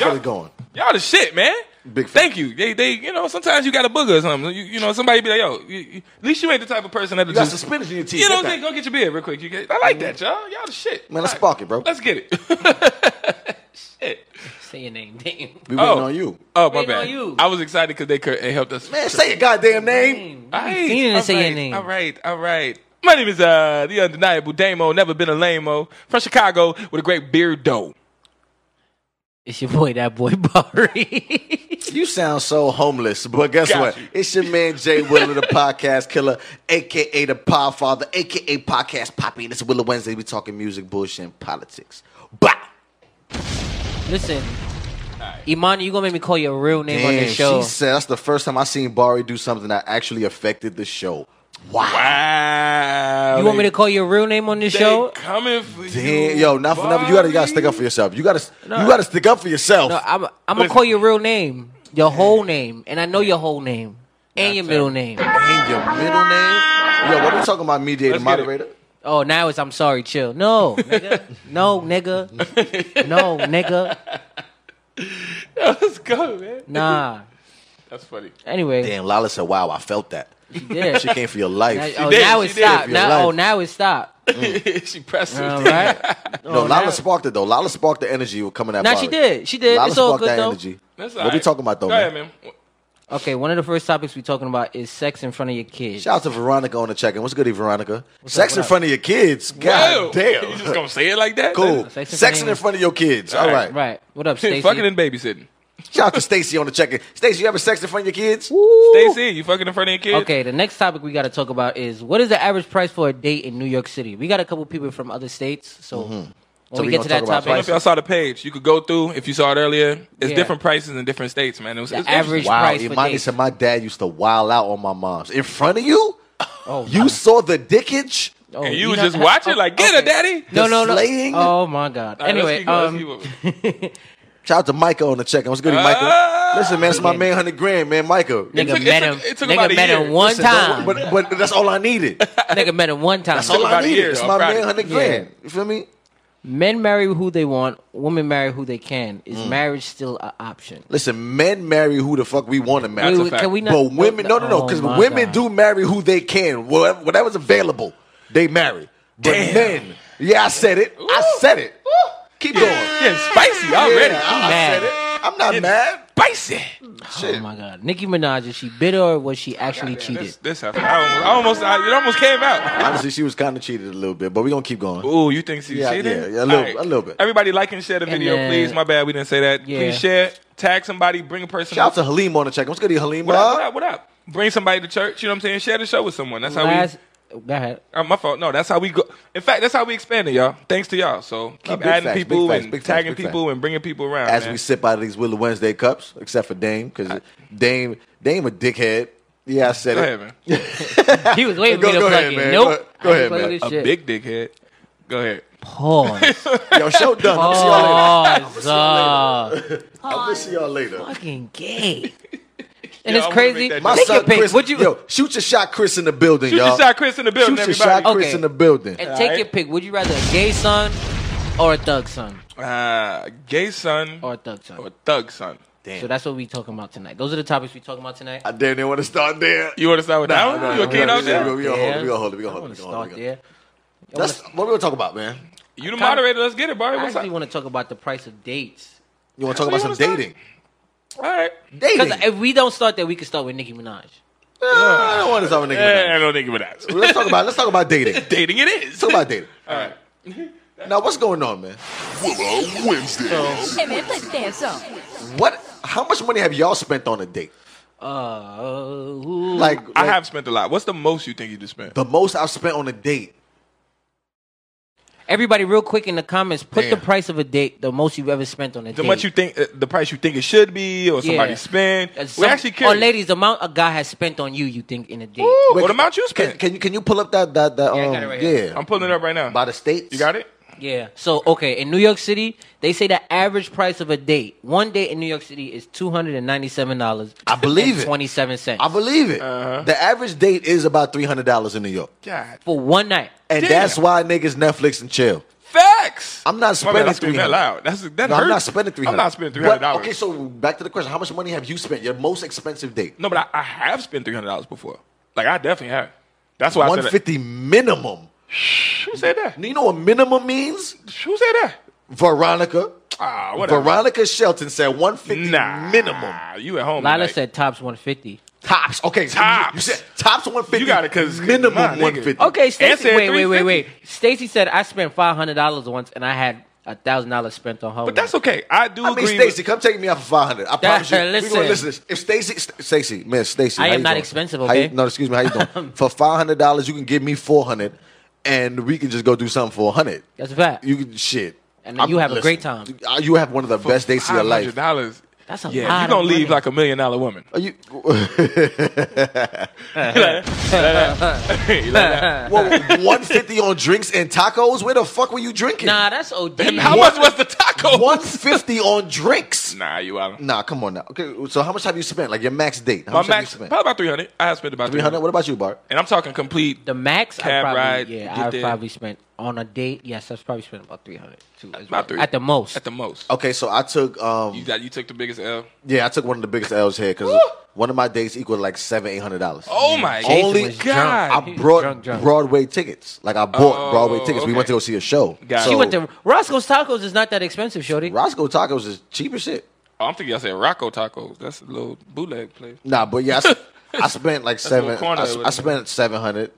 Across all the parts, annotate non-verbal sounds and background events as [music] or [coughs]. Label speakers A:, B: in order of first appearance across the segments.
A: How's it going?
B: Y'all the shit, man.
A: Big fan.
B: Thank you. They, they, you know, sometimes you got a booger or something. You, you know, somebody be like, yo, you, you- at least you ain't the type of person that'll
A: You got
B: just.
A: suspenders in your teeth.
B: You know
A: Get
B: what I'm saying?
A: that.
B: Go get your beer real quick. You get, I like that, y'all. Y'all the shit.
A: Man, let's
B: All right.
A: spark it, bro.
B: Let's get it. [laughs] shit.
C: Say your name, damn.
A: We waiting
B: Oh.
A: on you.
B: Oh my
C: Waiting
B: bad.
C: on you.
B: I was excited because they could it helped us.
A: Man, say your goddamn name.
B: Alright,
C: Feeling to say your
B: alright,
C: name.
B: All right, all right. My name is uh the undeniable Damo. Never been a lameo from Chicago with a great beard
C: [laughs]
B: dough.
C: It's your boy, that boy Barry.
A: [laughs] You sound so homeless, but guess
B: Got
A: what?
B: you.
A: It's your man Jay Willer, the podcast killer, aka the Podfather, aka Podcast Poppy. And it's Willow Wednesday. We talking music, bullshit, and politics. Bah!
C: Listen, Imani, you gonna make me call your real name on
A: Damn,
C: the show?
A: she said that's the first time I seen Bari do something that actually affected the show. Wow.
B: Wow.
C: You want me to call your real name on the
B: they
C: show?
B: coming for
A: Damn,
B: you.
A: yo, not for nothing. You gotta, you gotta stick up for yourself. You gotta, you gotta stick up for yourself.
C: No, I'm. I'm gonna
B: Listen.
C: call your real name, your whole name, and I know your whole name and your middle name.
A: and your middle name. Yo, what are we talking about, mediator,
B: Let's get it.
A: moderator?
C: Oh, now it's I'm sorry, chill. No, nigga. no, nigga. No, nigga.
B: Yo, let's go, man.
C: Nah.
B: That's funny.
C: Anyway,
A: Damn, Lala said, "Wow, I felt that."
C: yeah.
A: She came for your life.
C: Now- oh,
B: did,
C: now
B: she
C: it's
B: did.
C: stopped.
A: Your
C: Now,
A: life. Mm.
C: oh, now it's stopped.
B: she pressed it. [laughs]
C: All right.
A: [laughs] No,
C: Oh,
A: Lala
C: now-
A: sparked it though. Lala sparked the energy with coming at.
C: Nah,
A: Bari.
C: she did. She did.
A: Lala
C: It's all
A: sparked
C: good,
A: that
C: though.
A: energy.
B: That's
A: what
B: all
A: we
B: right.
A: talking about though,
B: Go
A: man?
B: ahead, man.
C: Okay, one of the first topics we're talking about is sex in front of your kids.
A: Shout out to Veronica on the check-in. What's goody, Veronica? Sex
C: what
A: in
C: up?
A: front of your kids. God
B: Whoa. You just
A: damn.
B: gonna say it like that?
C: [laughs]
A: Cool.
C: Sex in
A: Sexing
C: front
A: in
C: of-
A: front of your kids. All
B: All
A: right.
C: Right. What up, Stacey?
B: Shit, [laughs] fucking and babysitting.
A: Shout out to Stacy on the check-in. Stacy, you ever sex in front of your kids?
B: Stacy, you fucking in front of your kids?
C: Okay, the next topic we got to talk about is what is the average price for a date in New York City? We got a couple people from other states, so when
A: Mm-hmm. So
C: we,
A: we
C: get
A: gonna
C: to that
A: talk about
C: topic,
B: I don't know if y'all saw the page. You could go through if you saw it earlier. It's
C: Yeah.
B: different prices in different states, man. It was
C: The
B: it's
C: average-
B: interesting.
A: Wow,
C: price for
A: Imani
C: dates.
A: said my dad used to wild out on my moms in front of you.
C: oh,
A: You saw the dickage.
C: oh,
B: And you,
C: know-
B: just watch it like, get her,
C: okay.
B: daddy.
C: No,
A: The
C: no, no.
A: slaying?
C: Oh my God.
B: All right, let's
C: anyway,
B: keep going, let's
C: um,
B: keep going.
A: Shout out to Micah on the check-in. What's goody,
B: Ah.
A: Micah? Listen, man, it's my
C: Yeah.
A: man, hundred grand, man, Micah.
C: nigga
B: took- it
C: met
B: took-
C: him.
B: it took about a
C: nigga met
B: year.
C: him one
A: Listen,
C: time.
A: But, but but that's all
B: [laughs]
A: I needed.
C: nigga met him one time.
A: That's all I
B: about a
A: needed.
B: year,
A: It's
B: though.
A: my
B: I'm proud
A: man,
B: of
A: hundred
C: you.
A: grand. You feel me?
C: Men marry who they want. Women marry who they can.
A: Mm.
C: Is marriage still an option?
A: Listen, men marry who the fuck we want to marry.
B: a
C: Wait, wait,
B: fact.
C: can we not?
A: but women, no, no, no,
C: Oh,
A: because
C: my
A: women
C: God.
A: do marry who they can. Whatever, whatever's available, they marry. But
B: Damn.
A: men, yeah, I said it. I said it. Keep going.
B: Getting spicy already.
A: Yeah, I, I
C: mad.
A: said it. I'm not mad.
B: Spicy.
C: Oh my God, Nicki Minaj is she bitter or
B: Oh
C: was she actually cheated?
B: This, this happened. I almost, I almost I, it almost came out.
A: Honestly, she was kind of cheated a little bit, but we gonna keep going.
B: Ooh, you think she
A: Yeah,
B: cheated?
A: yeah, yeah, a little-
B: Alright.
A: a little bit.
B: Everybody like and share the video,
C: then-
B: please. My bad, we didn't say that.
C: Yeah.
B: Please share, tag somebody, bring a person.
A: Shout out
B: up.
A: to Halim on the check. What's good, Halim?
B: what up, what
A: bro?
B: up, what up? Bring somebody to church. You know what I'm saying? Share the show with someone. That's how
C: Last,
B: we.
C: Oh, go ahead.
B: Uh, my fault. No, that's how we go. In fact, that's how we expanded, y'all. Thanks to y'all. So keep
A: big
B: adding
A: facts, big
B: people
A: facts,
B: and
A: big facts,
B: tagging
A: big facts.
B: people and bringing people around.
A: As
B: [laughs] man.
A: we sip out of these Willow Wednesday cups, except for Dame, because Dame, Dame a dickhead. Yeah, I said
B: Go
A: it.
B: ahead, man.
C: [laughs] He was waiting
A: Go-
C: for me to
A: go
C: plug
A: ahead,
C: it.
A: man.
C: Nope.
A: Go- go
C: I didn't
A: ahead,
C: plug
A: man.
C: this
B: A
C: shit.
B: big dickhead. Go ahead.
C: pause.
A: [laughs] Yo, show done. I'm gonna see y'all later. [laughs]
C: Pause. uh,
A: I'm gonna see y'all later.
C: fucking gay. And
B: Yeah, I
C: it's
B: wanna
C: crazy.
B: make that
A: My
C: Take
A: son
C: your pick.
A: Chris,
C: Would you
A: yo, shoot your shot, Chris in the building,
B: Shoot
A: y'all.
B: your shot, Chris, in the building,
A: Shoot your
B: everybody.
A: shot, Chris
C: Okay.
A: in the building.
C: and take
B: Alright.
C: your pick? Would you rather a gay son or a thug son
B: Uh, gay son
C: or a thug son?
B: or thug son?
C: So that's what we talking about tonight. Those are the topics we talking about tonight.
A: I damn near want to start there.
B: You want to start with that one?
A: nah,
B: you
A: nah,
B: a kid
A: nah,
B: out there?
A: nah, We gonna hold it,
C: Yeah.
A: we gonna hold it, we gonna
C: I
A: hold it,
C: wanna
A: we gonna hold
C: start
A: it.
C: there. I wanna-
A: That's what we gonna talk about, man.
B: You the
C: kinda-
B: moderator. Let's get it, Barry.
C: I
B: What's up?
C: actually want to talk about the price of dates.
A: You want to talk
B: what
A: about some
B: you wanna
A: dating?
B: All right.
A: Dating.
C: Because if we don't start there, we can start with Nicki Minaj.
A: I don't want to talk about nigga.
B: Yeah, I don't think about that.
A: Let's talk about let's talk about dating.
B: [laughs]
A: Let's
B: Dating it is.
A: talk
B: [laughs]
A: about dating.
B: All right.
A: Now, what's going on, man?
D: Willow Wednesday.
E: Hey man, let's dance up.
A: What? How much money have y'all spent on a date?
C: Uh,
A: [laughs] Like,
B: I
A: like,
B: have spent a lot. What's the most you think you just spent?
A: the most I've spent on a date.
C: everybody, real quick in the comments, put
A: Damn.
C: the price of a date, the most you've ever spent on a
B: The
C: date.
B: much you think, uh, the price you think it should be, or somebody
C: Yeah.
B: spent.
C: That's
B: We're
C: some-
B: actually curious.
C: Or ladies, the amount a guy has spent on you, you think in a date.
B: Ooh,
A: Wait,
B: what amount you
A: Can,
B: spent?
A: can you can you pull up that that that?
C: Yeah, I
A: um,
C: got it right here.
A: yeah.
B: I'm pulling it up right now.
A: by the states.
B: you got it?
C: Yeah. So okay, in New York City, they say the average price of a date, one date in New York City is two hundred and ninety-seven dollars.
A: I believe it.
C: Twenty seven cents.
A: I believe it.
B: Uh-huh.
A: The average date is about three hundred dollars in New York,
B: God.
C: for one night.
A: and
B: Damn.
A: that's why niggas Netflix and chill.
B: Facts.
A: I'm not
B: My bad, I'm
A: spending
B: speaking that
A: 300.
B: loud. That's that
A: No,
B: hurts.
A: I'm not spending three
B: I'm
A: hundred.
B: not spending three hundred dollars.
A: Okay, so back to the question: How much money have you spent? Your most expensive date?
B: no, but I, I have spent three hundred dollars before. Like I definitely have. That's why I
A: One
B: said that.
A: fifty minimum.
B: Who said that?
A: You know what minimum means?
B: Who said that?
A: Veronica.
B: Ah, whatever.
A: Veronica Shelton said one fifty
B: nah,
A: minimum.
B: You at home?
C: Lila
B: tonight.
C: said tops 150.
A: Tops. Okay, so you-
B: Tops.
A: You, said tops one fifty.
B: You got it, 'cause-
A: minimum
B: my nigga.
A: one fifty.
C: Okay,
B: And
C: Stacy.
B: said
C: Wait, wait, wait, wait.
B: 350.
C: Stacy said I spent five hundred dollars once, and I had a thousand dollars spent on her.
B: But that's okay. I do
A: I mean,
B: agree.
A: Stacy, come take me out for five hundred.
C: [laughs]
A: I promise you.
C: Yeah,
A: we gonna
C: listen.
A: listen. to this. If Stacy, St- Stacy, man, Stacy,
C: I
A: how
C: am
A: you
C: not
A: doing?
C: expensive,
A: How you-
C: okay?
A: no, excuse me. How you
C: [laughs]
A: doing? for five hundred dollars, you can give me four hundred, and we can just go do something for a hundred.
C: that's a fact.
A: You can shit.
C: And then you have a
B: [laughs]
C: great time. [laughs]
A: uh, You have one of the best days of your life.
B: Dollars.
C: That's a
B: yeah,
C: lot
B: You're
C: of
B: gonna leave
C: money.
B: like a million dollar woman. [laughs]
A: Are you? [laughs]
C: [laughs]
B: Hey, like
A: [laughs]
B: that.
A: one fifty on drinks and tacos. Where the fuck were you drinking?
C: nah, that's OD.
B: How much was the taco?
A: One fifty on drinks.
B: Nah, you out.
A: Nah, come on now. Okay, so how much have you spent? Like your max date? How
B: My
A: much
B: max
A: have you
B: probably
A: spent?
B: about three hundred. I have spent about
A: Three
B: three
A: hundred.
B: hundred.
A: What about you, Bart?
B: And I'm talking complete.
C: the max? I
B: Cab
C: probably,
B: ride,
C: yeah,
B: you
C: I
B: did.
C: probably spent on a date. Yes, I've probably spent about three hundred too. as
B: About
C: well.
B: three.
C: at the most.
B: At the most.
A: Okay, so I took um
B: You got you took the biggest L.
A: yeah I took one of the biggest L's here because one of my dates equaled like seven eight hundred dollars.
B: Oh my
A: Jason Only-
C: was
B: God.
C: drunk.
A: I
C: He was
A: brought
C: drunk, drunk.
A: Broadway tickets. Like I bought
B: Oh,
A: Broadway tickets. We
B: okay.
A: went to go see a show.
B: Got it.
C: She
B: So-
C: went to Roscoe's Tacos. Is not that expensive, Shorty.
A: Roscoe Tacos is cheap as shit.
B: Oh, I'm thinking I said Rocco tacos. That's a little bootleg place.
A: Nah, but yeah,
B: [laughs]
A: I, s- I spent like
B: a
A: seven.
B: little corner,
A: I, s-
B: wasn't
A: I
B: it?
A: spent seven hundred,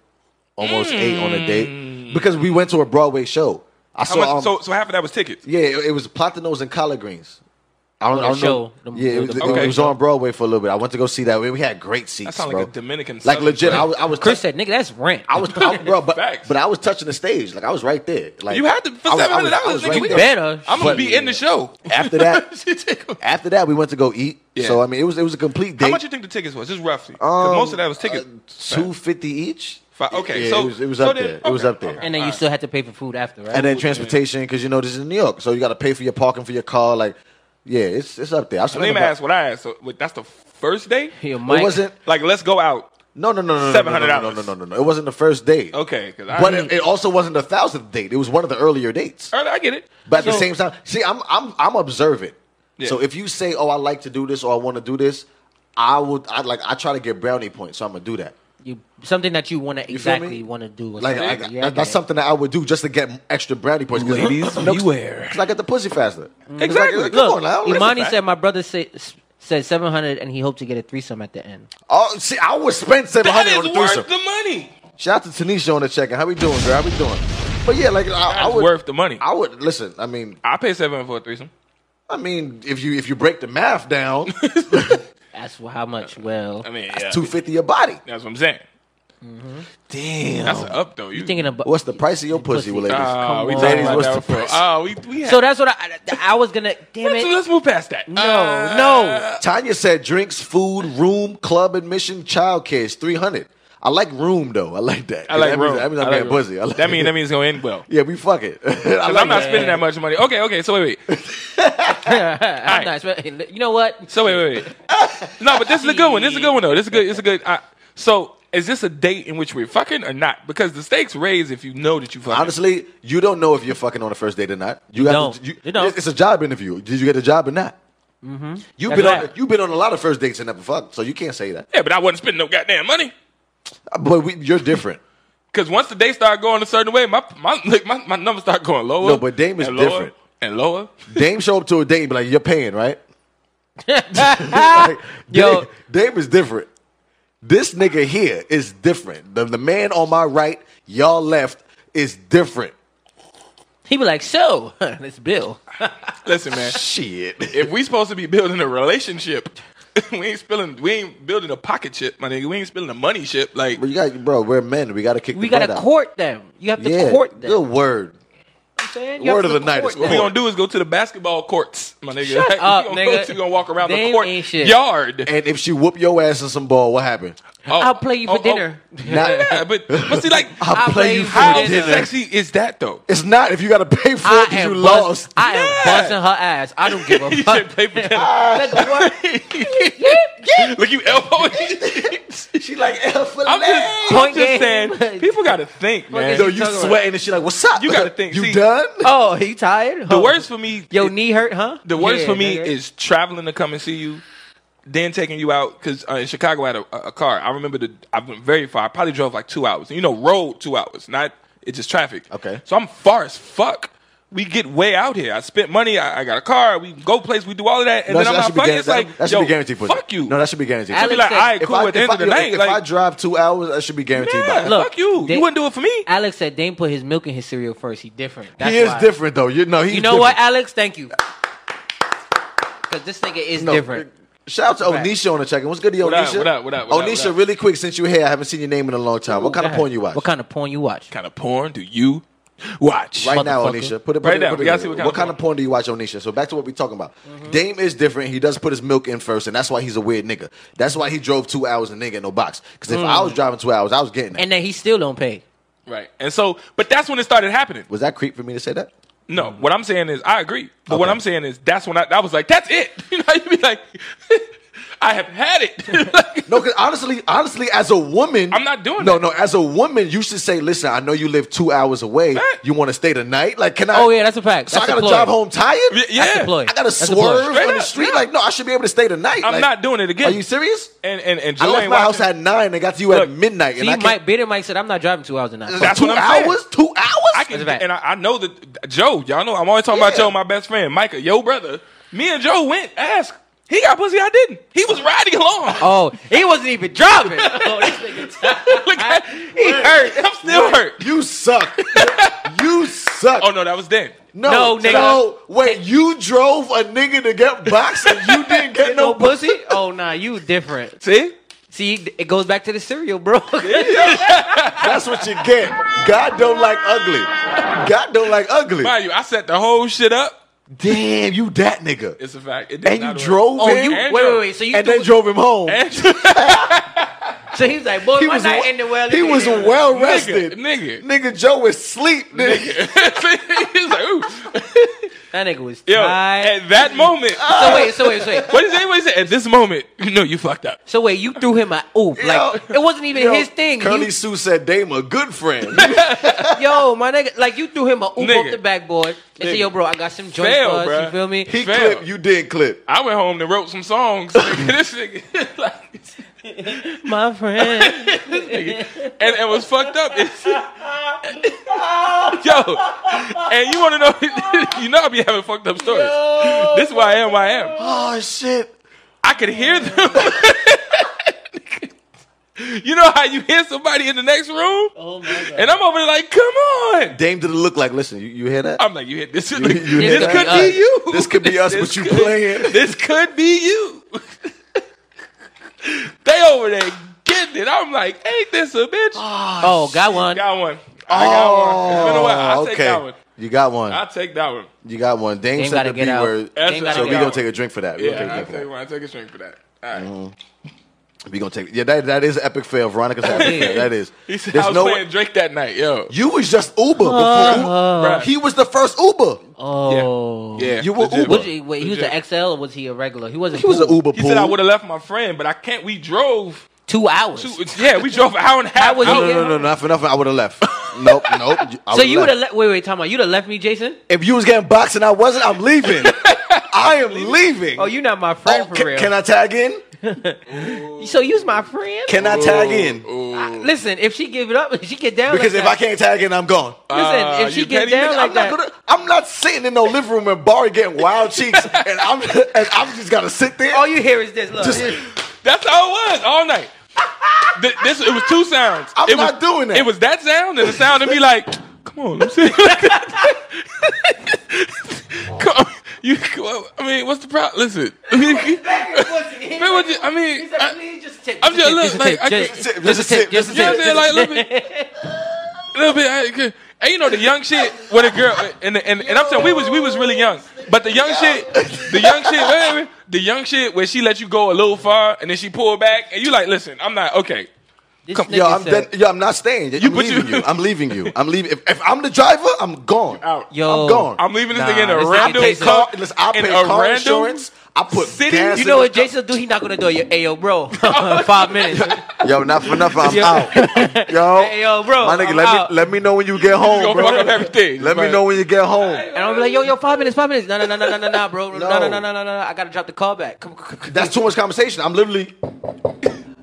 A: almost eight on a date because we went to a Broadway show. I
B: How
A: saw.
B: much,
A: um,
B: so so half of that was tickets.
A: yeah, it, it was Platanos and collard greens. I don't, I
C: Well,
A: don't
C: the
A: know.
C: show, the-
A: yeah, it
C: the-
A: was,
C: the
A: it
B: Broadway
A: was
B: show.
A: on Broadway for a little bit. I went to go see that. We we had great seats.
B: sounds like
A: bro.
B: a Dominican
A: Like
B: Southern
A: legit.
B: place.
A: I was. I was
C: Chris
A: touching-
C: said, "Nigga, that's rent."
A: I was, I, bro, but,
B: Facts.
A: but I was touching the stage. Like I was right there. Like
B: You had to for
A: I was- I
B: seven hundred
A: was- I was
B: dollars.
A: right
C: we
A: there.
C: better.
B: I'm gonna
C: But-
B: be in the show. [laughs]
A: After that,
B: How
A: after that, we went to go eat.
B: Yeah.
A: So I mean, it was it was a complete date.
B: much you think the tickets was? Just roughly. 'Cause
A: Um, uh,
B: most of that was tickets.
A: Two fifty each.
B: Fi- okay,
A: Yeah,
B: so
A: it was, it was
B: so
A: up
B: then-
A: there. It was
B: okay,
A: up there.
B: okay.
A: And,
C: and then you still had to pay for food after, right?
A: then transportation, because you know this is in New York, so you got to pay for your parking for your car. Like, yeah, it's it's up there. I
B: So
A: spent
B: let me
A: about-
B: ask what I asked. So wait, that's the first date.
C: [laughs] Your mic-
A: It wasn't.
B: Like let's go out.
A: No, no, no, no, no,
B: $700.
A: No, no, no, no, no, no. It wasn't the first date.
B: Okay, 'cause Oh, I-
A: but it, it also wasn't the thousandth date. It was one of the earlier dates.
B: All right, I get it.
A: But at the
B: So-
A: same time, see, I'm I'm I'm observant.
B: Yeah.
A: So if you say, "Oh, I like to do this" or "I want to do this," I would. I like. I try to get brownie points, so I'm gonna do that.
C: you something that you want to
A: feel me?
C: exactly want to do. or
A: Like
C: something. Yeah,
A: I,
C: I
A: that-
C: get
A: that's
C: it.
A: something that I would do just to get extra brownie points. 'cause- [laughs]
B: Ladies,
A: no, 'cause-
B: beware.
A: 'cause I get the pussy faster.
B: Exactly.
A: Like, uh, come
C: Look,
A: on now. Listen.
C: Imani
B: fact.
C: said my brother say, s- said seven hundred, and he hoped to get a threesome at the end.
A: Oh, see, I would spend seven
B: that
A: hundred
B: is
A: on a
B: worth
A: threesome.
B: the money.
A: Shout out to Tanisha on the check-in. How we doing, girl? How we doing? But yeah, like I, I
B: That's
A: would
B: worth the money.
A: I would listen. I mean,
B: I pay seven for a threesome.
A: I mean, if you if you break the math down,
C: [laughs] That's wh- how much. Well,
B: I mean, yeah.
A: that's two fifty your body.
B: That's what I'm saying.
C: Mm-hmm.
A: Damn.
B: That's a up though. You,
C: you thinking about
A: What's the price of your pussy,
C: Pussy.
A: ladies?
B: Ah,
C: Come
B: we
C: on.
B: talking
A: Ladies,
B: about
A: what's
B: that
A: the
B: before.
A: price?
B: Ah, we we had,
C: So that's what I, I- I was gonna. Damn
B: let's,
C: it!
B: let's move past that. No,
C: no.
A: Tanya said drinks, food, room, club admission, child care is three hundred. I like room though. I like that.
B: I like
A: that
B: room.
A: Means, that means I'm
B: I like
A: getting
B: room.
A: pussy. I like
B: that means that means it's gonna end well.
A: [laughs] yeah, we fuck it. [laughs] I
B: Because
A: like
B: I'm not
A: that.
B: spending that much money. Okay, okay. So wait,
A: [laughs]
B: wait.
C: I'm not expect- You know what?
B: So wait, wait, wait. no, but this is a good one. This is a good one though. This is good. It's a good. I, so is this a date in which we're fucking or not? Because the stakes raise if you know that you fucking.
A: Honestly, you don't know if you're fucking on the first date or not. You, have
C: don't.
A: To, you,
C: You don't.
A: It's a job interview. Did you get a job or not? Mm-hmm. You've been
C: That's
A: on.
C: right.
A: You've been on a lot of first dates and never fucked, so you can't say that.
B: yeah, but I wasn't spending no goddamn money.
A: Uh, But we, you're different.
B: Because once the date start going a certain way, my my [laughs] look, my, my numbers start going lower.
A: No, but Dame is
B: and lower
A: different.
B: and lower.
A: Dame show up to a date and be like, "You're
C: [laughs]
A: paying, right?" Like,
C: Yo.
A: Dame, Dame is different. This nigga here is different. The, the man on my right, y'all left, is different.
C: He be like, so [laughs] it's Bill.
B: Listen, man.
A: Shit.
B: if we supposed to be building a relationship, [laughs] we ain't spilling. We ain't building a pocket ship, my nigga. We ain't spilling a money ship. Like
A: But you got, bro, we're men. We got to kick
C: We
A: the
C: gotta
A: butt out.
C: court them. You have to
A: yeah,
C: court them.
A: Good word.
C: I'm saying? have
A: word of
C: to
A: the night
C: court
A: is
B: what
C: them.
B: we gonna do is go to the basketball courts, my nigga. Like,
C: Shut
B: [laughs] we
C: up,
B: gonna
C: nigga.
B: Go, we gonna walk around the
C: They
B: court
C: ain't shit.
B: yard.
A: And if she whoop your ass in some ball, what happened?
B: Oh,
C: I'll play you for
B: oh, oh.
C: dinner.
B: [laughs]
C: [laughs]
A: Not,
B: Yeah, but but see, like,
A: I'll,
C: I'll
A: play
C: play
A: you
C: you
A: for
B: how
A: dinner.
B: sexy is that though?
A: It's not if you got to pay for
C: I
A: it because
C: am,
A: you
C: bust-
A: lost.
C: I am
B: Yeah.
C: busting her ass. I don't give
B: [laughs]
C: a
B: You
C: fuck.
B: should play for dinner.
C: That's what-
B: [laughs] Look, you elbowing.
A: She like L for
B: I'm just, I'm
C: Point
B: just
C: game.
B: saying, people got to think, man.
A: Yo,
C: Yo,
A: you
C: you
A: sweating and she like, what's up?
B: You gotta think,
A: You
B: see-
A: done?
C: [laughs] Oh, he tired?
B: The worst for me,
C: Yo,
B: is-
C: knee hurt, huh?
B: the worst
C: Yeah,
B: for me
C: nigga.
B: is traveling to come and see you, then taking you out because uh, in Chicago I had a, a car. I remember the I went very far. I probably drove like two hours. You know, road two hours, not it's just traffic.
A: Okay.
B: so I'm far as fuck. We get way out here. I spent money. I, I got a car. We go place. We do all of that, and
A: No,
B: then I'm
A: that
B: out
A: should be
B: fucking.
A: guaran-
B: It's like
A: that should
B: yo,
A: be guaranteed. for-
B: Fuck you.
A: No, that should be guaranteed.
B: Should be like, all
C: Alex
B: right,
C: said-
B: cool. at the
A: if
B: end of the
A: yo,
B: night,
A: if I
B: like,
A: drive two hours, I should be guaranteed. by
B: yeah,
A: it.
C: Look,
B: fuck you.
C: they-
B: you wouldn't do it for me.
C: Alex said Dame put his milk in his cereal first. He different. That's
A: he is
C: why.
A: different though. You know, he's
C: You know what, Alex? Thank you. Because this nigga is
A: No,
C: different.
A: Shout out to
C: Fact.
A: Onisha on the check-in. What's good to you,
B: What up,
A: Onisha?
B: what up, what up, what up,
A: Onisha,
B: what up?
A: really quick, since you're here, I haven't seen your name in a long time. what kind of porn you watch?
C: What kind of porn you watch?
B: kind of porn do you watch?
A: Right now,
C: Motherfucker.
A: Onisha. Put it, put
B: Right
A: it,
B: now,
A: put
B: we
A: it-
B: gotta see what kind of
A: of porn do you watch, Onisha? So back to what we're talking about.
C: Mm-hmm.
A: Dame is different. He does put his milk in first, and that's why he's a weird nigga. That's why he drove two hours and didn't get no box. Because if
B: Mm.
A: I was driving two hours, I was getting that.
C: And then he still don't pay.
B: Right. And so, but that's when it started happening.
A: was that creep for me to say that?
B: No, what I'm saying is I agree. But what
A: Okay.
B: I'm saying is that's when I, I was like, that's it. [laughs] You know, you be like, I have had it. [laughs] Like,
A: No, because honestly, honestly, as a woman,
B: I'm not doing
A: No,
B: that.
A: no, as a woman, you should say, "Listen, I know you live two hours away.
B: Fact.
A: You want to stay the night? Like, can I?
C: Oh, yeah, that's a fact.
A: So
C: That's
A: I
C: a
A: gotta
C: ploy.
A: drive home tired.
B: Y- yeah.
C: That's a ploy.
A: I gotta
C: That's a ploy.
A: swerve
B: Straight
A: on the
B: up,
A: street.
B: yeah.
A: Like, no, I should be able to stay the night.
B: I'm
A: Like,
B: not doing it again.
A: Are you serious?
B: And and and
A: I
B: Joel
A: left
B: ain't
A: my
B: watching-
A: house at nine. and got to you at
B: Look,
A: midnight, and
C: See,
A: I
C: Mike,
A: can't.
C: Bitter Mike said, I'm not driving two hours a night.
B: That's
A: two
B: what I'm saying.
A: hours. Two hours.
B: I
C: That's
B: can,
C: a fact.
B: and I, I know that Joe. Y'all know I'm always talking about
A: Yeah.
B: Joe, my best friend, Micah, yo brother. Me and Joe went ask. He got pussy. I didn't. He was riding along.
C: Oh, he wasn't even
B: [laughs]
C: driving. Oh, this nigga
B: Look, I, he hurt. I'm still hurt. [laughs]
A: You suck. you suck.
B: Oh no, that was then.
A: no,
C: No, nigga.
A: So, wait, you drove a nigga to get boxed, and you
C: [laughs]
A: didn't get no
C: no
A: pussy.
C: pussy? Oh, nah, you
A: [laughs]
C: different.
B: See,
C: See, it goes back to the cereal, bro.
A: That's what you get. God don't like ugly. God don't like ugly.
B: mind you, I set the whole shit up.
A: Damn, you that nigga.
B: It's a fact. It did
A: and you
B: not work.
A: drove
C: oh,
A: him
C: you, wait, wait, wait. So you
A: and
C: threw-
A: then drove him home.
B: And-
C: So he was like, boy,
A: He
C: my
A: was,
C: night ended well.
A: he was well rested.
B: nigga.
A: Nigga Joe was sleep,
B: [laughs]
A: nigga.
B: He's like, ooh.
C: That nigga was
B: Yo,
C: tired.
B: at that moment.
C: So wait, so wait, so wait.
B: What does anybody say? At this moment, [laughs] no, you fucked up.
C: So wait, you threw him a oop. [laughs] Like
A: Yo,
C: it wasn't even
A: Yo,
C: his thing.
A: Curly
C: You-
A: Sue said Dame a
B: [laughs]
A: good friend.
C: yo, my nigga, like you threw him a oop
B: Nigga.
C: off the backboard and said,
B: Nigga.
C: "Yo, bro, I got some joints
B: Fail,
C: for us."
B: bruh.
C: You feel me?
A: He
B: Fail.
A: clipped, you did clip.
B: I went home and wrote some songs. [laughs] nigga. this nigga, [laughs] like,
C: [laughs] my friend.
B: [laughs] and it was fucked up. [laughs] It's- Yo, and you want to know? [laughs] you know I be having fucked up stories. This is why I am. Why I am.
A: Oh shit.
B: I could hear them. [laughs] you know how you hear somebody in the next room,
C: oh my god.
B: and I'm over there like, come on.
A: Dame didn't look like, listen, you, you hear that?
B: I'm like, you hit this.
A: you hit
B: [laughs] this
A: that?
B: could
C: Us.
B: be you.
A: This could be us, but you
B: [laughs]
A: playing.
B: This could be you. [laughs] they over there getting it. I'm like, ain't this a bitch?
C: Oh, got one.
B: got one. I got one. It's been a while. I'll
A: Oh, okay.
B: take that one.
A: You got one.
B: I'll take that one.
A: You got one. Dame,
C: Dame
A: said
C: gotta
A: the
C: get
A: B
C: out. Dame
A: word.
B: That's-
C: gotta
A: So we
C: get
A: gonna
C: out.
A: take a drink for that. We gonna take a
B: Yeah, I'll
A: drink for that. Mm-hmm.
B: take one. I'll take a drink for that. All right.
A: We gonna take yeah. That that is an epic
C: [laughs]
A: fail. Veronica's an epic fail.
B: [laughs]
A: That is.
B: He said,
A: There's
B: I was
A: no
B: playing
A: way-
B: Drake that night, yo.
A: You was just Uber before.
B: Bruh.
A: he was the first Uber.
C: Uh-huh. Oh.
B: Yeah.
A: You were
B: Legit,
A: Uber.
B: bro.
C: Was he, wait, he was
B: Legit.
C: an XL or was he a regular? He wasn't.
A: He was an
C: cool.
A: Uber
B: He
A: pool.
B: said I would have left my friend, but I can't. We drove.
C: Two hours. [laughs]
B: Two, yeah, we drove an hour and a half.
C: How was
A: no,
B: out.
A: no, no, no, no, not for nothing. I would have left.
B: [laughs]
A: nope, nope. I
C: so you would
A: left.
C: have left. Wait, wait, time out. You'd have left me,
B: [laughs]
C: Jason.
A: If you was getting boxed and I wasn't, I'm leaving. I am leaving.
C: Oh, you're not my friend for
A: can,
C: real.
A: can I tag in?
C: [laughs] [laughs] so you's my friend.
A: Can I tag in?
B: Oh,
C: Listen, if she give it up, [laughs] she get down.
A: Because
C: like
A: if
C: that-
A: I can't tag in, I'm gone.
C: Listen,
B: Uh,
C: if she
B: oh. you
C: get
B: petty
C: down
B: nigga,
C: like
A: I'm
C: that,
A: not, gonna, I'm not sitting in no living room and bar getting wild cheeks, and I'm [laughs] and I'm just gotta sit there.
C: all you hear is this. Look,
A: Just-
B: That's all it was all night. Th- this it was two sounds.
A: I'm
B: it
A: not
B: was,
A: doing that.
B: It was that sound and the sound of me like, come on, let me see. [laughs] come, you, I mean, what's the problem? Listen, [laughs] I mean, Man, what you- I mean, I-
C: please just tip.
B: I'm just-
C: tip,
B: look,
C: a
B: like,
C: tip,
B: I
C: just-
A: can't-
C: just a tip, just a
B: you know what I'm saying?
C: tip.
B: Like, a little bit, little bit. I could- and you know the young shit with a girl, and and, and I'm saying we was we was really young, but the young shit, the young shit, wait, wait, wait. the young shit where she let you go a little far and then she pulled back, and you like, listen, I'm not okay.
C: This
B: Come-
C: nigga
A: Yo, I'm
C: said-
A: done, yo, I'm not staying. I'm
B: but you-
A: leaving you. I'm leaving you. I'm leaving. If, if I'm the driver, I'm gone.
B: Out.
C: Yo,
A: I'm gone.
B: I'm leaving this
C: Nah,
B: nigga in a
C: this nigga
B: random
A: pay
C: takes
B: car.
A: car. Listen, I
B: in
A: pay
B: a
A: car
B: random-
A: insurance. I put
B: City?
A: gas
C: You
A: in
C: know
A: the-
C: what Jason will do? He knock on the door. Yo, hey,
B: [laughs]
C: yo, bro. [laughs] Five
A: [laughs]
C: minutes.
A: Yo, not for nothing. I'm
C: Yo.
A: [laughs] out. Yo,
C: Hey, yo, bro,
A: My nigga,
C: I'm
A: let
C: out.
A: me let me know when you get home,
B: gonna
A: bro.
B: fuck up everything.
A: Let me
B: Right.
A: know when you get home.
C: And I'll be like, yo, yo, five minutes, five minutes. No, no, no, no, no, no, no, bro. No, no, no,
A: No.
C: no, no, no. no. I gotta drop the call back. Come, come, come.
A: That's too much conversation. I'm literally,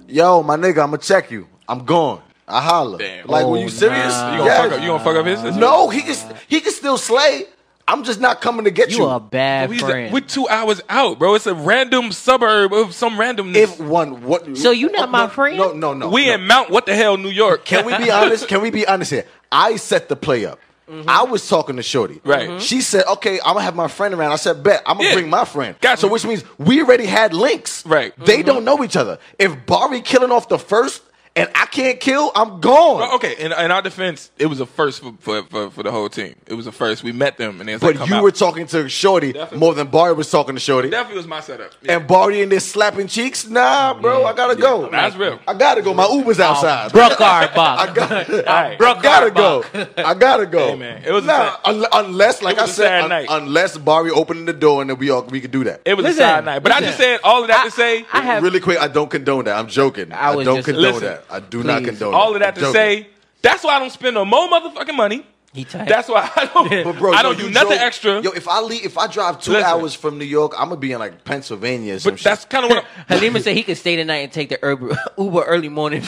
A: yo, my nigga, I'm gonna check you. I'm gone. I holla.
B: Damn.
A: Like, were
C: Oh,
A: you serious?
C: nah.
B: You gonna
A: Yes.
B: fuck up? You gonna fuck up his?
A: No, he can he can still slay. I'm just not coming to get you.
C: you are a bad
B: We
C: friend.
B: We're two hours out, bro. It's a random suburb of some randomness.
A: if one, what?
C: So you not
A: no,
C: my friend?
A: No, no, no.
B: we
A: no.
B: in Mount what the hell, New York?
A: [laughs] Can we be honest? Can we be honest here? I set the play up. I was talking to Shorty.
B: Mm-hmm.
A: Mm-hmm.
B: Right. Mhm.
A: She said, "Okay, I'm gonna have my friend around." I said, "Bet, I'm gonna
B: Yeah.
A: bring my friend."
B: Gotcha.
A: So which means we already had links.
B: Right. Mm-hmm.
A: They don't know each other. If Bari killing off the first and I can't kill, I'm gone.
B: Well, okay, in, in our defense, it was a first for, for, for, for the whole team. It was a first. We met them, and they was like,
A: But
B: come
A: you
B: out.
A: were talking to Shorty
B: Definitely.
A: more than Bari was talking to Shorty.
B: definitely was my setup. Yeah.
A: And Barty in there slapping cheeks? Nah, bro, I gotta go.
B: that's real.
A: I gotta go. My Uber's
B: Oh, Um,
A: outside.
C: Bruckard box.
A: [laughs]
C: [laughs]
A: I gotta,
B: right.
A: I gotta
C: Bruckard
A: go.
C: box.
A: I gotta go.
B: Hey, man, it was a
A: nah,
B: sad-
A: un- unless, like
B: it
A: I
B: was a
A: said,
B: sad
A: un-
B: night.
A: unless Barry opened the door and then we all we could do that.
B: it was
C: Listen,
B: a side night. But I just
C: listen.
B: said all of that to say,
C: I have
A: really quick, I don't condone that. I'm joking.
C: I
A: I,
C: was
A: don't
C: just-
A: condone
B: Listen,
A: that. I do not
C: please.
A: condone
B: all of
A: that
B: that to say, that's why I don't spend no more motherfucking money.
C: He tight.
B: That's why I don't.
A: But bro,
B: I
A: yo,
B: don't
A: you
B: do nothing
A: drove-
B: extra.
A: Yo, if I leave, if I drive two
B: Listen.
A: hours from New York, I'm gonna be in like Pennsylvania. Or some
B: but
A: shit.
B: that's kind of what. I'm,
C: [laughs] Halima said he could stay the night and take the Uber, [laughs] Uber early morning.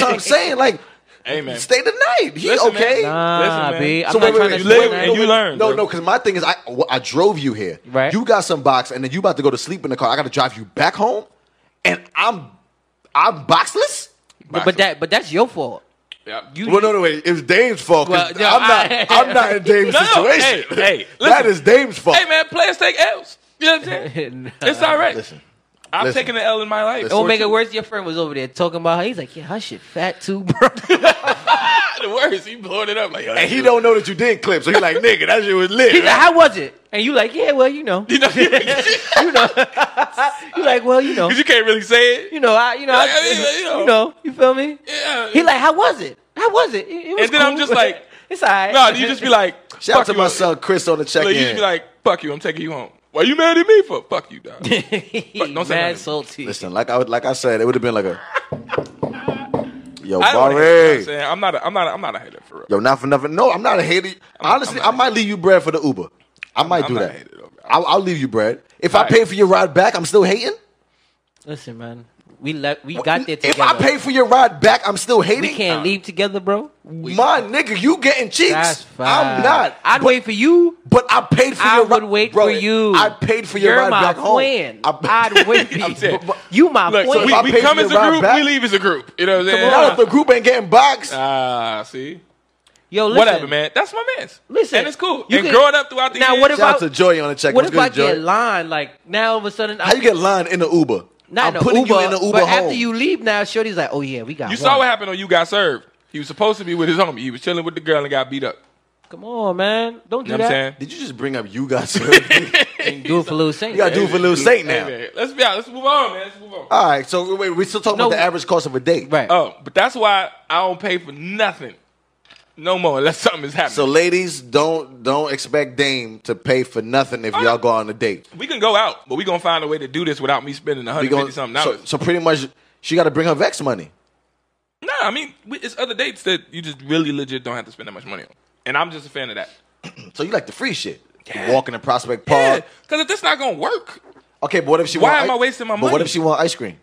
B: [laughs]
A: what I'm saying. Like,
B: hey man,
A: stay the night. He
B: Listen, man.
A: okay?
C: nah,
B: Listen, man.
C: B. I'm
A: So
C: not
A: wait, wait,
C: trying
A: wait,
C: to
B: you live
C: spend
B: and
C: night.
B: you learn,
A: No,
B: bro.
A: no, because my thing is, I well, I drove you here.
C: Right.
A: You got some box, and then you about to go to sleep in the car. I got to drive you back home, and I'm I'm boxless.
C: But, but that, but that's your fault.
B: Yeah.
C: You,
A: Well, no, no, wait. It was Dame's fault.
C: Well,
A: 'cause
C: no,
A: I'm not.
C: I-
A: I, am not in
B: [laughs]
A: Dame's
B: No, no, hey,
A: situation.
B: hey,
A: that
B: listen.
A: is Dame's fault.
B: Hey man, players take L's. You know what I'm
C: [laughs]
B: saying?
C: Nah.
B: it's all right.
A: Listen,
B: I'm
A: listen.
B: taking an L in my life.
C: It will make it worse. Your friend was over there talking about her. He's like, yeah, her shit fat too, bro.
B: [laughs] the worst. He blowing it up like.
A: and he don't know that you did clip,
C: [laughs]
A: so he like, nigga, that shit was
C: He's
A: lit.
C: like, how was it? And you like, yeah, well, you know, [laughs]
B: You know, because
C: you know, [laughs] you like, well, you know,
B: you can't really say it.
C: you know, I, you know,
B: Like,
C: I-
B: I mean, like, you know.
C: you know, you feel me?
B: Yeah.
C: He like, how was it? How was it? It, it was
B: And then I'm
C: cool.
B: just like,
C: [laughs] it's alright.
B: No, you just be like,
A: Shout out
B: fuck
A: to
B: you.
A: my son Chris on the check
B: Like, you just
A: in.
B: be like, fuck you, I'm taking you home. What you mad at me for? Fuck you,
C: [laughs]
B: dog. Fuck, don't say
C: mad
B: nothing.
C: salty.
A: Listen, like I would- like I said, it would have been like a yo,
B: I don't wanna hate you, you know what I'm
A: Barry.
B: saying? I'm not a, I'm not a, I'm not a hater for real.
A: Yo, not for nothing. No, I'm not a hater. Honestly,
B: I'm not
A: I might leave you bread for the Uber. I might
B: I'm
A: do
B: not a
A: that.
B: hater, though, bro.
A: I'll, I'll leave you bread. If I
B: Alright.
A: pay for your ride back, I'm still
B: [laughs]
A: hating.
C: Listen, man, we left, we got there
A: If
C: together.
A: I pay for your ride back, I'm still hating.
C: we can't leave together, bro.
A: My nigga, you getting cheeks?
C: That's fine.
A: I'm not.
C: I'd wait for you.
A: But I paid for
C: I
A: your
C: would
A: ri-
C: wait
A: Bro,
C: for you.
A: I paid for your
C: You're
A: ride
C: my
A: back
C: friend.
A: home. I-
C: I'd wait
A: [laughs]
C: for
B: I'm saying-
C: you. You my
B: Look,
C: friend.
B: so
A: I
B: we,
A: pay
B: we come
A: for
B: as a
A: your ride
B: group,
A: back-
B: we leave as a group. You know what I'm
A: Now that
B: saying?
A: the group ain't getting boxed,
B: Ah, see,
C: Yo, listen.
B: whatever, man. That's my man's.
C: Listen,
B: and it's cool.
C: you
B: and
C: could-
B: growing up throughout the
C: Now,
B: years,
C: what if
A: shout out
C: I-
A: to Joy on the check.
C: What
A: What's
C: if I
A: good, Joy?
C: get line? Like now, all of a sudden,
A: How you get lined in the Uber?
C: Not
A: I'm
C: in the
A: putting
C: Uber,
A: you in the Uber
C: but
A: home.
C: after you leave now, Shorty's like, "Oh yeah, we got."
B: you
C: one.
B: saw what happened on you got served. He was supposed to be with his homie. He was chilling with the girl and got beat up.
C: Come on, man, don't do
B: You know what I'm
C: that.
B: saying?
A: Did you just bring up
B: [laughs]
A: you guys? you
C: do it for Lil Saint.
A: gotta do it for Lil Saint now.
B: Hey, man, let's be out. Let's move on, man. Let's move on.
A: All right, so wait, we're still talking
C: No.
A: about the average cost of a date.
C: right?
B: Oh, but that's why I don't pay for nothing no more unless something is happening.
A: So ladies, don't don't expect Dame to pay for nothing if y'all go on a date.
B: we can go out, but we gonna find a way to do this without me spending
A: We
B: 150
A: going
B: something
A: so,
B: dollars.
A: so pretty much she got to bring her Vex money.
B: No, I mean we- it's other dates that you just really legit don't have to spend that much money on, and I'm just a fan of that.
A: So you like the free shit. Walking in Prospect Park.
B: because if this not gonna work,
A: Okay, but what if she?
B: Why
A: want
B: am
A: ice-
B: I wasting my
A: But what
B: money?
A: if she want ice cream?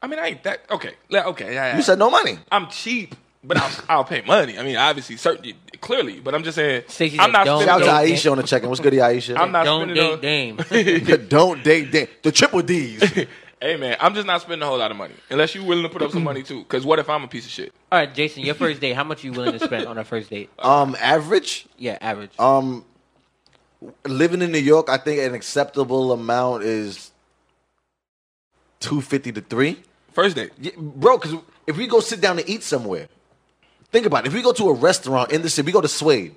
B: I mean I ain't that okay. Like, okay, yeah, yeah.
A: You said no money.
B: I'm cheap, but I'll, I'll pay money. I mean, obviously, certainly, clearly, but I'm just saying
C: Stacey
B: I'm
C: said
B: not
C: don't.
B: spending.
A: Shout out to
B: no-
C: date
A: Aisha on the check-in. What's good, Aisha?
B: I'm not
C: Don't
B: spending. no-
C: date
B: [laughs]
C: Dame.
A: [laughs] Don't date Dame. The triple D's.
C: [laughs]
B: Hey man, I'm just not spending a whole lot of money unless you're willing to put up some money too. Because what if I'm a piece of shit?
C: All right, Jason, your first date. How much are you willing to spend on a first date?
A: um, average.
C: Yeah, average.
A: Um, living in New York, I think an acceptable amount is two fifty to three.
B: First date.
A: Yeah, bro, because if we go sit down and eat somewhere, think about it. If we go to a restaurant in the city, we go to Suede.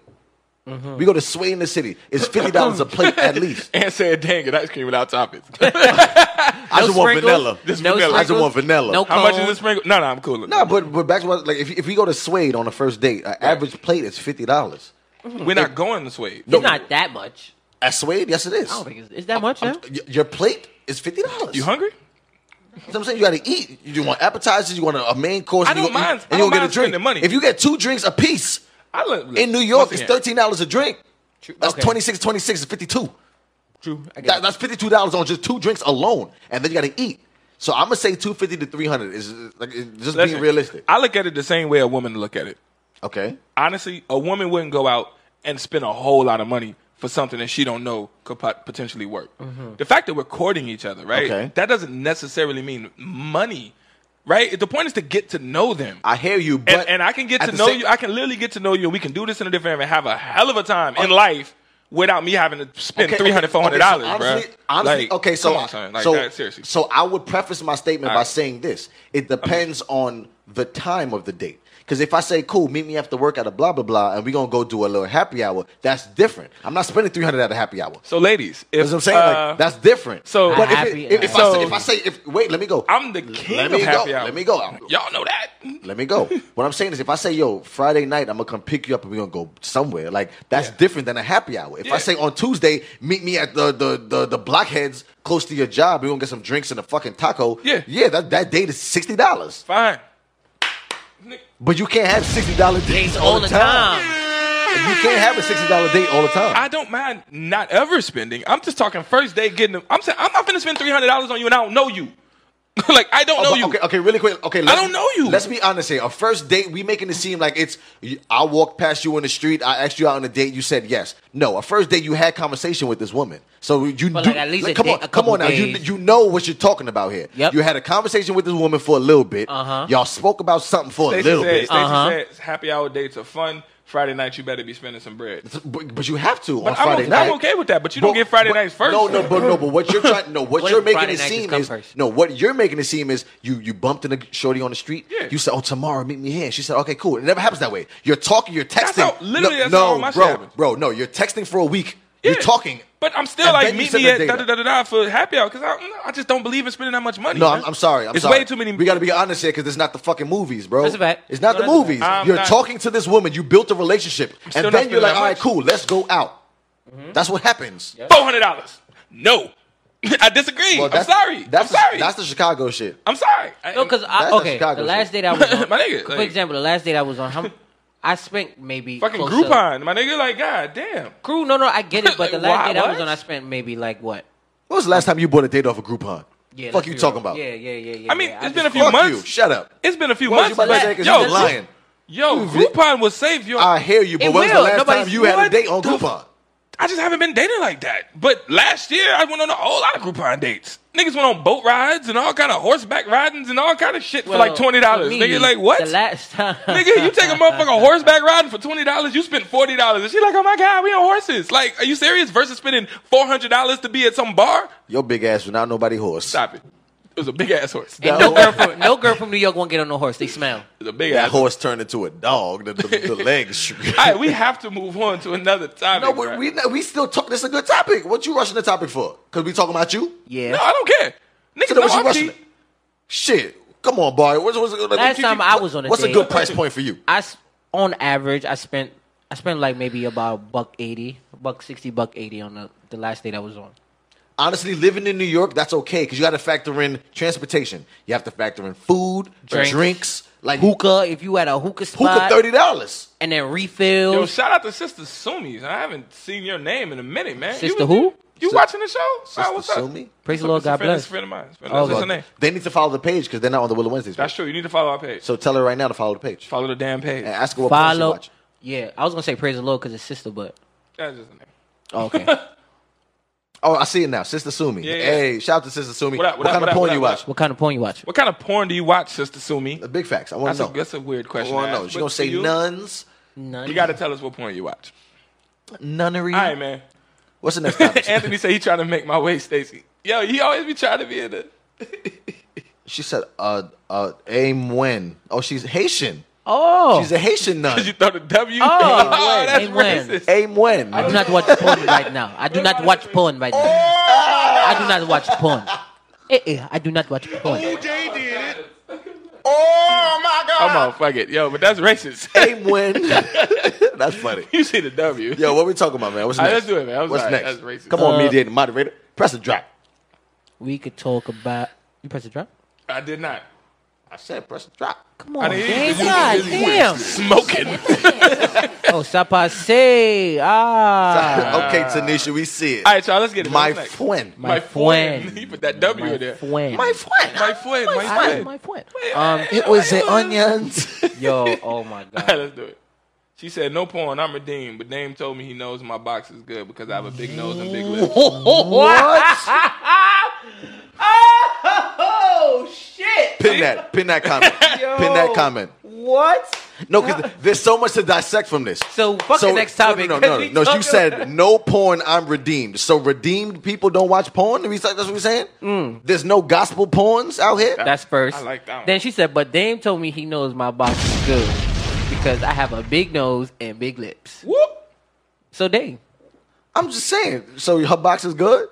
C: Mm-hmm.
A: We go to Suede in the city. It's fifty dollars a plate at least.
B: [laughs] And said, dang it, ice cream without
A: [laughs]
B: toppings.
A: I just want
C: sprinkles?
A: vanilla.
B: Just
C: no
B: vanilla. I
A: just want vanilla.
C: No
B: How much
C: cone.
B: is this sprinkle? No, no, I'm cool.
A: No, but but back to what like if if we go to Suede on a first date, an average plate is fifty dollars.
B: We're not going this way.
C: It's not that much.
A: At Suede, yes, it is.
C: I don't think it's, it's that much now.
A: Y- Your plate is fifty dollars.
B: You hungry?
A: I'm saying you got to eat. You want appetizers. You want a, a main course.
B: I
A: and you
B: don't
A: go-
B: mind- I
A: And you
B: don't
A: gonna get
B: mind
A: a drink.
B: spending money.
A: If you get two drinks a piece
B: I love
A: in New York,
B: Once
A: it's
B: again,
A: thirteen dollars a drink. That's
C: Okay.
A: twenty six. Twenty six is fifty two.
B: True. I
A: That, that's fifty two dollars on just two drinks alone, and then you got to eat. So I'm gonna say two fifty to three hundred is like it- just
B: Listen,
A: being realistic.
B: I look at it the same way a woman look at it.
A: okay.
B: Honestly, a woman wouldn't go out and spend a whole lot of money for something that she don't know could pot- potentially work.
A: Mm-hmm.
B: The fact that we're courting each other, right?
A: Okay.
B: That doesn't necessarily mean money, right? The point is to get to know them.
A: I hear you, but
B: and, and I can get
A: at
B: to
A: the
B: know
A: same-
B: you. I can literally get to know you, and we can do this in a different and have a hell of a time in life without me having to spend
A: Okay,
B: three hundred, four hundred
A: okay, okay,
B: dollars,
A: so
B: bro.
A: honestly, honestly, okay, so
B: come on, son. Like,
A: so
B: that- seriously,
A: so I would preface my statement by
B: Alright.
A: saying this: it depends on the time of the date. Because if I say, "Cool, meet me after work at a blah blah blah," and we are gonna go do a little happy hour, that's different. I'm not spending three hundred at a happy hour.
B: so ladies, if
A: That's what I'm saying.
B: uh,
A: like that's different.
B: so-
A: but if,
C: Happy
A: it, if, if
B: hour.
A: I say, if I say, if wait, let me go.
B: I'm the king
A: Let
B: of
A: me
B: happy
A: go.
B: hour.
A: Let me go.
B: Y'all know that.
A: Let
B: [laughs]
A: me go. what I'm saying is, if I say, "Yo, Friday night, I'm gonna come pick you up and we're gonna go somewhere," like that's different than a happy hour. If
B: Yeah.
A: I say on Tuesday, meet me at the the the, the blockheads close to your job, we're gonna get some drinks and a fucking taco.
B: Yeah.
A: yeah, that that date is sixty dollars,
B: Fine.
A: but you can't have sixty dollar dates all,
C: all the time.
A: You can't have a sixty dollar date all the time.
B: I don't mind not ever spending. I'm just talking first day getting. Them. I'm saying I'm not gonna spend three hundred dollars on you, and I don't know you. [laughs] like I don't
A: Oh,
B: know
A: but-
B: you.
A: Okay, okay, really quick. Okay, let's-
B: don't know you.
A: Let's be honest here. A first date, we making it seem like it's you- I walked past you in the street, I asked you out on a date, you said yes. No, a first date, you had conversation with this woman, so you
C: But,
A: do,
C: like, at least a
A: come
C: day-
A: on,
C: a
A: come
C: couple
A: on now. You
C: days.
A: you know what you're talking about here.
C: Yep.
A: You had a conversation with this woman for a little bit. Uh-huh. Y'all spoke about something for
B: Stacey
A: a little
B: said,
A: bit,
B: Stacey
C: Uh-huh.
B: said, happy hour dates are fun. Friday night, you better be spending some bread.
A: but, but you have to on
B: But I'm,
A: Friday
B: okay,
A: night.
B: I'm okay with that, but you don't get Friday
A: but-
B: nights first.
A: No, no, but no, but what you're trying, no,
C: [laughs]
A: what,
C: What
A: you're
C: if
A: making
C: Friday
A: it
C: night just
A: seem
C: come
A: is,
C: first?
A: no, what you're making it seem is you you bumped into shorty on the street.
B: Yeah.
A: You said, oh, tomorrow meet me here. She said, okay, cool. It never happens that way. You're talking, you're texting.
B: That's how- literally,
A: no,
B: that's
A: no,
B: how all my shit
A: bro,
B: happens.
A: bro, no, you're texting for a week. You're
B: Yeah.
A: talking.
B: But I'm still
A: And
B: like,
A: then you
B: meet
A: send
B: me
A: the
B: at
A: data.
B: da da da da da for happy hour because I, I just don't believe in spending that much money.
A: No,
B: man.
A: I'm, I'm sorry. I'm
B: it's
A: sorry.
B: way too many.
A: We got to be honest here because it's not the fucking movies, bro.
C: That's a fact.
A: It's
C: No,
A: not the
C: that's a fact.
A: movies.
B: I'm
A: you're
B: not-
A: talking to this woman. You built a relationship,
B: still not
A: and then
B: spending
A: you're like,
B: that
A: all right,
B: much.
A: cool, let's go out.
C: Mm-hmm.
A: That's what happens.
B: four hundred dollars. No, [laughs] I disagree.
A: Well,
B: I'm
A: that's-
B: sorry.
A: That's
B: I'm
A: the-
B: sorry.
A: That's the Chicago shit.
B: I'm sorry. I-
C: No, because I
A: That's a
C: okay.
A: Chicago
C: The last
A: shit.
C: date I was on,
B: [laughs] My nigga,
C: For
B: like-
C: example, the last date I was on, how, I spent maybe
B: fucking
C: close to-
B: Groupon, my nigga. Like, god damn.
C: Crew, no, no, I get
B: [laughs]
C: it, but the
B: Like,
C: last
B: why-
C: date I was
B: what?
C: on, I spent maybe like what?
A: When was the last time you bought a date off of Groupon?
C: Yeah,
A: fuck
C: let's
A: you
C: be
A: talking
C: real.
A: about?
C: Yeah, yeah, yeah, yeah.
B: I mean,
C: yeah.
B: it's
C: just
B: been a few
C: felt-
A: Fuck
B: months?
A: you. Shut up.
B: It's been a few
A: What
B: months.
A: was you about to say?
B: but-
A: 'Cause
B: yo,
A: you're lying.
B: Yo, Groupon will save your.
A: I hear you, but
C: It
A: when was the
C: will.
A: last
C: Nobody's-
A: time you had a
B: What
A: date on
B: the
A: Groupon?
B: I just haven't been dating like that. But last year, I went on a whole lot of Groupon dates. Niggas went on boat rides and all kind of horseback ridings and all kind of shit for like
C: Well,
B: twenty dollars.
C: for me,
B: Nigga, like what?
C: The last [laughs] time,
B: Nigga, you take a motherfucker horseback riding for twenty dollars, you spent forty dollars, and she like, oh my god, we on horses. Like, are you serious? Versus spending four hundred dollars to be at some bar?
A: Your big ass without nobody horse.
B: Stop it. It was a big ass horse.
C: [laughs]
B: It
C: And no girl from no girl from New York won't get on no horse. They smell.
B: was a big
A: That
B: ass horse.
A: horse turned into a dog. The, the,
C: [laughs]
A: the legs.
B: All right, we have to move on to another topic.
A: no, but we we still talk. This is a good topic. What you rushing the topic for? Cause we talking about you.
C: Yeah.
B: no, I don't care. Niggas
A: So
B: know
A: then what you
B: I'm
A: rushing?
B: cheap.
A: it? Shit. Come on, boy. What's, what's, like,
C: Last
A: what you-
C: time I was on a
A: What's
C: date-
A: a good price point for you?
C: I s- on average, I spent I spent like maybe about buck eighty, buck sixty, buck eighty on the, the last date I was on.
A: honestly, living in New York, that's okay because you got to factor in transportation. You have to factor in food,
C: Drinks.
A: drinks, like
C: Hookah, if you at a hookah spot,
A: hookah thirty dollars.
C: and then
B: Yo,
C: refills.
B: shout out to Sister Sumi. I haven't seen your name in a minute, man.
C: Sister
B: you,
C: who?
B: You, you
A: Sis-
B: watching the show? Sister what's up?
A: Sumi.
C: Praise the Lord,
B: It's a
C: God
B: friend-
C: bless.
B: it's a friend of mine. It's a friend-
C: Oh,
B: That's her
C: God.
B: name.
A: They need to follow the page because they're not on the Willow Wednesdays.
B: That's
A: page.
B: true. You need to follow our page.
A: So tell her right now to follow the page.
B: Follow the damn page.
A: And ask her what Follow.
C: Follow.
A: Watch.
C: Yeah, I was gonna say praise the Lord because it's sister, but
B: That's just a name.
C: oh,
B: [laughs]
C: okay.
A: Oh, I see it now. Sister Sumi.
B: Yeah, yeah.
A: Hey, shout out to Sister Sumi.
B: What
A: What,
B: up, what up,
A: kind
B: what
A: of
B: up,
A: porn
B: what
A: you
B: up,
A: watch?
C: what kind of porn you watch?
B: What kind of porn do you watch, Sister Sumi?
A: The big facts. I want
B: That's,
A: to
B: a,
A: know.
B: that's a weird
A: I
B: question.
A: want to
B: to
A: know.
B: ask,
A: She
B: but
A: gonna
B: to
A: say
B: you,
A: nuns,
C: None.
B: You got to tell us what porn you watch.
A: nunnery.
B: All right, man.
A: What's the next
B: [laughs]
A: topic?
B: Anthony said he trying to make my way, Stacy. Yo, he always be trying to be in the.
A: she said, "Uh, uh, aim when." Oh, she's Haitian.
C: oh,
A: She's a Haitian nun.
B: Did [laughs] you throw the W?
C: Oh,
B: Oh, [laughs] that's
C: aim when.
B: racist.
A: aim when.
C: I do not watch porn right now. I do not watch porn right now. I do not watch porn. Eh, eh, I do not watch porn.
D: They did it. Oh my God.
B: Come on, fuck it. Yo, but that's racist. [laughs]
A: aim when. [laughs] That's funny.
B: you see the W.
A: Yo, what we talking about, man? What's
B: All
A: next?
B: right, let's do it, man. I'm
A: What's
B: sorry.
A: next?
B: That's racist.
A: Come on,
C: Uh,
A: mediator, moderator. Press the drop.
C: we could talk about. You press the drop.
B: I did not.
A: I said press drop.
C: Come
B: I
C: on,
B: didn't-
C: James.
B: you- you-
C: God
B: you-
C: damn.
B: Smoking. [laughs]
C: Oh, ça passe. Ah.
A: [laughs] okay, Tanisha, we see it.
B: All right, y'all. Let's get it.
A: my
B: What's next?
A: friend.
B: my
C: friend.
B: friend. He put that W in there.
C: friend.
A: My friend.
B: My friend. My
C: Ah,
B: friend.
C: my friend. Um,
A: It was the onions.
B: [laughs]
A: [laughs]
C: yo, oh my
B: All right,
C: god.
B: let's do it. She said, "No porn. I'm redeemed." But Dame told me he knows my box is good because I have a big nose and big lips. [laughs]
A: what?
C: Oh shit.
A: Pin that. Pin that comment. Pin that comment.
C: What? [laughs]
A: No, because there's so much to dissect from this.
C: So fuck the next topic.
A: No, no,
C: [laughs] 'cause
A: no.
C: we
A: no. no you
C: talking-
A: said no porn. I'm redeemed. So redeemed people don't watch porn. Is that- That's what we're saying. There's no gospel porns out here.
C: Mm. That's first.
B: I like that one.
C: Then she said, but Dame told me he knows my box is good because I have a big nose and big lips.
B: Whoop.
C: So Dame,
A: I'm just saying. So her box is good.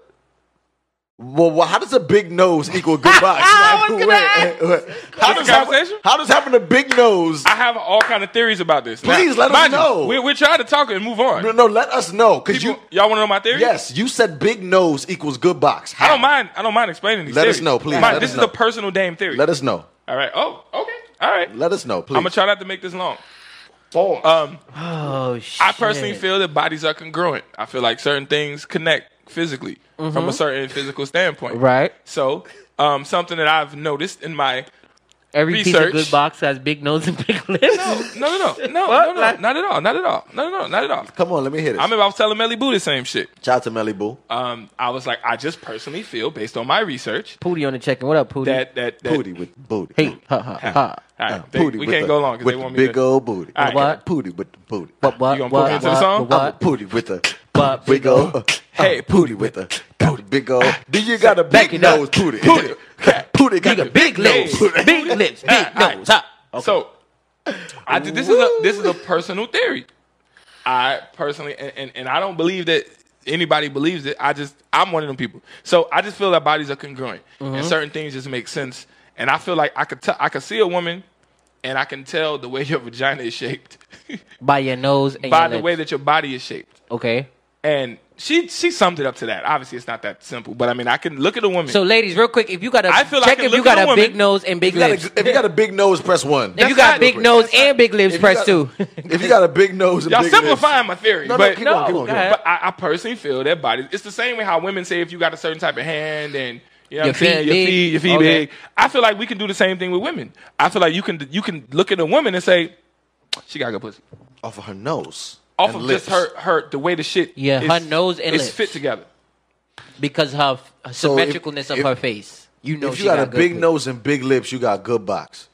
A: Well, well, how does a big nose equal
C: [laughs]
A: good box?
C: I was gonna ask.
A: How
B: This
A: does,
B: a
A: having,
B: conversation?
A: how does having a big nose?
B: I have all kind of theories about this.
A: Please let us
B: mind you,
A: know.
B: we're, we're trying to talk and move on.
A: No, no, let us know because you.
B: People- y'all want to know my theory?
A: Yes, you said big nose equals good box.
B: I don't mind. I don't mind explaining these.
A: Let us
B: theories.
A: know, please.
B: Mind,
A: Let
B: this
A: us
B: is
A: know.
B: a personal Dame theory.
A: Let us know.
B: all right. Oh, okay. All right.
A: Let us know, please.
B: I'm gonna try not to make this long.
A: Porn.
B: Um,
C: oh shit.
B: I personally feel that bodies are congruent. I feel like certain things connect physically from a certain physical standpoint.
C: Mm-hmm. right.
B: So, um, something that I've noticed in my
C: Every piece
B: Research.
C: of good box has big nose and big lips. [laughs]
B: no, no, no, no, no, no, not at all, not at all, no, no, no, not at all.
A: Come on, let me hear this.
B: I remember I was telling Melly Boo the same shit.
A: Shout out to Melly Boo.
B: Um, I was like, I just personally feel, based on my research,
C: Pootie on the check-in. What up, Pootie?
B: that that, that
A: Booty with booty.
C: hey, ha ha ha.
B: All
A: Uh,
B: right, they- we
A: with
B: can't
A: the-
B: go long because
A: with
B: they want
A: the
B: me
A: big
B: to.
A: old booty.
B: All right.
C: What?
A: Booty with the booty.
C: But what?
B: You gonna
C: what,
B: put me into the
C: what,
B: song?
C: but
A: I'm a
C: what?
A: booty with the
C: But
A: big
C: big
A: old.
C: old-
B: Hey,
A: uh, booty with the booty big old. Do you got a
C: Back
A: big
C: it up.
A: nose booty?
B: Booty.
A: Booty got
C: Nigga,
A: the
C: big lips,
A: nose.
C: big lips,
B: All right,
C: big
B: all right.
C: nose. Ha.
B: So, I did, this is a this is a personal theory. I personally, and, and and I don't believe that anybody believes it. I just I'm one of them people. So I just feel that bodies are congruent,
C: Mm-hmm.
B: and certain things just make sense. And I feel like I could tell I could see a woman, and I can tell the way your vagina is shaped
C: By your nose and
B: by
C: your
B: the
C: lips.
B: way that your body is shaped.
C: okay.
B: And she she summed it up to that. Obviously, it's not that simple, but I mean, I can look at a woman.
C: So, ladies, real quick, if you got a
B: I feel like I
C: check,
B: can
C: if you
B: look at
C: got
B: a
C: a
B: woman-
C: big nose and big
A: If you got
C: lips,
A: a- if you got a big nose, press one.
C: if you got
B: not-
C: a big nose and big lips,
A: If you
C: press
A: got-
C: two.
A: [laughs] If you got a big nose, and
B: Y'all
A: big
B: simplifying my theory,
A: No, no,
B: but
A: keep going, keep going, keep
C: No,
A: going.
B: But I, I personally feel that body. It's the same way how women say if you got a certain type of hand and you know
C: Your
B: what I'm saying,
C: feet
B: your
C: big.
B: feet, your feet
C: Okay.
B: big. I feel like we can do the same thing with women. I feel like you can you can look at a woman and say she got good pussy
A: off of her nose,
B: off
A: and
B: of
A: lips.
B: just her her the way the shit.
C: Yeah,
B: is-
C: her nose and
B: it's
C: lips.
B: fit together.
C: because her, her
A: So if-
C: symmetricalness of
A: if-
C: her face. You know,
A: If
C: she
A: you got a
C: good
A: big
C: lips.
A: nose and big lips, you got good box.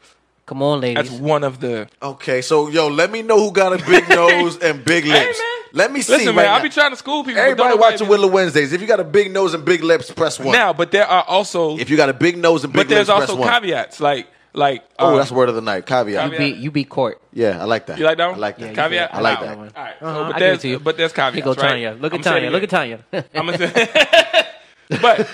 C: Come on,
B: That's
C: ladies.
B: one of the.
A: Okay, so yo, let me know who got a
B: [laughs]
A: big nose and big lips.
B: man.
A: Let me see.
B: Listen,
A: right
B: man, I'll
A: now.
B: be trying to school people. but don't
A: Everybody
B: nobody
A: watching
B: do-
A: Willow Wednesdays. If you got a big nose and big lips, press one.
B: now, but there are also
A: if you got a big nose and big
B: but there's
A: lips, press
B: also
A: one.
B: caveats like like
A: Oh,
B: uh,
A: that's word of the night. Caveat.
C: you beat you beat court.
A: Yeah, I like that.
B: You like that one?
A: I like that.
C: Yeah, you
B: Caveat?
A: I like
B: Wow.
A: that
C: one.
B: All right. So,
C: Uh-huh,
B: but
C: I give
B: there's,
C: it to you.
B: But there's caveats,
C: Here go
B: right?
C: Tanya. Look at
B: I'm
C: Tanya.
B: saying
C: Look
B: it.
C: at Tanya.
B: [laughs] I'm gonna say, but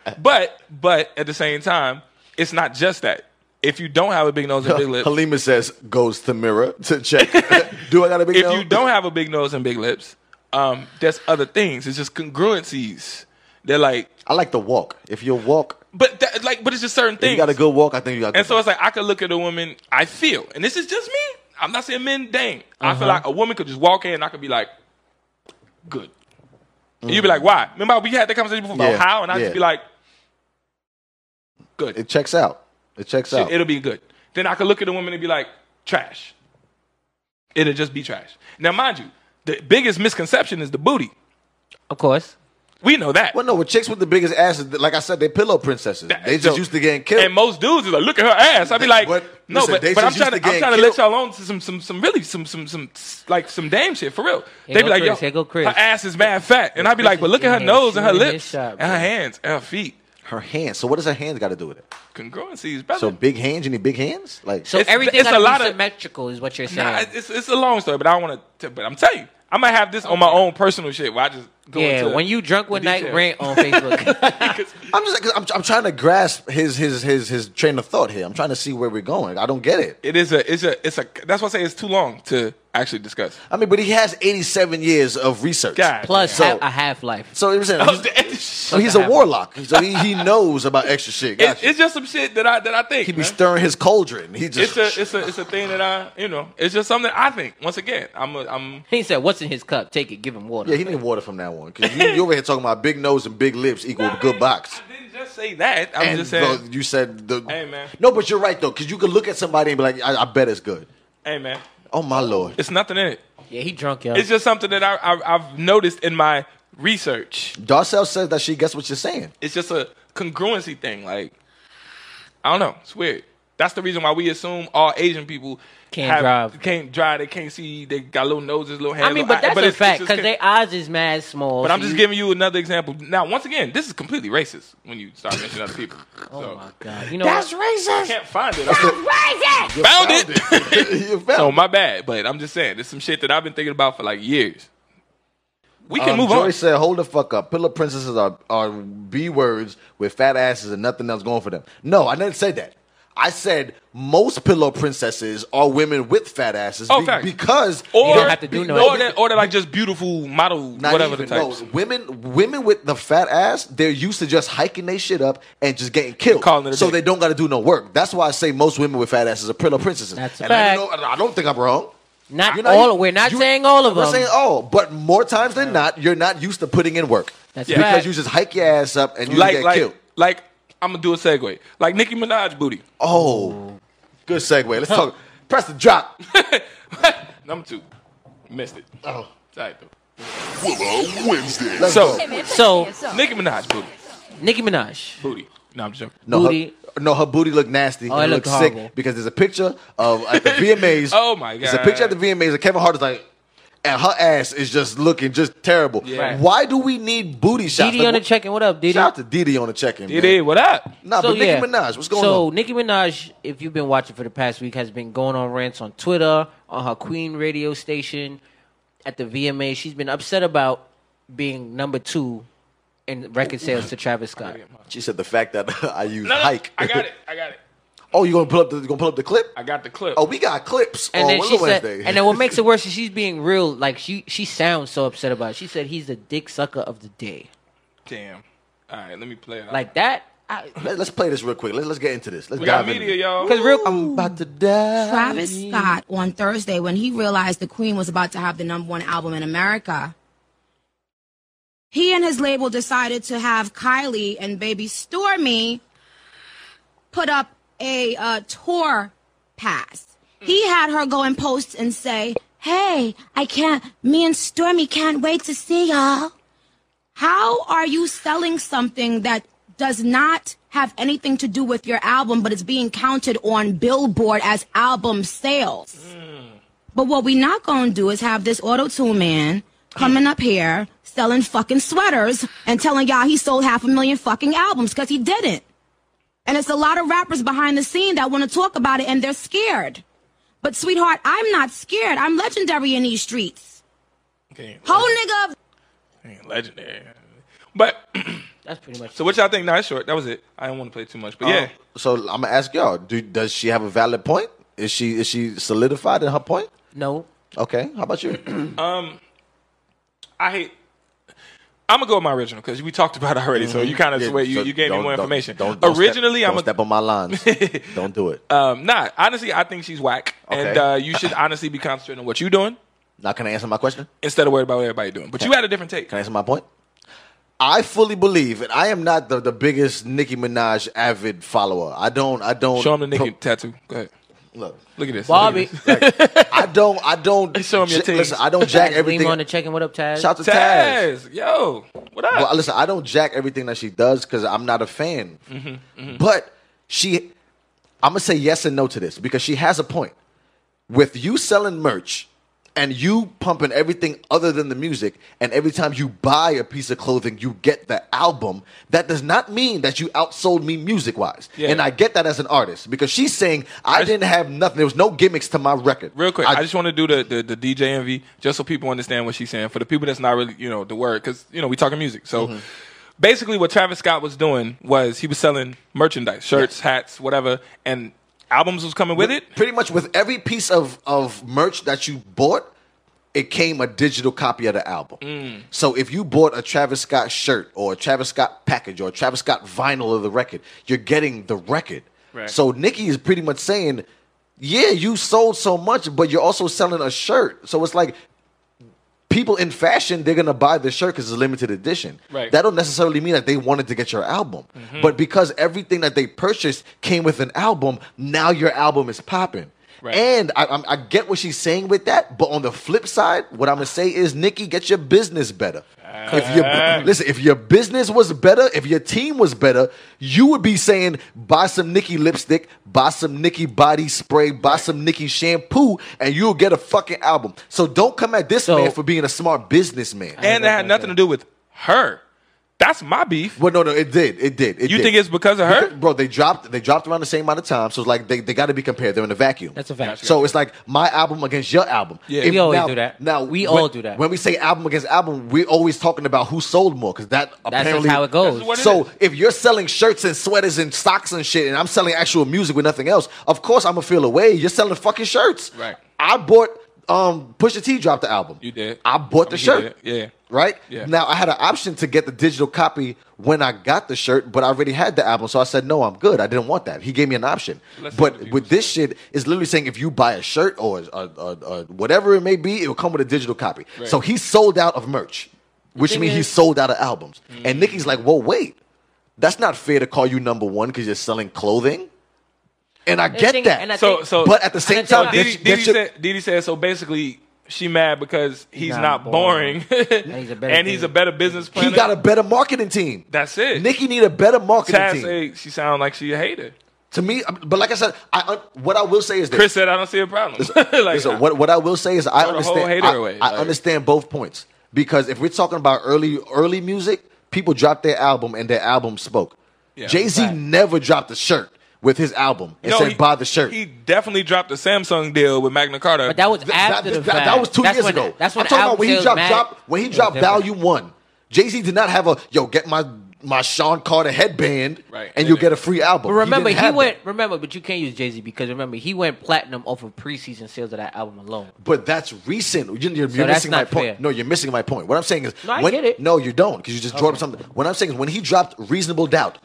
B: [laughs] but but at the same time, it's not just that. If you don't have a big nose and
A: [laughs]
B: big lips,
A: Halima says goes to mirror
B: [laughs]
A: to check. Do I got a big
B: if
A: nose?
B: you don't have a big nose and big lips, um, there's other things. It's just congruencies. They're like,
A: I like the walk. If you walk,
B: but that, like, but it's just certain
A: if
B: things.
A: you got a good walk. I think you got. Good
B: And so it's like I could look at a woman. I feel, and this is just me. I'm not saying men. Dang, I
A: Uh-huh.
B: feel like a woman could just walk in and I could be like, good. And you'd be like, why? Remember we had that conversation before
A: Mm-hmm. Yeah,
B: about how, and I'd
A: yeah.
B: just be like, good.
A: it checks out. It checks out.
B: It'll be good. Then I could look at a woman and be like, trash. It'll just be trash. Now, mind you, the biggest misconception is the booty.
C: of course.
B: We know that.
A: well, no, with chicks with the biggest asses, like I said, they pillow Oh, princesses.
B: That-
A: they just
B: so-
A: used to getting killed.
B: And most dudes is like, look at her ass. I'd be like,
A: But-
B: no,
A: listen,
B: but,
A: they
B: but I'm
A: just
B: trying to,
A: used to
B: I'm trying to
A: getting
B: let
A: killed.
B: y'all on to some, some, some really, some, some, some, like some damn shit for real.
C: go
B: They'd be like,
C: Chris,
B: yo,
C: here go Chris.
B: her ass is mad fat, and I'd be
C: Chris
B: like, but
C: is
B: look at her
C: in
B: nose
C: here
B: and her
C: shooting his
B: lips,
C: shot,
B: and her
C: bro.
B: hands, and her feet.
A: her hands. So what does her hands got to do with it?
B: Congruencies, brother.
A: So big hands. You need big hands. Like
C: So
B: It's-
C: everything
B: it's a
C: gotta
B: lot
C: be
B: of-
C: symmetrical is what you're saying.
B: Nah, it's, it's a long story, but I want to. But I'm telling you, I might have this on my own personal shit where I just go
C: yeah,
B: into
C: when you drunk one night,
B: details.
C: rant
B: [laughs]
C: on Facebook.
A: [laughs] I'm just. Cause I'm, I'm trying to grasp his his his his train of thought here. I'm trying to see where we're going. I don't get it.
B: It is a. It's a. It's a. That's why I say it's too long to. actually discuss.
A: I mean, but he has 87 years of research.
B: God. Oh,
C: Plus
A: So-
C: ha- a half life.
B: [laughs]
A: So you know what I'm saying he's, so he's a warlock. So he, he knows about extra shit.
B: It's,
A: Gotcha.
B: it's just some shit that I that I think.
A: he be
B: man.
A: stirring his cauldron. He
B: it's
A: just
B: a it's a it's a thing that I you know it's just something I think. Once again, I'm a, I'm
C: He said, "What's in his cup? Take it. Give him water."
A: yeah. He need water from that one because you, you over here talking about big nose and big lips equal good box.
B: I didn't just say that. I'm
A: and
B: just saying.
A: the- you said the
B: Hey, man.
A: No, but you're right though because you could look at somebody and be like, I, I bet it's good.
B: hey man,
A: Oh my lord,
B: it's nothing in it.
C: Yeah, he drunk, yo.
B: It's just something that I, I I've noticed in my research.
A: Darcel says that she gets what you're saying.
B: It's just a congruency thing. Like I don't know. It's weird. That's the reason why we assume all Asian people
C: Can't drive.
B: can't drive. They can't see. They got little noses, little hands.
C: I mean,
B: little
C: but
B: eye-
C: that's a
B: it's- it's
C: fact
B: just
C: because
B: con-
C: their eyes is mad small.
B: But I'm
C: so
B: just
C: you-
B: giving you another example. Now, once again, this is completely racist when you start mentioning other people.
C: [laughs] Oh
B: so,
C: my god! You know that's what?
B: I can't find it. found it.
C: [laughs]
A: You found
B: Oh
A: it.
B: my bad, but I'm just saying, there's some shit that I've been thinking about for like years. We can
A: Um,
B: move
A: Joy
B: on.
A: said, "Hold the fuck up. Pillow princesses are are b words with fat asses and nothing else going for them." No, I never said that. I said most pillow princesses are women with fat asses
B: Oh,
A: be-
B: facts.
A: because
B: Or,
C: don't have to do no-
B: or, that, or they're like just beautiful model,
A: not
B: whatever
A: even,
B: the types.
A: no, women women with the fat ass, they're used to just hiking their shit up and just getting killed.
B: calling it a
A: so
B: day.
A: they don't got to do no work. That's why I say most women with fat asses are pillow princesses.
C: That's a
A: and I don't,
C: fact.
A: know, I don't think I'm wrong.
C: Not
A: You're not-
C: all. We're not
A: you-
C: saying all of
A: We're
C: them.
A: saying all, but more times than not, you're not used to putting in work.
C: That's
B: Yeah.
C: a fact.
A: because you just hike your ass up and you
B: Like,
A: get
B: like,
A: killed.
B: like, I'm gonna do a segue. Like Nicki Minaj booty.
A: Oh, good segue. Let's talk. Press the drop.
B: [laughs] Number two, missed it.
A: Oh.
B: It's all right, though.
E: Willow Wednesday.
A: Let's
B: So-
A: go.
C: So-
B: Nicki Minaj booty,
C: Nicki Minaj.
B: booty. No, I'm joking.
A: No,
C: booty.
A: Her, no, her booty looked nasty.
C: Oh, it
A: and it looked
C: looked
A: sick
C: horrible.
A: because there's a picture of at the VMAs.
B: [laughs] Oh, my
A: There's a
B: God.
A: picture at the VMAs of Kevin Hart is like, and her ass is just looking just terrible.
B: Yeah.
A: Why do we need booty shots?
C: Didi
A: Like,
C: on the
A: what-
C: check-in. What up, Didi?
A: Shout out to Didi on the check-in.
B: It is.
A: man.
B: What up?
A: Nah,
C: so
A: but Nicki
C: yeah.
A: Minaj, what's going
C: so,
A: on?
C: Nicki Minaj, if you've been watching for the past week, has been going on rants on Twitter, on her Queen radio station, at the VMA. She's been upset about being number two in record sales to Travis Scott.
A: She said the fact that [laughs] I use
B: No, no,
A: hike.
B: I got it. I got it.
A: [laughs] oh, you gonna pull up the you gonna pull up the clip?
B: I got the clip.
A: Oh, we got clips
C: And
A: on
C: then she
A: Willow
C: said,
A: Wednesday.
C: and then what makes it worse is she's being real. Like she, she sounds so upset about. it. She said he's the dick sucker of the day.
B: Damn. All right, let me play it.
C: Like that, I,
A: Let- [laughs] let's play this real quick. Let's let's get into this. Let's
B: we
A: dive
B: got
A: into
B: media,
A: this.
B: y'all.
C: because real.
A: I'm about to die.
F: Travis Scott on Thursday when he realized the Queen was about to have the number one album in America. He and his label decided to have Kylie and baby Stormy put up a uh, tour pass. He had her go and post and say, Hey, I can't, me and Stormy can't wait to see y'all. How are you selling something that does not have anything to do with your album, but it's being counted on Billboard as album sales? But what we not gonna do is have this auto tune man coming up here selling fucking sweaters and telling y'all he sold half a million fucking albums because he didn't. And it's a lot of rappers behind the scene that want to talk about it and they're scared. But sweetheart, I'm not scared. I'm legendary in these streets.
B: Damn,
F: Whole nigga
B: damn, legendary. But [clears throat]
C: That's pretty much.
B: so what y'all think? Nah, it's short. That was it. I didn't want to play too
A: Oh.
B: much, but yeah.
A: Um, So I'm gonna ask y'all: do, Does she have a valid point? Is she is she solidified in her point?
C: no,
A: Okay, how
B: [laughs]
A: about you? [clears throat]
B: Um, I hate. I'm gonna go with my original because we talked about it already. So you kind of
A: Mm-hmm. Yeah,
B: swear you,
A: so
B: you gave me
A: don't-
B: more
A: don't-
B: information.
A: Don't, don't
B: originally,
A: step,
B: I'm
A: don't
B: a,
A: step on
B: [laughs]
A: my lines. don't do it.
B: um, nah. Honestly, I think she's whack, and
A: Okay.
B: uh, you should honestly be concentrating on what you're doing
A: Not gonna answer my question.
B: instead of worried about what everybody doing. But you had a different take.
A: Can I answer my point? I fully believe, and I am not the, the biggest Nicki Minaj avid follower. I don't. I don't.
B: Show him the Nikki tattoo. Go ahead.
A: pro- look,
B: Look at this.
C: Bobby.
B: Look at
A: [laughs] I don't. I don't.
B: Show him your
A: j-
B: titties.
A: Listen, I don't jack
C: Gleam
A: everything.
C: on the check-in. What up, Taz?
A: Shout to
B: this. Taz, yo, what up?
A: Well, listen, I don't jack everything that she does because I'm not a fan.
B: Mm-hmm, Hmm.
A: But she, I'm gonna say yes and no to this because she has a point. With you selling merch and you pumping everything other than the music, and every time you buy a piece of clothing, you get the album. That does not mean that you outsold me music wise.
B: Yeah.
A: And I get that as an artist because she's saying I,
B: I just-
A: didn't have nothing. There was no gimmicks to my record.
B: Real quick, I, just want to do the, the the DJ envy just so people understand what she's saying. For the people that's not really you know the word because you know we talking music. So
A: Mm-hmm.
B: basically, what Travis Scott was doing was he was selling merchandise, shirts, hats, whatever, and albums was coming with it.
A: pretty much with every piece of, of merch that you bought it came a digital copy of the album.
B: Mm.
A: So if you bought a Travis Scott shirt or a Travis Scott package or a Travis Scott vinyl of the record, you're getting the record.
B: Right.
A: So Nicki is pretty much saying, yeah, you sold so much, but you're also selling a shirt. So it's like people in fashion, they're gonna buy the shirt because it's limited edition.
B: Right.
A: That don't necessarily mean that they wanted to get your album, but because everything that they purchased came with an album, now your album is popping.
B: Right.
A: And I, I'm- I get what she's saying with that, but on the flip side, what I'm gonna say is, Nikki, get your business better. If your listen, if your business was better, if your team was better, you would be saying, buy some Nikki lipstick, buy some Nikki body spray, buy some Nikki shampoo, and you'll get a fucking album. So don't come at this
C: So-
A: man for being a smart businessman.
B: and it had nothing to do with her. That's my beef.
A: Well, no, no, it did, it did, it
B: You
A: did.
B: think it's because of her?
A: bro? They dropped, they dropped around the same amount of time, so it's like they, they got to be compared. They're in a vacuum.
C: That's a fact.
A: So it's like my album against your album.
B: Yeah.
A: If
B: We
C: always
A: now-
C: do that.
A: Now
C: We
A: when-
C: all do that.
A: When we say album against album, we're always talking about who sold more because that
C: That's
A: apparently
C: just how it goes.
B: That's what it
A: so
B: is.
A: if you're selling shirts and sweaters and socks and shit, and I'm selling actual music with nothing else, of course I'm gonna feel away. You're selling fucking shirts.
B: Right.
A: I bought um Pusha T dropped the album.
B: You did.
A: I bought the
B: I mean, you
A: shirt.
B: did, yeah.
A: Right.
B: Yeah.
A: Now I had an option to get the digital copy when I got the shirt, but I already had the album, so I said no, I'm good. I didn't want that. He gave me an option.
B: Let's see what the
A: but
B: people
A: with this shit, it's literally saying if you buy a shirt or a, a, a, a- whatever it may be, it will come with a digital copy.
B: Right.
A: So he sold out of merch, which means he sold out of albums.
B: Mm.
A: And Nicki's like, "Well, wait, that's not fair to call you number one because you're selling clothing." And I get
C: thing-
A: that.
C: and I
B: So,
C: think-
B: so
A: but at the same
C: think so.
A: time,
C: Diddy-
A: get
B: Didi,
A: your- get
B: Didi,
A: your-
B: said, Didi said so basically she mad because he's
C: not
B: not boring, and [laughs]
C: he's a better
B: he's
C: dude.
B: a better business planner.
A: he got a better marketing team.
B: That's it.
A: Nicki need a better marketing
B: uh, Taz
A: team.
B: say she sound like she a hater.
A: To me, I mean, but like I said, I what I will say is this.
B: Chris said I don't see a problem.
C: [laughs]
B: [laughs] like
A: Listen, what what I will say is I
B: Throw the whole
A: understand.
B: hater
A: I,
B: away,
A: I
B: like-
A: understand both points because if we're talking about early early music, people dropped their album and their album spoke.
B: Yeah.
A: Jay Z
C: Right.
A: never dropped a shirt with his album and
B: No,
A: said
B: he-
A: buy the shirt.
B: He definitely dropped the Samsung deal with Magna Carta.
C: But that was
A: Th-
C: after the
A: that,
C: fact.
A: that was two
C: That's
A: years
C: when-
A: ago.
C: That's when
A: I'm talking
C: album
A: about when he
C: sales
A: dropped
C: mat-
A: drop, when he
C: It was
A: dropped
C: different.
A: Volume One. Jay Z did not have a yo get my my Sean Carter headband
B: Right.
A: and you'll get a free album.
C: But remember, he,
A: didn't have that.
C: went. Remember, but you can't use Jay Z because remember he went platinum off of preseason sales of that album alone.
A: But that's recent. You- You're, you're
C: So that's
A: missing my
C: not
A: point.
C: fair.
A: No, you're missing my point. What I'm saying is,
C: No, I
A: when-
C: get it.
A: No, you don't, because you just brought up something. What I'm saying is, when he dropped Reasonable Doubt,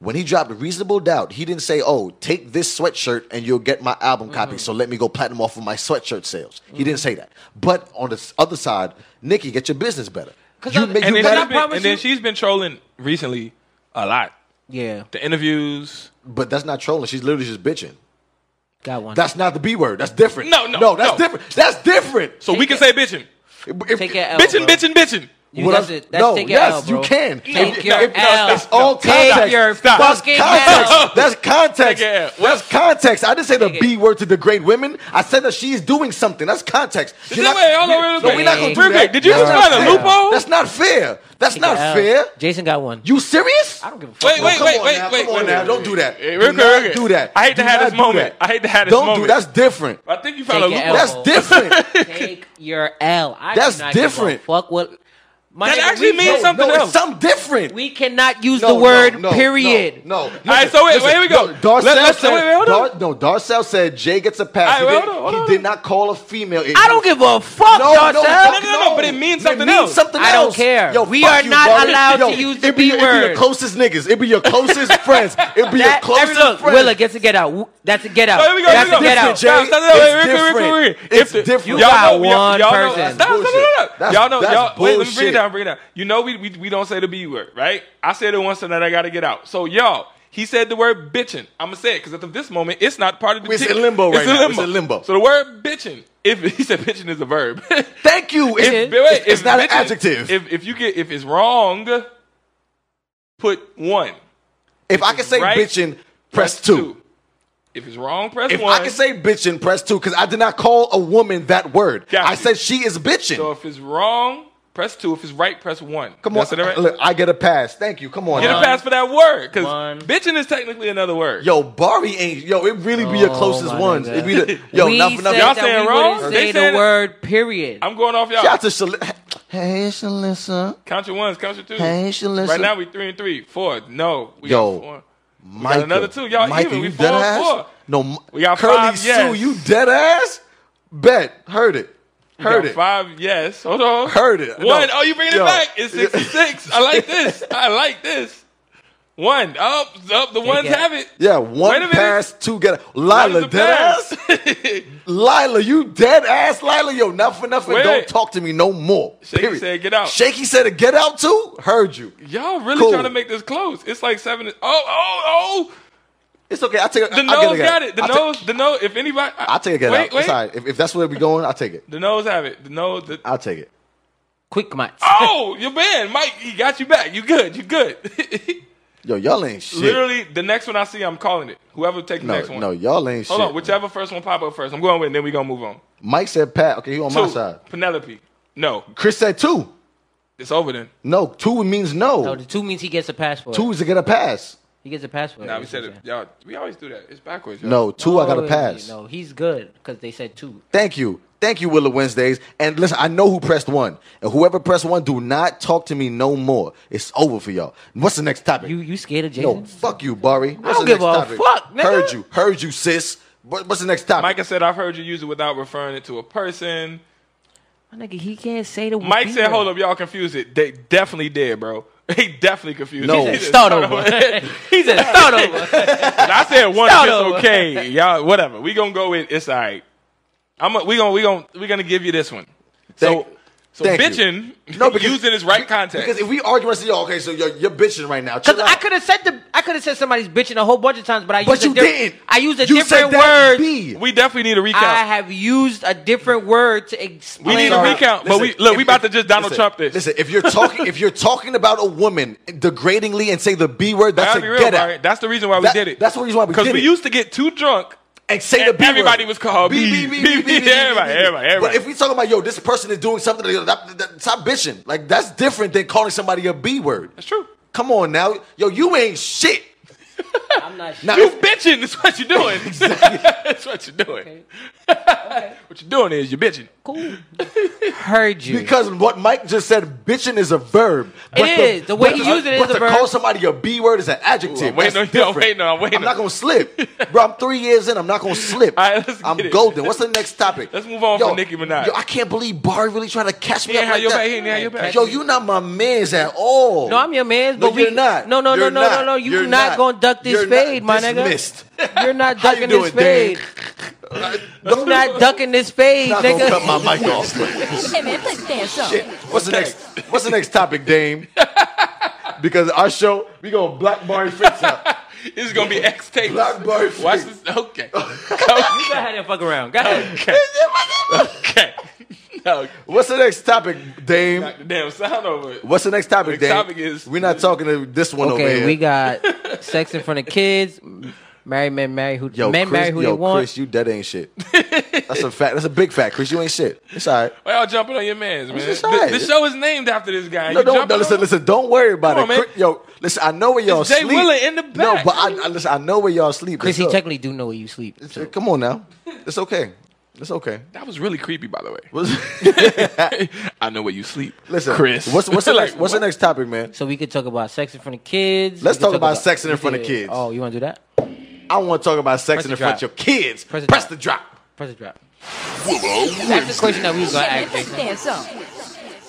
A: when he dropped Reasonable Doubt, he didn't say, "Oh, take this sweatshirt and you'll get my album
C: Mm-hmm.
A: copy." So let me go platinum off of my sweatshirt sales. He didn't say that. But on the s- other side, Nikki, get your business better.
C: 'Cause
A: You,
C: I'm-
A: ma-
B: and then,
C: But
A: you gotta-
B: she's
C: I
B: been,
C: promise
B: and then
C: you-
B: she's been trolling recently a lot.
C: Yeah,
B: The interviews.
A: but that's not trolling. She's literally just bitching.
C: got one.
A: That's not the B word. That's different.
B: No, no,
A: no. That's
B: no.
A: different. That's different.
B: So we can say bitching,
A: If-
C: Take your L,
B: bitching,
C: bro.
B: bitching, bitching.
C: You-
A: What
C: that's
A: I'm-
C: it. That's
A: no,
C: take your
A: yes,
C: L, bro.
A: you can.
C: Take
A: If-
C: your
A: if-
C: L.
A: It's all
C: Take
A: context.
C: your
A: Stop. That's
C: fucking
A: context.
C: L.
A: That's
B: Take
A: context.
B: your L.
A: That's context. I didn't say the
C: Take it.
A: B word to degrade women. I said that she's doing something. That's context. You're
B: Wait, hold on, wait,
A: no,
B: wait,
A: we're not
C: wait.
A: gonna do that.
B: Did you
A: That's
B: just
A: not
B: find a
A: fair.
B: loophole?
A: That's not fair. That's
C: Take
A: not
C: your L.
A: fair.
C: Jason got one.
A: You serious?
C: I don't give a fuck.
B: Wait, wait,
A: Come
B: wait,
A: on
B: wait,
A: now.
B: wait,
A: Come on
B: wait,
A: now.
B: wait,
A: Don't
B: wait.
A: do that.
B: Hey,
A: do
B: real quick,
A: not
B: real quick.
A: do that.
B: I hate to
A: Do
B: have
A: not
B: this
A: do
B: moment.
A: that.
B: I hate to have this
A: Don't
B: moment.
A: do. That's different.
B: I think you found a
C: Take your
B: loophole.
A: That's
C: L.
A: different.
B: [laughs]
C: Take your L. I do
A: That's
C: not give a
A: different.
C: Fuck what. My
B: That
C: nigga,
B: actually
C: we-
B: means
C: no,
B: something
A: no, it's
B: else.
A: something different.
C: We cannot use the
A: No,
C: word
A: no, no,
C: period.
A: No, no.
B: All right, so wait, wait, here we go.
A: No, Darcel
B: Let- let's-
A: said,
B: wait, wait, hold on.
A: Dar- no, Darcel said Jay gets a pass.
B: All right,
A: he
B: hold
A: did,
B: on, hold
A: he
B: on.
A: did not call a female.
C: I don't give a fuck,
A: No, no,
C: Darcel.
A: no,
B: no, no, but it means something
A: it means
B: else.
A: Something
C: I don't
A: else.
C: care.
A: Yo,
C: We
A: fuck
C: are
A: you,
C: not
A: bro.
C: allowed
A: Yo,
C: to use the
A: it be,
C: B
A: It be your
C: word.
A: closest niggas. It
B: [laughs]
A: be your closest friends. It be your
C: That,
A: closest
C: every, look,
A: friends.
C: Willa gets a get out. Woo- That's a get out.
B: Oh, here we go.
C: That's
B: here
C: a
B: we go.
C: get out.
A: Jay.
B: Stop, stop, stop,
A: It's
B: wait, wait, wait, wait, wait, wait.
A: different. It's
B: If the-
A: different. You
B: y'all
C: got
B: know- y'all-
C: one
B: y'all know-
C: person.
B: Stop, stop,
A: That's
B: no, no, no.
A: bullshit.
B: Y'all know.
A: That's
B: y'all, wait, let me bring it
A: bullshit.
B: down. Bring it down. You know, we, we we don't say the B word, right? I said it once, and then I got to get out. So y'all. He said the word bitching. I'm gonna say it because at this moment, it's not part of the.
A: It's
B: team.
A: in limbo
B: It's
A: right
B: in
A: now.
B: limbo.
A: It's in limbo.
B: So the word bitching. If [laughs] he said bitching is a verb. [laughs]
A: Thank you. It's,
B: If-
A: it's,
B: wait, wait,
A: it's
B: if
A: not an
B: bitching-
A: adjective. If,
B: If if you get if it's wrong, put one.
A: I can say
B: right,
A: bitching, press two.
B: If it's wrong, press
A: If
B: one.
A: I can say bitching, press two, because I did not call a woman that word.
B: Got
A: I
B: you.
A: said she is bitching.
B: so if it's wrong, press two. If it's right, press one.
A: Come on,
B: That's it, right?
A: look, I get a pass. Thank you. Come on,
B: Get a
A: now.
B: pass for that word because
C: One.
B: bitching is technically another word.
A: Yo, Barbie ain't. Yo, it really be your
C: Oh,
A: closest
C: my
A: ones.
C: nigga.
A: It be the, yo,
C: we
A: not for nothing.
C: said
B: Y'all
C: that
B: saying
C: we
B: wrong?
C: wouldn't
B: They
C: say the
B: said it.
C: word period.
B: I'm going off y'all.
A: Shout out to Shalissa. Hey, Shalissa.
B: count your ones, count your twos.
A: Hey, Shalissa.
B: Right now we three and three, four. No, we
A: Yo,
B: got four.
A: Micah.
B: another two. Y'all
A: Micah,
B: even. We
A: you
B: four
A: dead
B: and
A: ass?
B: four.
A: No,
B: We got
A: Curly
B: five, yes.
A: Sue, you dead ass? Bet. Heard it.
B: You
A: Heard
B: got
A: it.
B: Five, yes. Hold on.
A: Heard it. No.
B: One. Oh, you bringing
A: Yo.
B: it back? It's six and six. I
A: [laughs]
B: like this. I like this. One. Up, up. The ones
C: it.
B: have it.
A: Yeah,
B: Wait a
A: one
B: minute.
A: pass, two get. Lila,
B: That
A: dead
B: was the
A: ass.
B: [laughs]
A: Lila, you dead ass. Lila, yo, not for nothing.
B: Wait.
A: Don't talk to me no more.
B: Shaky
A: Period.
B: said get out.
A: Shaky said to get out too. Heard you.
B: Y'all really
A: Cool.
B: trying to make this close. It's like seven. Oh, oh, oh.
A: It's okay. I take.
B: The
A: I get
B: nose got it. The
A: I
B: nose. The nose. If anybody.
A: I take it
B: wait,
A: out.
B: Wait.
A: It's all right. If, if that's where we going, I'll take it.
B: The nose have it. The nose. The,
A: I'll take it.
C: Quick mats.
B: [laughs] oh, your man, Mike. He got you back. You good. You good. [laughs]
A: Yo, y'all ain't shit.
B: Literally, the next one I see, I'm calling it. Whoever take the
A: no,
B: next one.
A: no, y'all ain't
B: Hold
A: shit.
B: on. Whichever first one pop up first. I'm going with. Then we gonna move on.
A: Mike said Pat. Okay, you on my
B: Two,
A: side.
B: Penelope. No,
A: Chris said two.
B: it's over then.
A: No, two means
C: No,
A: no.
C: the two means he gets a passport.
A: Two is to get a pass.
C: He gets a passport.
B: Nah, we
C: that's
B: said
C: what
B: it.
C: I'm saying.
B: Y'all, we always do that. It's backwards. Y'all.
A: No, two. I got
C: No,
A: a pass.
C: No, he's good because they said two.
A: Thank you. Thank you, Willow Wednesdays. And listen, I know who pressed one. And whoever pressed one, do not talk to me no more. It's over for y'all. What's the next topic?
C: You you scared of Jason?
A: no, fuck you, Barry. What's
C: don't
A: the
C: give
A: next
C: a
A: topic?
C: fuck, nigga.
A: Heard you. Heard you, sis. What- What's the next topic?
B: Micah said, I've heard you use it without referring it to a person.
C: My nigga, he can't say the word.
B: Mike said, hold up, y'all confused it. They definitely did, bro. [laughs] They definitely confused
A: No.
B: it.
A: He said,
C: Start over. [laughs] he said, start over.
B: And I said one,
C: Start
B: it's
C: over.
B: okay. Y'all, whatever. We gonna go with, it's all right. I'm gonna, we gonna, we gonna, we gonna give you this one.
A: Thank-
B: so, so
A: thank you.
B: bitching, [laughs]
A: No, because-
B: using its right context.
A: because if we argue, I say, yo, okay, so you're, you're bitching right now.
C: Because
A: Chill
C: I
A: out.
C: could have said the I could have said somebody's bitching a whole bunch of times, but I used
A: But
C: a
A: you
C: diff-
A: didn't.
C: I used a
A: you
C: different
A: said that
C: word.
A: B.
B: we definitely need a recount.
C: I have used a different word to explain.
B: We need a
C: how-
B: recap. recount, but we- look, we about to just Donald
A: listen,
B: Trump this.
A: Listen, if you're talking, if you're talking about a woman degradingly and say the b word, that's
B: Gotta
A: a
B: be real,
A: get out.
B: Byron. That's the reason why we
A: That-
B: did it.
A: that's the reason why we
B: Because
A: did
B: we
A: it.
B: used to get too drunk.
A: and say
B: And
A: the B
B: everybody
A: word.
B: was called
A: B,
B: B, [laughs] B,
A: B, B, B, B,
B: B,
A: B, B,
B: everybody,
A: B.
B: everybody, everybody.
A: But if we talking about yo, this person is doing something, like, that, that, stop bitching. Like that's different than calling somebody a B word.
B: That's true.
A: Come on now, yo, you ain't shit.
C: I'm not sure.
A: Now,
B: You bitching is what you're
A: [laughs]
B: doing. That's what you're doing. what you're doing is you're bitching.
C: Cool. [laughs] Heard you.
A: because what Mike just said, bitching is a verb.
C: is. The way
A: but
C: he
A: to-
C: used it is
A: but
C: a
A: to
C: verb.
A: call somebody a B word is an adjective.
B: I'm waiting
A: That's
B: on you. I'm
A: different.
B: waiting on- I'm waiting
A: not
B: on- [laughs]
A: gonna slip, bro. I'm three years in. I'm not gonna slip.
B: All right, let's
A: I'm
B: get it. [laughs]
A: golden. What's the next topic?
B: Let's move on from Nicki Minaj.
A: Yo, I can't believe Barry really trying to catch me
B: He
A: up
B: ain't had
A: like
B: your
A: that.
B: back. He ain't had your back.
A: Yo, you not my man's at all.
C: No, I'm your man,
A: No,
C: but we
A: you're not.
C: No, no,
A: You're
C: no, no,
A: not.
C: no, no. You're,
A: You're
C: not,
A: not.
C: gonna duck this
A: You're not
C: fade, my
A: dismissed.
C: nigga. [laughs] You're not
A: [laughs] How you
C: ducking this
A: doing, Dane?
C: fade. You're not ducking this fade,
A: Not gonna cut
C: nigga.
A: my mic
C: [laughs]
A: off. Shit. What's the next? What's the next topic, [laughs] Dame? Because our show, we gonna black Barry fix up.
B: This is gonna be X tape.
A: Black Barry fix.
B: Watch this.
A: [laughs]
B: Okay.
C: Go ahead and fuck around. Go ahead.
A: [laughs]
B: Okay. No,
A: What's the next topic, Dame?
B: knock the damn sound over it.
A: What's the next topic,
B: Next
A: Dame?
B: topic is-
A: We're not talking to this one over
C: Okay,
A: here.
C: we got sex in front of kids. Marry men, marry who
A: Yo,
C: men
A: Chris,
C: marry who
A: yo,
C: they want.
A: Chris, you dead ain't shit. That's a fact. That's a big fact, Chris. You ain't shit. It's all right.
B: Why y'all jumping on your mans, man?
A: It's
B: The,
A: alright.
B: the show is named after this guy.
A: No,
B: You
A: don't,
B: jumping
A: no,
B: on
A: listen,
B: him?
A: listen. Don't worry about
B: Come
A: it,
B: on, man.
A: Chris, yo. Listen, I know where y'all
B: Jay
A: sleep.
B: Wheeler in the
A: No,
B: back.
A: but I, I listen. I know where y'all sleep.
C: Chris, he
A: It's up.
C: technically do know where you sleep. so-
A: Come on now. It's okay. It's okay.
B: That was really creepy, by the way.
A: What's-
C: [laughs]
B: I know where you sleep.
A: Listen,
B: Chris. [laughs]
A: What's what's the
B: Like,
A: next, what's
B: what?
A: the next topic, man?
C: So we could talk about sex in front of kids.
A: Let's
C: We could
A: talk about sexing in
C: we
A: front of
C: could-
A: kids.
C: Oh, you want to do that?
A: I want to talk about sex
C: Press
A: in
C: the
A: front of your
C: drop.
A: kids. Press,
C: Press the drop.
A: the drop.
C: Press the drop.
E: Willow
C: That's the
E: Wednesdays.
C: question that we was gonna ask. Jason.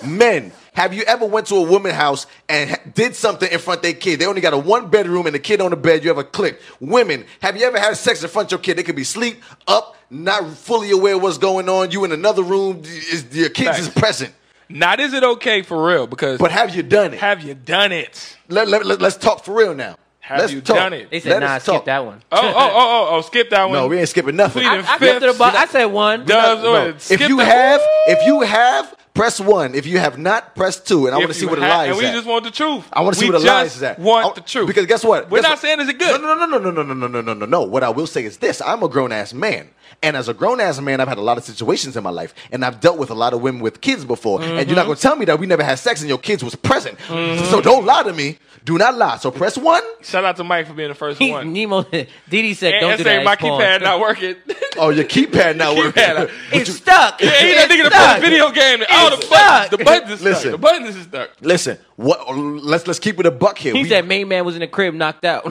A: Men, have you ever went to a woman house and ha- did something in front of their kid? They only got a one bedroom and the kid on the bed. You ever clicked? Women, have you ever had sex in front of your kid? They could be sleep, up, not fully aware what's going on. You in another room, is, your kids is
B: Facts.
A: present.
B: Not is it okay for real? Because
A: But have you done it?
B: have you done it?
A: let, let, let, us talk for real now.
B: Have
A: let's
B: you
A: talk.
B: done it?
C: They said,
A: Let
C: "Nah,
A: us
C: skip
A: talk.
C: that one."
B: Oh, oh, oh, oh, oh! Skip that one.
A: No, we ain't skipping nothing.
B: Pleading
C: I, I got to the
B: fifth.
C: bar. I said one.
B: Doves
A: No.
B: or skip
A: If you
B: the-
A: have, if you have, press one. If you have not, press two. And I
B: If
A: want to see
B: you
A: what the
B: have-
A: lie
B: And
A: is
B: we
A: at.
B: just want the truth.
A: I want to see
B: we
A: what the lies
B: just
A: is at.
B: Want
A: I-
B: the truth.
A: because guess what?
B: We're
A: Guess
B: not
A: what?
B: saying is it good.
A: No, no, no, no, no, no, no, no, no, no, no. What I will say is this: I'm a grown ass man, and as a grown ass man, I've had a lot of situations in my life, and I've dealt with a lot of women with kids before. And
B: Mm-hmm.
A: you're not gonna tell me that we never had sex and your kids was present. So don't lie to me. Do not lie. So press one.
B: Shout out to Mike for being the first
C: He,
B: one.
C: Nemo, [laughs] Didi said,
B: And,
C: "Don't
B: and
C: do
B: say
C: that."
B: my
C: it's porn."
B: keypad [laughs] not
A: [laughs]
B: working. yeah,
A: Oh, your
B: [laughs]
A: keypad now working.
B: Keypad.
A: Would
C: It's
A: you-
C: stuck.
B: he that
C: It's
B: nigga that
C: stuck.
B: plays video game. And all the
C: It's
B: buttons,
C: stuck.
B: the buttons
A: [laughs]
B: is stuck.
A: Listen.
B: The buttons is stuck.
A: Listen, what? Let's let's keep it a buck here.
C: He
A: We-
C: said, "Main man was in the crib, knocked out."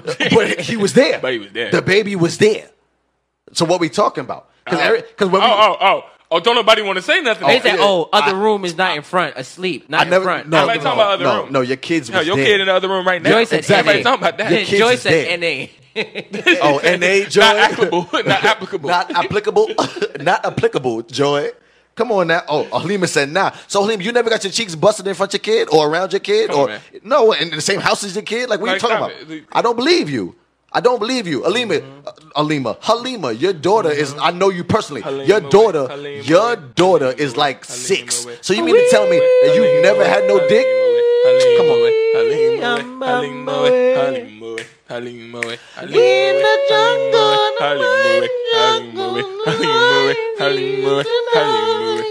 C: [laughs]
A: but he was there.
B: But he was there.
A: The baby was there. So what we talking about? Because
B: Oh, oh, oh! Oh, don't nobody want to say nothing.
C: They said,
A: yeah.
C: "Oh, other room is not in
A: [laughs]
C: front, asleep, not
A: I
C: in
A: never.
C: front."
A: No,
B: Everybody
A: no,
B: talking about other
A: no,
B: room.
A: no, your kids
B: Hell,
A: was
B: your
A: dead.
B: kid in the other room right now.
C: Joy said,
A: Exactly.
B: Everybody talking about that.
A: Your kid-
C: Joy
A: is
C: said, "Na."
A: [laughs] Oh, and they Joy.
B: not applicable. [laughs]
A: [laughs]
B: not applicable.
A: not applicable. [laughs] not applicable, Joy. Come on now. Oh, Halima said nah. So Halima, you never got your cheeks busted in front of your kid or around your kid
B: Come on,
A: or
B: man.
A: no, in the same house as your kid? Like what
B: Like,
A: are you
B: stop
A: talking
B: it.
A: about? I don't believe you. I don't believe you. Alima, uh, Alima, Halima, your daughter is, I know you personally.
B: Mm-hmm. Halima
A: your
B: with-
A: daughter,
B: Halima
A: your
B: with-
A: daughter
B: Halima
A: is
B: with-
A: like
B: Halima
A: six.
B: with-
A: So you mean to tell me that you
B: Halima
A: never
B: with-
A: had no
B: Halima
A: dick?
B: with-
A: Come on.
B: Halima with- Halima with- Halima with- Halima with- Halima with- Halima with- Halima with- Halima with- Halima with-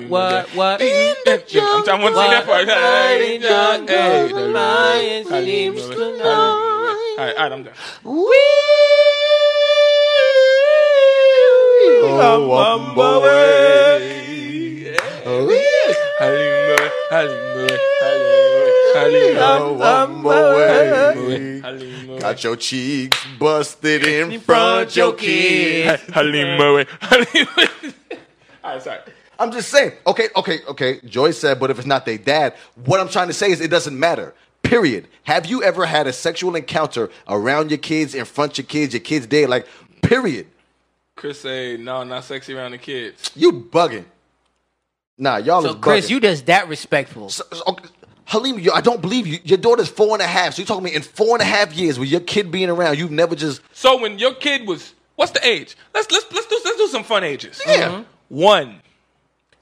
B: Halima
C: What?
B: with-
C: What?
B: I'm- I want to sing that part. Hey, hey, Halima with- Halima with- All right, all right, I'm done.
A: Oh, I'm
C: Oh,
B: Halima with- Halima with- Halima with-
A: away.
B: Halima with-
A: Got your cheeks busted in front your kid.
B: Halima.
C: [laughs]
B: Halima. [laughs] All right, sorry.
A: I'm just saying. Okay, okay, okay. Joy said, but if it's not their dad, what I'm trying to say is it doesn't matter. Period. Have you ever had a sexual encounter around your kids, in front of your kids, your kids dead? Like, period.
B: Chris say no, not sexy around the kids.
A: You bugging. Nah, y'all is
C: So Chris,
A: bugging.
C: you just that respectful.
A: So- so- okay, Halim, you, I don't believe you. Your daughter's four and a half. So you talking me in four and a half years with your kid being around, you've never just
B: So when your kid was, what's the age? Let's let's let's do let's do some fun ages.
A: yeah
B: One,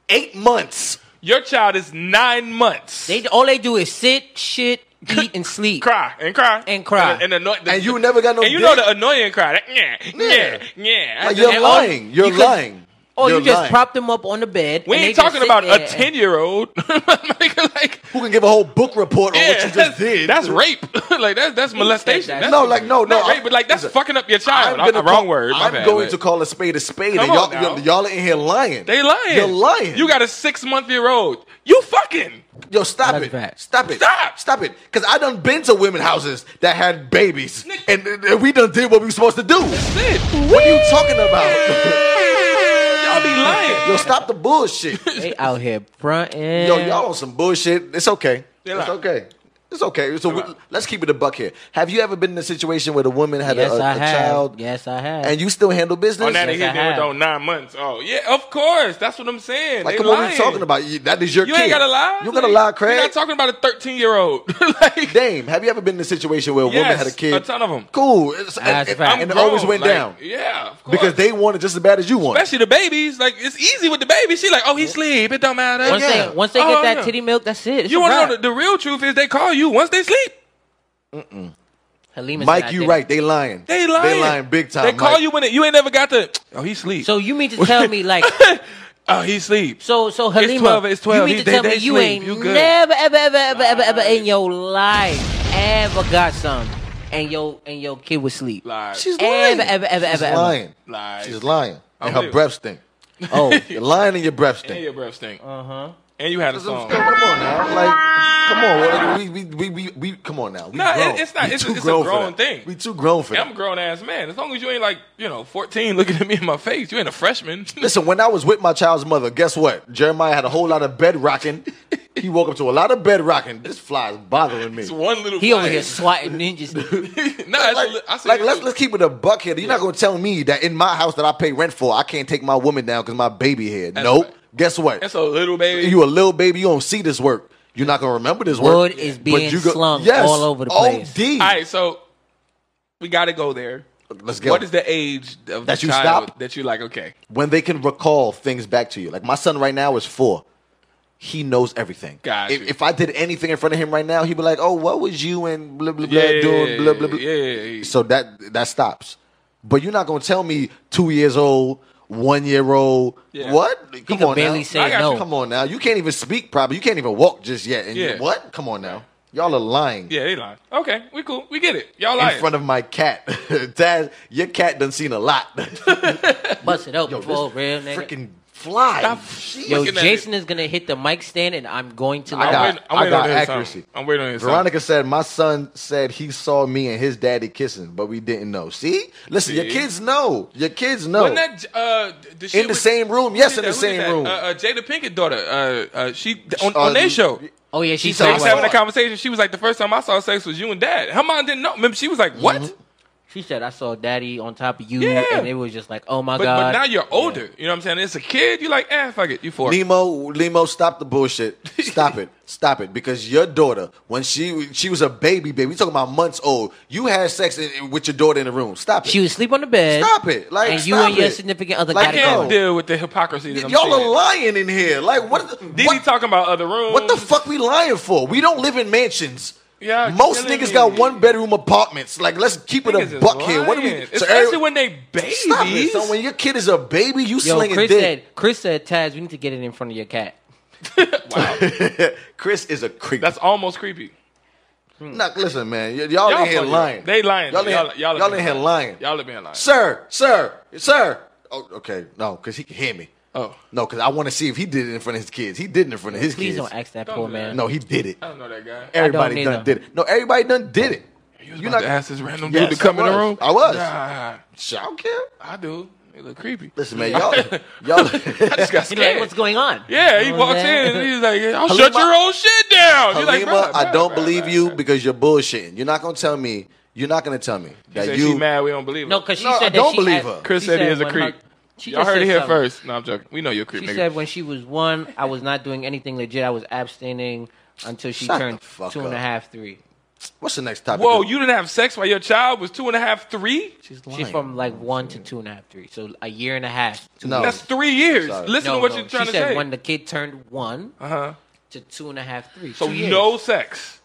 A: eight months.
B: your child is nine months.
C: They all they do is sit, shit, eat, and sleep.
B: cry and cry
C: And cry.
B: and, anno- the-
A: And you never got no
B: and you
A: dick?
B: know the annoying cry. Like, yeah, yeah,
A: Yeah.
B: yeah.
A: Like, you're
C: and all-
A: lying. You're
C: you could-
A: lying.
C: Oh, you
A: You're
C: just
A: lying.
C: prop them up on the bed.
B: we
C: and they
B: ain't
C: just
B: talking
C: sit
B: about
C: there
B: a
C: and-
B: ten year old. [laughs] Like,
A: Who can give a whole book report on what
B: yeah,
A: you just
B: that's,
A: did?
B: that's rape. [laughs] like that's that's molestation. That's
C: that's-
A: No, like no, no.
B: not rape, but like that's
A: listen,
B: fucking up your child.
A: I'm gonna
B: wrong
A: call-
B: word. my
A: I'm
B: bad,
A: going
B: but-
A: to call a spade a spade,
B: Come
A: and y'all,
B: on now.
A: y'all, y'all are in here lying.
B: They lying.
A: You're lying.
B: You got a six month year old. You fucking.
A: Yo, stop
C: That's
A: it.
C: fact.
A: Stop it.
B: Stop.
A: Stop it. Because I done been to women houses that had babies, and, and we done did what we were supposed to do.
B: Sid,
A: What are you talking about?
B: [laughs] y'all be lying.
A: Yo, stop the bullshit.
C: [laughs] They out here fronting.
A: Yo, y'all on some bullshit. It's okay.
B: They
A: It's
B: lie.
A: okay. It's okay. So we, let's keep it a buck here. Have you ever been in a situation where the woman had
C: Yes,
A: a, a,
C: I
A: a
C: have.
A: child
C: Yes, I have.
A: and you still handle business?
B: On that
C: Yes,
B: he
C: I
B: did with
C: have.
B: on nine months. Oh yeah, of course. That's what I'm saying.
A: like,
B: they
A: come on, what
B: lying.
A: are you talking about? You- That is your
B: You
A: kid.
B: ain't gotta lie.
A: You gotta
B: Like,
A: lie,
B: You're
A: Craig.
B: not talking about a 13 year old. [laughs] like
A: Dame, have you ever been in a situation where a woman
B: Yes,
A: had a kid?
B: a ton of 'em.
A: Cool. It's-
C: That's
A: [laughs] and-
C: a fact.
B: I'm
A: and it
B: grown.
A: always went
B: Like,
A: down
B: Yeah, of course.
A: because they wanted just as bad as you wanted.
B: especially the babies. Like it's easy with the baby. She like, oh he sleep. It don't matter.
C: once
A: Yeah.
C: they once they
B: Oh,
C: get that
B: yeah.
C: titty milk, that's it. It's
B: You
C: a
B: want to
C: wrap.
B: know the, the real truth is they call you once they sleep.
C: Halima said I
A: Mike, you
C: didn't.
A: right. They lying.
B: They lying.
A: They lying big time.
B: They call
A: Mike.
B: you when it, you ain't never got the. Oh he sleep.
C: So you mean to tell me like
B: [laughs] oh he sleep.
C: so so Halima?
B: 12, it's 12.
C: You
B: He-
C: mean to
B: they-
C: tell
B: they
C: me you
B: sleep.
C: ain't
B: You good.
C: never ever ever ever ever ever in your life ever got some and your and your kid was sleep.
B: Lies.
A: She's lying.
C: Ever ever ever
A: She's
C: ever ever.
A: lying.
B: Lies.
A: She's lying.
B: I
A: And her
B: believe it.
A: breath
B: [laughs]
A: stink.
C: Oh,
A: You're lying and your breath stink.
B: And your breath stink. Uh
C: Uh-huh.
B: huh. And you had a
A: Come
B: song.
A: on now, like, come on, like, we, we, we, we, we, come on now.
B: [laughs]
A: We
B: Nah, it-
A: grown.
B: it's not-
A: We
B: it's-
A: too
B: it's a
A: grown for
B: grown
A: that.
B: thing.
A: We too grown for
B: Yeah, I'm a
A: that.
B: grown ass man. As long as you ain't like, you know, 14 looking at me in my face, you ain't a freshman.
A: Listen, when I was with my child's mother, guess what? Jeremiah had a whole lot of bed rocking. He woke up to a lot of bed rocking. This fly is bothering
B: [laughs]
A: me.
B: it's one little
C: he over
B: flag.
C: here
B: [laughs]
C: swatting ninjas.
B: nah, it's a li-
A: Like,
B: I see
A: like,
B: you.
A: let's let's keep it a buck here. You're not gonna tell me that in my house that I pay rent for, I can't take my woman down because my baby here. Nope.
B: right.
A: Guess what?
B: That's a little baby.
A: you a little baby, you don't see this work. You're not gonna remember this work.
C: Wood is being slung all over the
A: Oh,
C: place.
A: OD.
B: All right, so we got to go there.
A: Let's go.
B: What is the age of
A: That
B: the
A: you
B: child
A: stop?
B: that you like? Okay,
A: when they can recall things back to you. Like my son right now is four. He knows everything.
B: Got
A: if,
B: you.
A: if I did anything in front of him right now, he'd be like, "Oh, what was you and blah blah blah doing?" Blah blah blah.
B: yeah, yeah, yeah.
A: So that that stops. But you're not gonna tell me two years old, one year old,
B: Yeah.
A: what? Come
C: can
A: on
C: barely
A: now.
C: say
B: I got no. you.
A: Come on now. You can't even speak properly. You can't even walk just yet. And you-
B: Yeah.
A: what? Come on now. Y'all are lying.
B: Yeah, they lying. Okay, we cool. We get it. Y'all
A: In
B: lying.
A: front of my cat, [laughs] Taz, your cat done seen a lot.
C: Bust it up
A: Yo,
C: for real
A: this
C: nigga.
A: Freaking fly.
B: Stop
A: She-
C: Yo,
B: looking at
C: Jason
B: it.
C: is gonna hit the mic stand, and I'm going to.
A: I
C: love it.
A: got-
B: waiting- I'm
A: I
B: waiting
A: got
B: on his something.
A: accuracy.
B: I'm waiting on his
A: Veronica said, "My son said he saw me and his daddy kissing, but we didn't know." See, listen, your
B: See?
A: kids know. Your kids know.
B: Wasn't that uh, the shit
A: the
B: with-
A: same room?
B: who
A: Yes,
B: did
A: in the
B: that? Who did
A: same
B: that?
A: room.
B: Uh, uh, Jada Pinkett daughter. Uh, uh, she on,
A: Uh,
B: on their show.
C: Oh yeah, she
A: She said
B: I
C: said.
B: was
A: what?
B: having a
C: Like,
B: conversation. She was like, "The first time I saw sex was you and dad." Her mom didn't know. Remember, she was like, "What?"
C: Mm-hmm. she said I saw Daddy on top of you,
B: Yeah.
C: and it was just like, oh my
B: But,
C: god.
B: but now you're older. You know what I'm saying? It's a kid. You're like, "Eh, fuck it. You four.
A: Limo, Limo, stop the bullshit. Stop it. Stop it. Because your daughter, when she she was a baby, baby, we talking about months old. You had sex in- in- with your daughter in the room. Stop it.
C: She would sleep on the bed.
A: Stop it. Like,
C: and you
A: stop
C: and your
A: it.
C: significant other
A: Like,
B: I
C: got it
A: yo.
B: can't
C: going.
B: deal with the hypocrisy that I'm
A: Y'all are
B: seeing.
A: lying in here. Like what?
B: Didi
A: what,
B: talking about other rooms.
A: what the fuck we lying for? We don't live in mansions.
B: Yeah,
A: most
B: killing
A: niggas
B: me.
A: got one bedroom apartments. Like let's keep it
B: Niggas
A: a
B: is
A: buck here. What do
B: lying.
A: we? so
B: Especially
A: every-
B: when they babies.
A: Stop it. So when your kid is a baby, you
C: Yo,
A: slinging
C: Chris
A: dick.
C: said, Chris said, Taz, we need to get it in front of your cat.
A: Chris is a creep.
B: That's almost creepy.
A: Nah, listen, man. Y- y'all,
B: Y'all
A: in here
B: fucking-
A: lying.
B: They lying.
A: Y'all,
B: Y'all- y'all
A: in, y'all,
B: are
A: in
B: being
A: here lying.
B: lying. Y'all are being lying.
A: Sir, sir, sir. Oh, okay. No, because he can hear me.
B: Oh.
A: No, because I want to see if he did it in front of his kids. He did it in front of his
C: Please
A: kids.
C: don't ask that
B: Don't
C: poor
B: do that.
C: man.
A: No, he did it.
B: I don't know that guy.
A: Everybody
C: neither.
A: done did it. No, everybody done did it.
B: You was
A: You're
B: about
A: not-
B: to ask this random
A: Yes,
B: dude to come
A: I
B: in the
A: was.
B: room?
A: I was.
B: Nah,
A: Shit, I don't care.
B: I do. It look creepy.
A: Listen, man,
B: [laughs]
A: y'all, y'all.
C: [laughs]
B: I just got
C: He's
B: scared.
C: like, what's going on?
B: yeah, he
C: You know what
B: walks in
C: I'm saying?
B: and he's like, I'll shut
A: Halima-
B: your whole shit down. You're
A: Halima,
B: like, bruh,
A: I
B: bruh,
A: don't
B: bruh,
A: believe
B: bruh,
A: you
B: bruh.
A: because you're bullshitting. You're not gonna tell me. You're not gonna tell me
B: She
A: that
B: said
A: you.
B: she mad. We don't believe.
C: No,
B: her.
C: because she
A: No, I
C: said that
A: don't
C: she
A: believe
C: had-
A: her.
B: Chris
C: she
B: said he is a
C: when her-
B: creep.
C: she
B: Y'all
C: just
B: heard it
C: said
B: here
C: something.
B: first. No, I'm joking. We know you're a creep.
C: She
B: nigga.
C: said when she was one, I was not doing anything legit. I was abstaining until she
A: Shut the
C: turned
A: fuck
C: two and a
A: up.
C: half, three.
A: What's the next topic?
B: Whoa, you didn't have sex while your child was two and a half, three?
A: She's Oh,
C: She's from like one to two and a half, three. So a year and a half. Two
A: No.
B: That's three years.
A: Sorry.
B: Listen
C: No,
B: to what
C: no.
B: you're trying
C: she
B: to
C: said
B: say.
C: when the kid turned one
B: uh-huh.
C: to two and a half, three.
B: So
C: Two years.
B: no sex.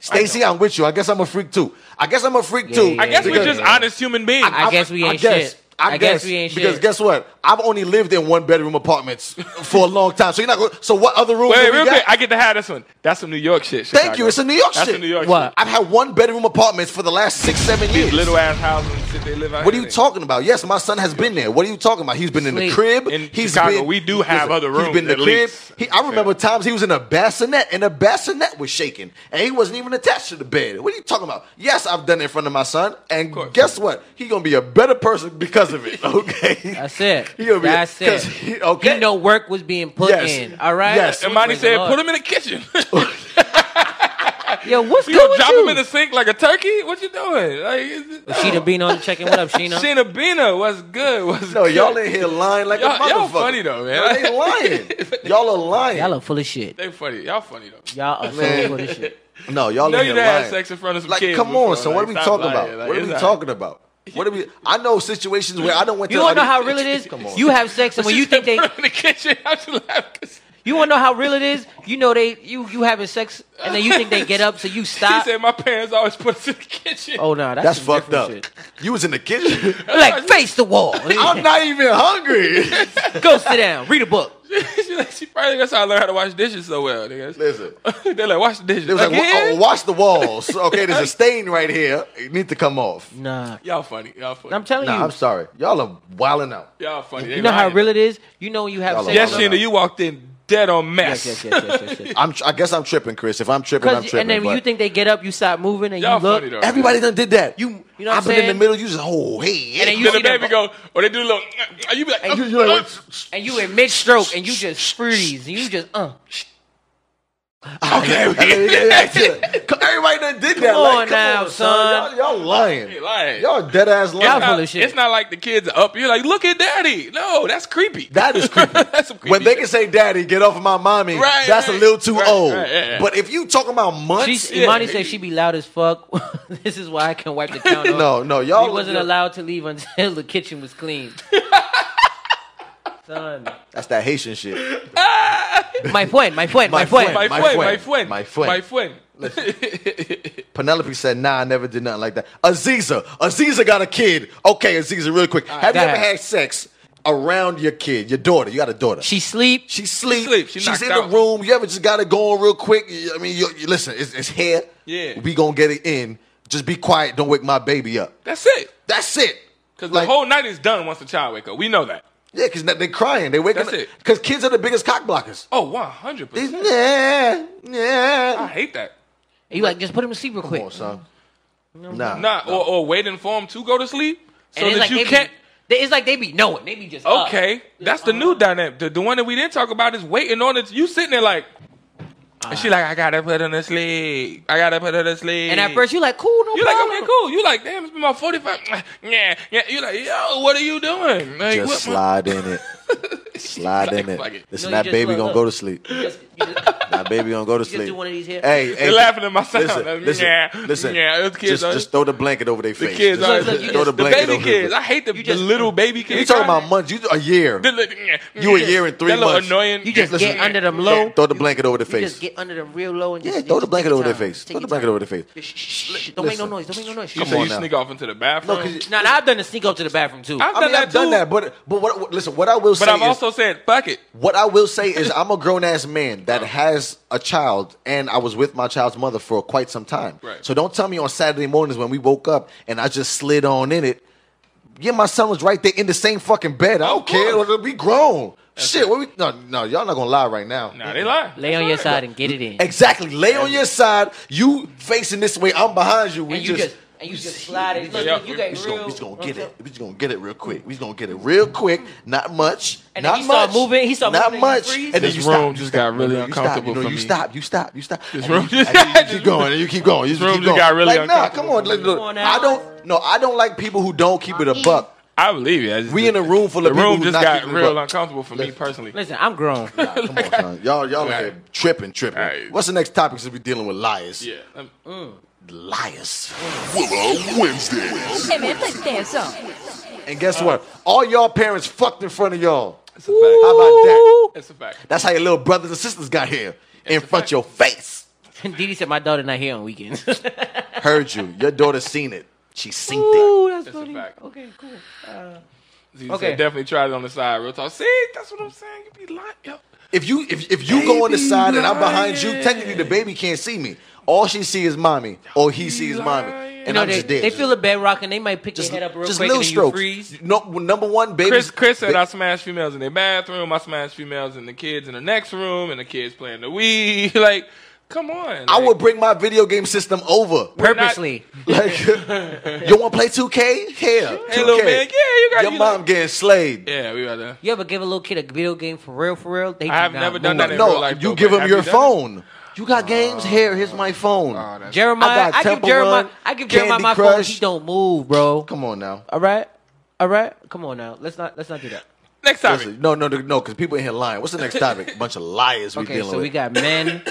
A: Stacy, I'm with you. I guess I'm a freak too. I guess I'm a freak too.
C: yeah,
B: I guess we're
A: because-
B: just honest human beings.
C: I guess we ain't shit. I guess we ain't
A: because
C: shit.
A: guess what? I've only lived in one
B: [laughs]
A: bedroom apartments for a long time. So you're not. Going, so what other room?
B: Wait,
A: do we
B: real
A: got?
B: quick. I get to have this one. That's some New York shit.
A: Thank
B: Chicago.
A: you. It's a New York
B: That's
A: shit.
B: Some New York
C: What?
B: shit.
A: I've had one bedroom apartments for the last six, seven years.
B: These little ass houses and shit they live out
A: what are
B: here
A: you
B: in.
A: talking about? Yes, my son has been there. What are you talking about? He's been in the
C: Sleep.
A: crib.
B: In
A: He's
B: Chicago,
A: been-
B: we do have other
A: He's
B: rooms,
A: been in
B: at
A: the crib.
B: least.
A: He, I remember times he was in a bassinet, and the bassinet was shaking, and he wasn't even attached to the bed. What are you talking about? Yes, I've done it in front of my son, and
B: course.
A: guess what? He's gonna be a better person because
B: [laughs]
A: of it. Okay,
C: That's it.
A: He gonna be-
C: That's
A: 'cause
C: it.
A: he- okay.
C: You know work was being put
A: Yes.
C: in. All right.
A: Yes.
B: And Monty
C: Praise
B: said,
C: the Lord.
B: put him in the kitchen.
A: [laughs]
C: Yo, what's
B: you
C: good
B: gonna
C: with
B: drop
C: you?
B: him in the sink like a turkey? What you doing? Like, is it-
C: Sheena Bean on the [laughs] check-in. What up, Sheena?
B: Sheena Bina, what's good? What's
A: No,
B: good?
A: y'all in here lying like a
B: Y'all-
A: motherfucker.
B: y'all funny though, [laughs] man.
A: No, they lying. y'all are lying.
C: Y'all are full of shit.
B: They funny. Y'all funny though.
C: Y'all are so
A: Man.
C: full of
B: [laughs]
C: shit.
A: no, y'all
B: know
A: in
B: you
A: here
B: done had
A: lying.
B: sex in front of some
A: like,
B: kids
A: come
B: before.
A: on. So what
B: Like,
A: are we
B: stop
A: talking
B: lying.
A: about?
B: Like,
A: what are
B: it's
A: we
B: all
A: talking about? What are we? I know situations where I don't want.
C: You want to know how real it is?
A: Come on.
C: You have sex, and when
B: She
C: you
B: said,
C: think they,
B: "Put him in the kitchen, I just laughed 'cause
C: you want to know how real it is? You know they, you you having sex, and then you think they get up, so
B: [laughs]
C: you
B: She
C: stop.
B: said my parents always put us in the kitchen.
C: oh no, that's,
A: That's
C: some
A: fucked up.
C: different shit.
A: You was in the kitchen.
C: [laughs] Like face the wall.
A: I'm not even hungry.
C: Go sit down. Read a book.
B: [laughs] she, like, she probably that's how I learned how to wash dishes so well. Nigga.
A: Listen,
B: [laughs] They're like wash the dishes.
A: it was like, wa-
B: Again?
A: oh, wash the walls. Okay, there's a stain right here. It need to come off.
C: Nah,
B: Y'all funny. Y'all funny.
C: I'm telling
A: Nah,
C: you.
A: I'm sorry. Y'all are wilding out.
B: Y'all funny. They
C: you know how
B: lying.
C: real it is. You know when you have
A: Y'all
C: sex.
A: are
B: Yes,
A: Hold on,
B: Sheena,
A: hold on.
B: you walked in dead on mess.
C: yes, yes, yes, yes, yes, yes.
A: I'm. tr- I guess I'm tripping, Chris. If I'm tripping,
C: [laughs]
A: I'm
C: 'Cause-
A: tripping.
C: and then when you
A: but-
C: think they get up, you stop moving, and
B: Y'all
C: you look.
B: funny though.
A: Everybody done did that.
C: You- you know what
A: I've
C: I'm
A: been in
C: saying?
A: the middle. You just oh hey, hey.
C: And then you
B: Then
C: see
B: the baby
C: them-
B: go, or they do the little. [clears throat] uh, You be like,
C: And
B: uh,
A: You- you like,
B: uh,
C: and you in mid stroke, and you just freeze, and you just uh.
A: [laughs]
C: [laughs]
A: okay, [laughs] everybody done did that.
C: Come
A: Like,
C: on now, son.
A: Y'all, y'all oh, lying.
B: They lying.
A: Y'all dead ass
C: Y'all
A: lying.
C: full
B: not-
C: of shit.
B: It's not like the kids are up. You're like, look at daddy. No, that's creepy.
A: That is creepy.
B: That's some creepy
A: when they
B: shit.
A: can say "Daddy, get off of my mommy,"
B: Right,
A: that's
B: right,
A: a little too
B: right,
A: old.
B: right, yeah, yeah.
A: But if you talking about months,
C: She's, Imani
B: yeah.
C: said she be loud as fuck. [laughs] this is why I can wipe the
A: [laughs]
C: count off.
A: no, no,
C: He
A: y'all
C: wasn't
A: y'all-
C: allowed to leave until [laughs] the kitchen
B: [laughs]
C: was clean. Son.
A: That's that Haitian shit.
C: My friend, my friend, my
A: My
C: friend.
A: friend.
B: My
A: My
B: friend, my
A: friend,
B: friend,
A: my friend.
B: my friend.
A: Penelope said, "Nah, I never did nothing like that." Aziza, Aziza got a kid. Okay, Aziza, real quick, have you
C: go
A: ever
C: ahead.
A: had sex around your kid, your daughter? You got a daughter.
C: She sleep.
A: She sleep.
B: Sleep. She
A: She's
B: knocked
A: in
B: out.
A: the room. You ever just got it going real quick? You- I mean, you, you- listen, it's, it's here.
B: Yeah.
A: We gonna get it in. Just be quiet. Don't wake my baby up.
B: That's it.
A: That's it.
B: Because the whole night is done once the child wake up. We know that.
A: Yeah, because they're crying. They waking
B: That's
A: up.
B: it.
A: Because kids are the biggest cock blockers.
B: Oh, 100.
A: These,
B: percent
A: nah,
B: I
A: nah.
B: hate that.
C: You like just put him to sleep real
A: Come
C: quick.
A: on, son. Nah.
B: Nah, or, or waiting for them to go to sleep so
C: and it's
B: that
C: like
B: you
C: they
B: can't.
C: Be, they- it's like they be knowing. They be just up.
B: Okay, that's the new dynamic. The, the one that we didn't talk about is waiting on it. You sitting there like, and she like, I gotta put her to sleep. I gotta put her to sleep.
C: And at first you like cool, no
B: you like,
C: problem.
B: okay, cool. You like, damn, it's been my forty five. [sniffs] Yeah, yeah. You like, yo, what are you doing? Like,
A: Just
B: what my-
A: slide
C: [laughs]
A: in it. Slide in
B: fuck
A: it.
B: it.
A: Listen,
C: No, you
A: that
C: just
A: baby
C: look
A: gonna
C: up.
A: go to sleep.
C: Just- you just-
A: [laughs] That baby gonna go to
C: just
A: sleep.
C: do one of these here.
A: Hey, hey.
B: They're laughing at my sound.
A: Listen, listen,
B: yeah,
A: listen.
B: yeah. Those kids,
A: Just,
B: are-
A: just throw the blanket over their
B: the
A: face.
B: kids,
A: Just
B: are-
C: look, you
A: throw
C: just-
A: the
B: the
A: blanket
B: baby
A: over
B: kids.
A: their
B: I
A: face.
B: hate the, the
C: just-
B: little baby kids.
A: You talking about months? You a year?
B: The little- yeah,
A: You a
B: yeah.
A: year and three
B: that little
A: months.
B: Annoying.
C: You just get under them low.
A: Throw the blanket over their
C: You just
A: face.
C: get under them real low and just
A: Yeah, throw
C: just
A: the blanket
C: take
A: over their
C: your time.
A: face.
C: Take
A: Throw the
C: your
A: blanket
C: time.
A: over their face.
C: Shh, shh, shh, Don't make no
A: Listen.
C: noise. Don't make no noise.
B: You
A: Come
B: say
A: on
B: you
A: now.
B: sneak off into the bathroom.
A: No, 'cause you-
C: Now, now I've done to sneak up to the bathroom too.
B: I've
A: I
B: done
A: mean,
B: that
A: I've done
B: too.
A: that, but but what, what- listen, what I will say
B: But I've
A: is
B: also said, fuck it.
A: what I will say
B: [laughs]
A: is I'm a grown ass man that has a child, and I was with my child's mother for quite some time.
B: Right.
A: So don't tell me on Saturday mornings when we woke up and I just slid on in it. Yeah, my son was right there in the same fucking bed. I
B: Of
A: don't care.
B: course.
A: We grown. Shit, what we no no y'all not gonna lie right now.
B: Nah, they lie.
C: Lay on your side and get it in.
A: Exactly. Lay on your side. You facing this way. I'm behind you. We
C: And you just and you just slide it. Look,
B: Yeah.
C: you got
A: We just
C: real.
A: gonna, we just gonna get it. We just gonna get it real quick. We just gonna get it real quick. Not much.
C: And then
A: not
C: he
A: much.
C: start moving. He start
A: not
C: moving and
A: much.
C: you freeze.
A: And then
B: This
A: you
B: room
A: stop.
B: just
A: You
B: got
A: stop.
B: really
A: You know,
B: uncomfortable
A: You, stop. You know,
B: for
A: you
B: me.
A: stop. You stop. You stop.
B: This
A: And then
B: room
A: you-
B: just-
A: and then you keep going. And you keep going. You just
B: room
A: keep
B: just
A: going.
B: got really
A: like, nah, come
B: uncomfortable
A: on. Look, look.
C: Come on now.
A: I don't. No, I don't like people who don't keep it a buck.
B: I believe you. I just-
A: We in a room full of
B: the
A: people
B: room
A: who's
B: just
A: not
B: got
A: keeping it
B: real
A: up.
B: uncomfortable for me personally.
C: Listen, I'm grown.
A: Come
B: [laughs]
A: on, son. Y'all, y'all
B: Right.
A: are tripping, tripping.
B: Right.
A: What's the next topic? Since we dealing with liars.
B: Yeah. [laughs] um,
C: mm,
A: Liars.
E: Willow Wednesdays.
A: And guess what? All y'all parents fucked in front of y'all.
B: It's a fact.
A: How about that?
B: It's a fact.
A: That's how your little brothers and sisters got here. In front of your face.
C: Didi said my daughter not here on weekends.
A: Heard you. Your daughter seen it. She seen it.
C: Ooh, that's
B: That's a
C: funny.
B: fact.
C: Okay, cool.
B: Z
C: Okay.
B: said definitely tried it on the side. Real talk. See, that's what I'm saying. You be lying. Yo.
A: If you if, if you go on the
B: Baby
A: side and I'm behind you,
B: lying.
A: technically the baby can't see me. All she see is mommy. Or he sees mommy.
B: lying.
A: And
C: No,
A: I'm
C: they,
A: just dead.
C: they feel the bed rocking. They might pick
A: just,
C: your head up real
A: just
C: quick
A: little
C: and then you
A: strokes.
C: freeze.
A: No, number one, baby.
B: Chris, Chris said I smash females in their bathroom. I smash females in the kids in the next room, and the kids playing the Wii. [laughs] like, come on.
A: I
B: Like,
A: would bring my video game system over.
B: [laughs]
C: Purposely.
A: Like, [laughs] you want to play 2K? Here, 2K.
B: Hey, little man. Yeah, you got
A: Your
B: you
A: mom
B: Like,
A: getting slayed.
B: yeah, we got that.
C: You ever give a little kid a video game for real, for real? They do
B: I have
C: not
B: never done
C: move.
B: that in
A: no,
B: real life,
A: you
B: though,
A: give
B: but
A: him
B: have
A: your
B: you done Oh.
A: phone. You got games here. Here's my phone. I
C: Jeremiah,
A: got
C: I, give
A: Temple
C: Jeremiah,
A: Run,
C: I give Jeremiah
A: Candy
C: my phone.
A: Crush.
C: He don't move, bro.
A: Come on now.
C: All right, all right. Come on now. Let's not let's not do that.
B: Next topic.
A: Listen, no, no, no, no, because people in here lying. What's the
B: [laughs]
A: next topic? Bunch of liars we
C: Okay,
A: dealing
C: so
A: with.
C: we got
A: [coughs]
C: men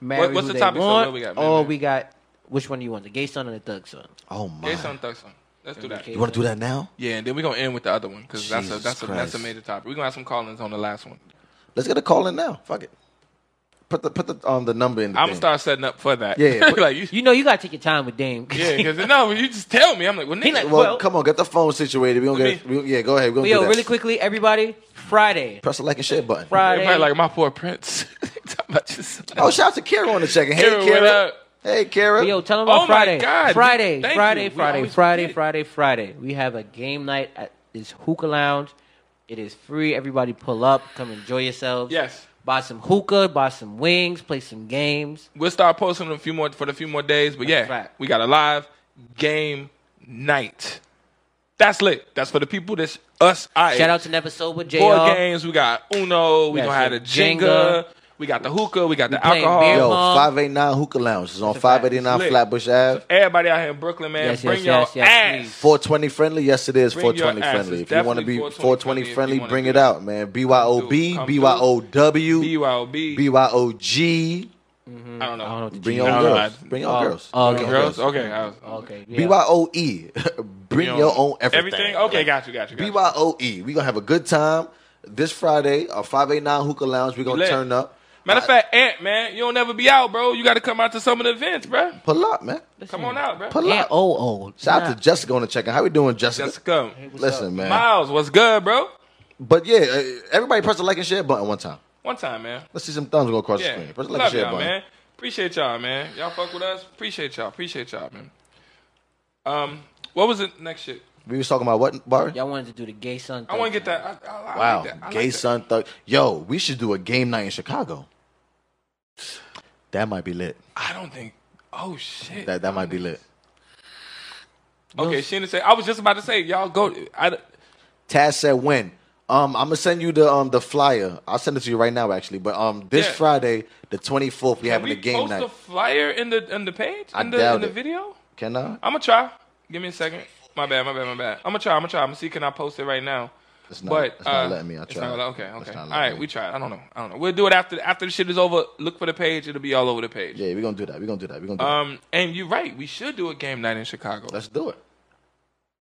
C: married
B: What- what's
C: who
B: the
C: they
B: topic, so
C: want,
B: what we got, men
C: or
B: married?
C: we got which one do you want? The gay son or the thug son?
A: oh my!
B: Gay son, thug son. Let's do that.
C: Okay.
A: You want to do that now?
B: Yeah, and then we're gonna end with the other one because that's a
A: Jesus
B: that's a that's a
A: Christ.
B: major topic. We're gonna have some call-ins on the last one.
A: Let's get a call in now. Fuck it. Put the put the um the number in. The
B: I'm
A: thing.
B: gonna start setting up for that.
A: Yeah, yeah.
B: [laughs] like you.
C: You know you gotta take your time with Dame.
B: Yeah, because no, you just tell me. I'm like, well,
C: [laughs]
B: nigga,
C: like,
A: Well,
C: well-
A: come on, get the phone situated. We gonna
B: Let
A: get. We, yeah, go ahead. We
C: But
A: gonna do
C: yo,
A: that.
C: really quickly, everybody, Friday,
A: Press the like and share button.
C: Friday.
B: everybody like my poor prince. [laughs] Talking about just-
A: Oh, shout out to Kara on the check-in. Hey,
B: Kara,
A: Kara.
B: what up?
A: Hey, Kara.
C: Yo, tell them about
B: Oh my
C: Friday.
B: God.
C: Friday,
B: Thank
C: Friday,
B: you. We
C: Friday,
B: always
C: Friday,
B: forget.
C: Friday, Friday. We have a game night at this hookah lounge. It is free. Everybody pull up, come enjoy yourselves.
B: Yes.
C: Buy some hookah, buy some wings, play some games.
B: We'll start posting a few more for the few more days, but yeah,
C: right.
B: we got a live game night. That's lit. That's for the people. That's us. I
C: Shout out to Never Sober, JR.
B: board games. We got Uno. We
C: Yes,
B: gonna have the
C: Jenga.
B: Jenga. We got the hookah. We got the
C: playing
B: alcohol.
C: beer
A: Yo,
C: Um,
A: 589 Hookah Lounge is on
C: a fact.
A: 589
B: It's lit.
A: Flatbush Ave.
B: Everybody out here in Brooklyn, man,
C: Yes, yes,
B: bring
C: yes,
B: your
C: yes,
B: ass.
C: please.
A: 420 friendly? Yes, it is
B: Bring your
A: 420
B: ass.
A: friendly.
B: It's
A: If you want to
B: definitely
A: be
B: 420
A: 420
B: if you
A: friendly,
B: wanna
A: bring
B: do
A: it
B: that.
A: out, man. BYOB,
B: Come through.
A: BYOW,
B: BYOB.
A: BYOG.
B: I don't know.
C: I don't know what to
A: Bring
C: do.
A: your own
B: I don't know.
A: girls. Bring your own girls.
C: oh,
A: Bring
C: okay.
A: your own
B: Girls? Okay. I was,
C: Okay. yeah.
A: BYOE. E, [laughs] Bring your own everything.
B: Everything? Okay, got you, got you. Got you.
A: BYOE. We're going to E, have a good time this Friday, uh, 589 Hookah Lounge. We're going to
B: lit.
A: turn up.
B: Matter of fact, Ant, man, you don't never be out, bro. You got to come out to some of the events, bro.
A: Pull up, man.
B: Come on out, bro.
A: Pull
C: Yeah,
A: up.
C: oh, oh.
A: Shout out to Jessica on the check-in. How we doing, Jessica?
B: Just come.
A: Listen, man.
B: Miles, what's good, bro?
A: But yeah, uh, everybody press the like and share button one time.
B: One time, man.
A: Let's see some thumbs go across the
B: Yeah.
A: screen. Press the like and
B: Love
A: share
B: y'all,
A: button.
B: man. Appreciate y'all, man. Y'all fuck with us. Appreciate y'all. Appreciate y'all, man. Um, what was it next shit?
A: We was talking about what, Bar?
C: Y'all wanted to do the gay son.
B: I
C: thing.
B: want to get that. I, I, I
A: Wow,
B: like that. I like
A: gay
B: that.
A: son thug. Yo, we should do a game night in Chicago. That might be lit.
B: I don't think. Oh shit.
A: That that might be lit.
B: okay, Sheena said. I was just about to say, y'all go. I,
A: Taz said when. Um, I'm gonna send you the um the flyer. I'll send it to you right now, actually. But um, this
B: Yeah.
A: Friday, the 24th, we
B: can
A: having
B: we
A: a game
B: post
A: night.
B: a flyer in the in the page in
A: I
B: the
A: doubt
B: in the
A: it.
B: video?
A: Can I?
B: I'm gonna try. Give me a second. My bad. My bad. My bad. I'm gonna try. I'm gonna try. I'm gonna see. Can I post it right now?
A: It's not-
B: but
A: it's not
B: uh,
A: letting me. I
B: it's
A: tried.
B: not allow- okay.
A: It's
B: Okay.
A: not
B: All
A: letting
B: right.
A: me.
B: We tried. I don't know. I don't know. We'll do it after after the shit is over. Look for the page. It'll be all over the page.
A: Yeah, we're gonna do that. We're gonna do that. We're gonna do
B: Um.
A: that.
B: And you're right. We should do a game night in Chicago.
A: Let's do it.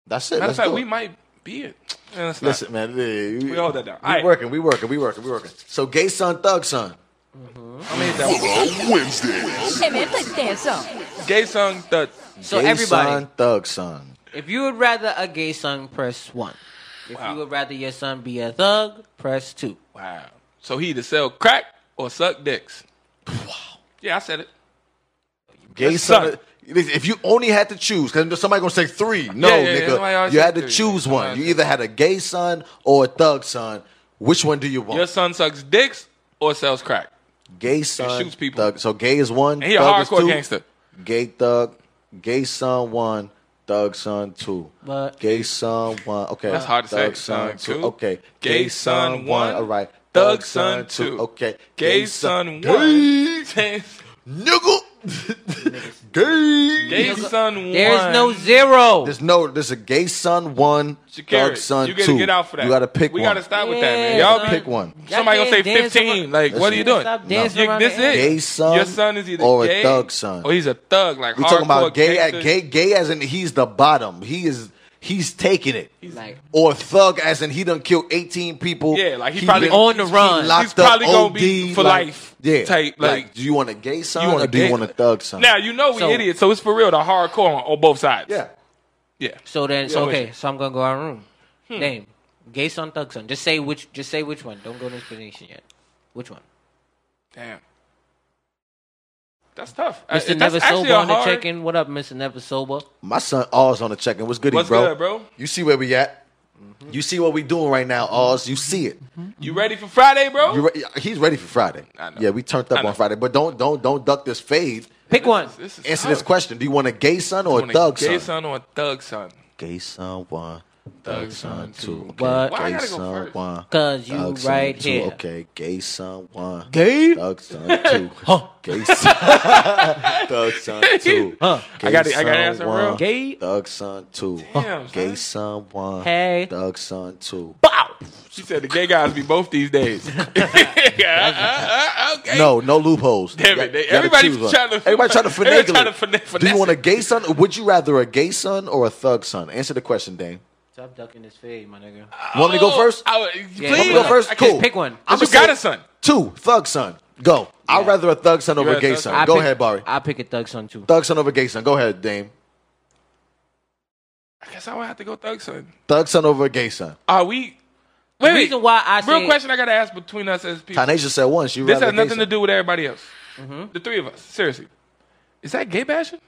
A: That's it.
B: Matter of
A: Let's
B: fact,
A: do
B: we
A: it.
B: might be it. Eh, let's not.
A: Listen, man. We, we
B: hold that down.
A: We
B: All right.
A: working. We working. We working. We working. So, gay son, thug son.
B: I made that one.
E: Fuller Wednesdays.
G: Hey man, play the damn song.
B: Gay song. The
C: So
A: gay
C: everybody,
A: son, thug son.
C: if you would rather a gay son, press one. If
B: Wow.
C: you would rather your son be a thug, press two.
B: wow. So he either sell crack or suck dicks. Yeah, I said it.
A: Gay
B: Yes,
A: son.
B: son.
A: If you only had to choose, because somebody gonna say three. No,
B: Yeah, yeah, yeah. Somebody
A: nigga,
B: always
A: you
B: say
A: had to
B: three.
A: choose
B: Somebody
A: one.
B: always
A: You
B: say
A: either had a gay son or a thug son. Which one do you want?
B: Your son sucks dicks or sells crack.
A: Gay son,
B: shoots people.
A: thug. So gay is one.
B: And he a
A: thug is
B: hardcore
A: two.
B: gangster.
A: Gay thug, gay son one, thug son two.
C: But-
A: gay son one. Okay,
B: That's hard to say.
A: thug Son
B: Son two.
A: Okay,
B: Gay son one.
A: All right,
B: Thug son two.
A: Okay,
B: Gay son
A: Gay
B: one.
A: nigga. gay.
B: Gay son one.
C: There's no zero.
A: There's no. There's a gay son one,
B: Shakira,
A: thug son
B: you
A: two.
B: gotta get out for that.
A: You gotta pick
B: we
A: one.
B: gotta stop with that, man.
C: Yeah,
B: Y'all
C: son.
A: pick one.
B: Somebody
C: Y'all
B: gonna say
C: can't dance
B: 15.
C: around-
B: Like, what are you doing?
C: Stop dancing
B: You-
C: around
B: this
C: the
B: it.
A: Gay son
B: Your son is either
A: or a
B: gay
A: thug son.
B: Or he's a thug. Like
A: We talking about
B: hardcore
A: gay, at
B: gangster.
A: gay, gay as in he's the bottom. He is, he's taking it.
C: Like
A: Or thug as in he done killed eighteen people.
B: Yeah, like, he probably
A: been
C: on the run.
A: locked
B: He's probably
A: up,
B: gonna be
A: OD,
B: for
A: like-
B: life
A: Yeah,
B: type, like-
A: do you want a gay son
B: want
A: or
B: a
A: do you
B: gay-
A: want a thug son?
B: Now you know we
C: So-
B: idiots, so it's for real. The hardcore on, on both sides.
A: yeah,
B: yeah.
C: so then so
B: Yeah, Hmm. wait.
C: okay, so I'm gonna go out of room. Name. Gay son, thug son. Just say which just say which one. Don't go to explanation yet. Which one?
B: Damn, that's tough. I-
C: Mr.
B: Uh, that's
C: Never
B: actually
C: Sober
B: a
C: on the
B: hard-
C: check in. What up, Mr. Never Sober?
A: my son Oz on the check in. What's good,
B: What's
A: bro?
B: good, bro? Mm-hmm.
A: You see where we at? You see what we doing right now, Oz? You see it.
B: You ready for Friday, bro?
A: You re- he's ready for Friday.
B: I know.
A: Yeah, we turned up
B: I know.
A: on Friday, but don't don't don't duck this fade.
C: Pick one.
B: This is
A: Answer
B: tough.
A: this question: Do you want a gay son or
B: You want
A: a thug
B: gay
A: son?
B: son or a thug son?
A: Gay son one, thug son two. Okay.
C: But-
B: Why I
A: gay
B: gotta go
A: son
B: first?
A: one,
C: Cause you
A: thug son
C: right
A: two.
C: here.
A: Okay, gay son one,
C: Gay?
A: thug son
C: [laughs]
A: two. huh. Gay son, [laughs] thug son
B: [laughs]
A: two.
C: Huh.
A: Gay
B: I gotta- I gotta
A: son
B: answer
A: one,
B: real.
C: Gay.
A: Thug son two.
B: Damn,
A: Gay
B: son.
A: son one,
C: Hey.
A: thug son two.
C: Bow.
B: She said the gay guys be both these days. Yeah, uh, uh, uh, okay.
A: No, no loopholes.
B: Damn it,
A: You
B: they-
A: gotta
B: everybody's
A: choose one.
B: trying to- [laughs]
A: Everybody trying to finagle.
B: Everybody trying to
A: it.
B: fina-
A: Do you
B: finesse
A: want a
B: it.
A: gay son? Would you rather a gay son or a thug son? Answer the question, Dane.
C: Stop ducking this fade, my nigga.
A: You want me to go first?
B: Oh, I, would-
C: Yeah,
B: please.
A: you go first?
B: I can't
A: Cool.
C: Pick one.
B: But
A: I'ma
B: you got
A: say
B: a son.
A: Two, thug son. Go. I'd rather a thug son over
B: rather
A: a gay
B: thug
A: son.
B: son?
C: I
A: Go
C: pick-
A: ahead, Barry.
C: I pick a thug son too.
A: Thug son over gay son. Go ahead, Dame.
B: I guess I would have to go thug son.
A: Thug son over gay son.
B: Are we? Wait,
C: reason why I
B: real
C: said-
B: question I gotta ask between us as people.
A: Tanasia said once. You
B: This
A: rather
B: has
A: gay
B: nothing to do with everybody else.
C: Mm-hmm.
B: The three of us, seriously. Is that gay bashing?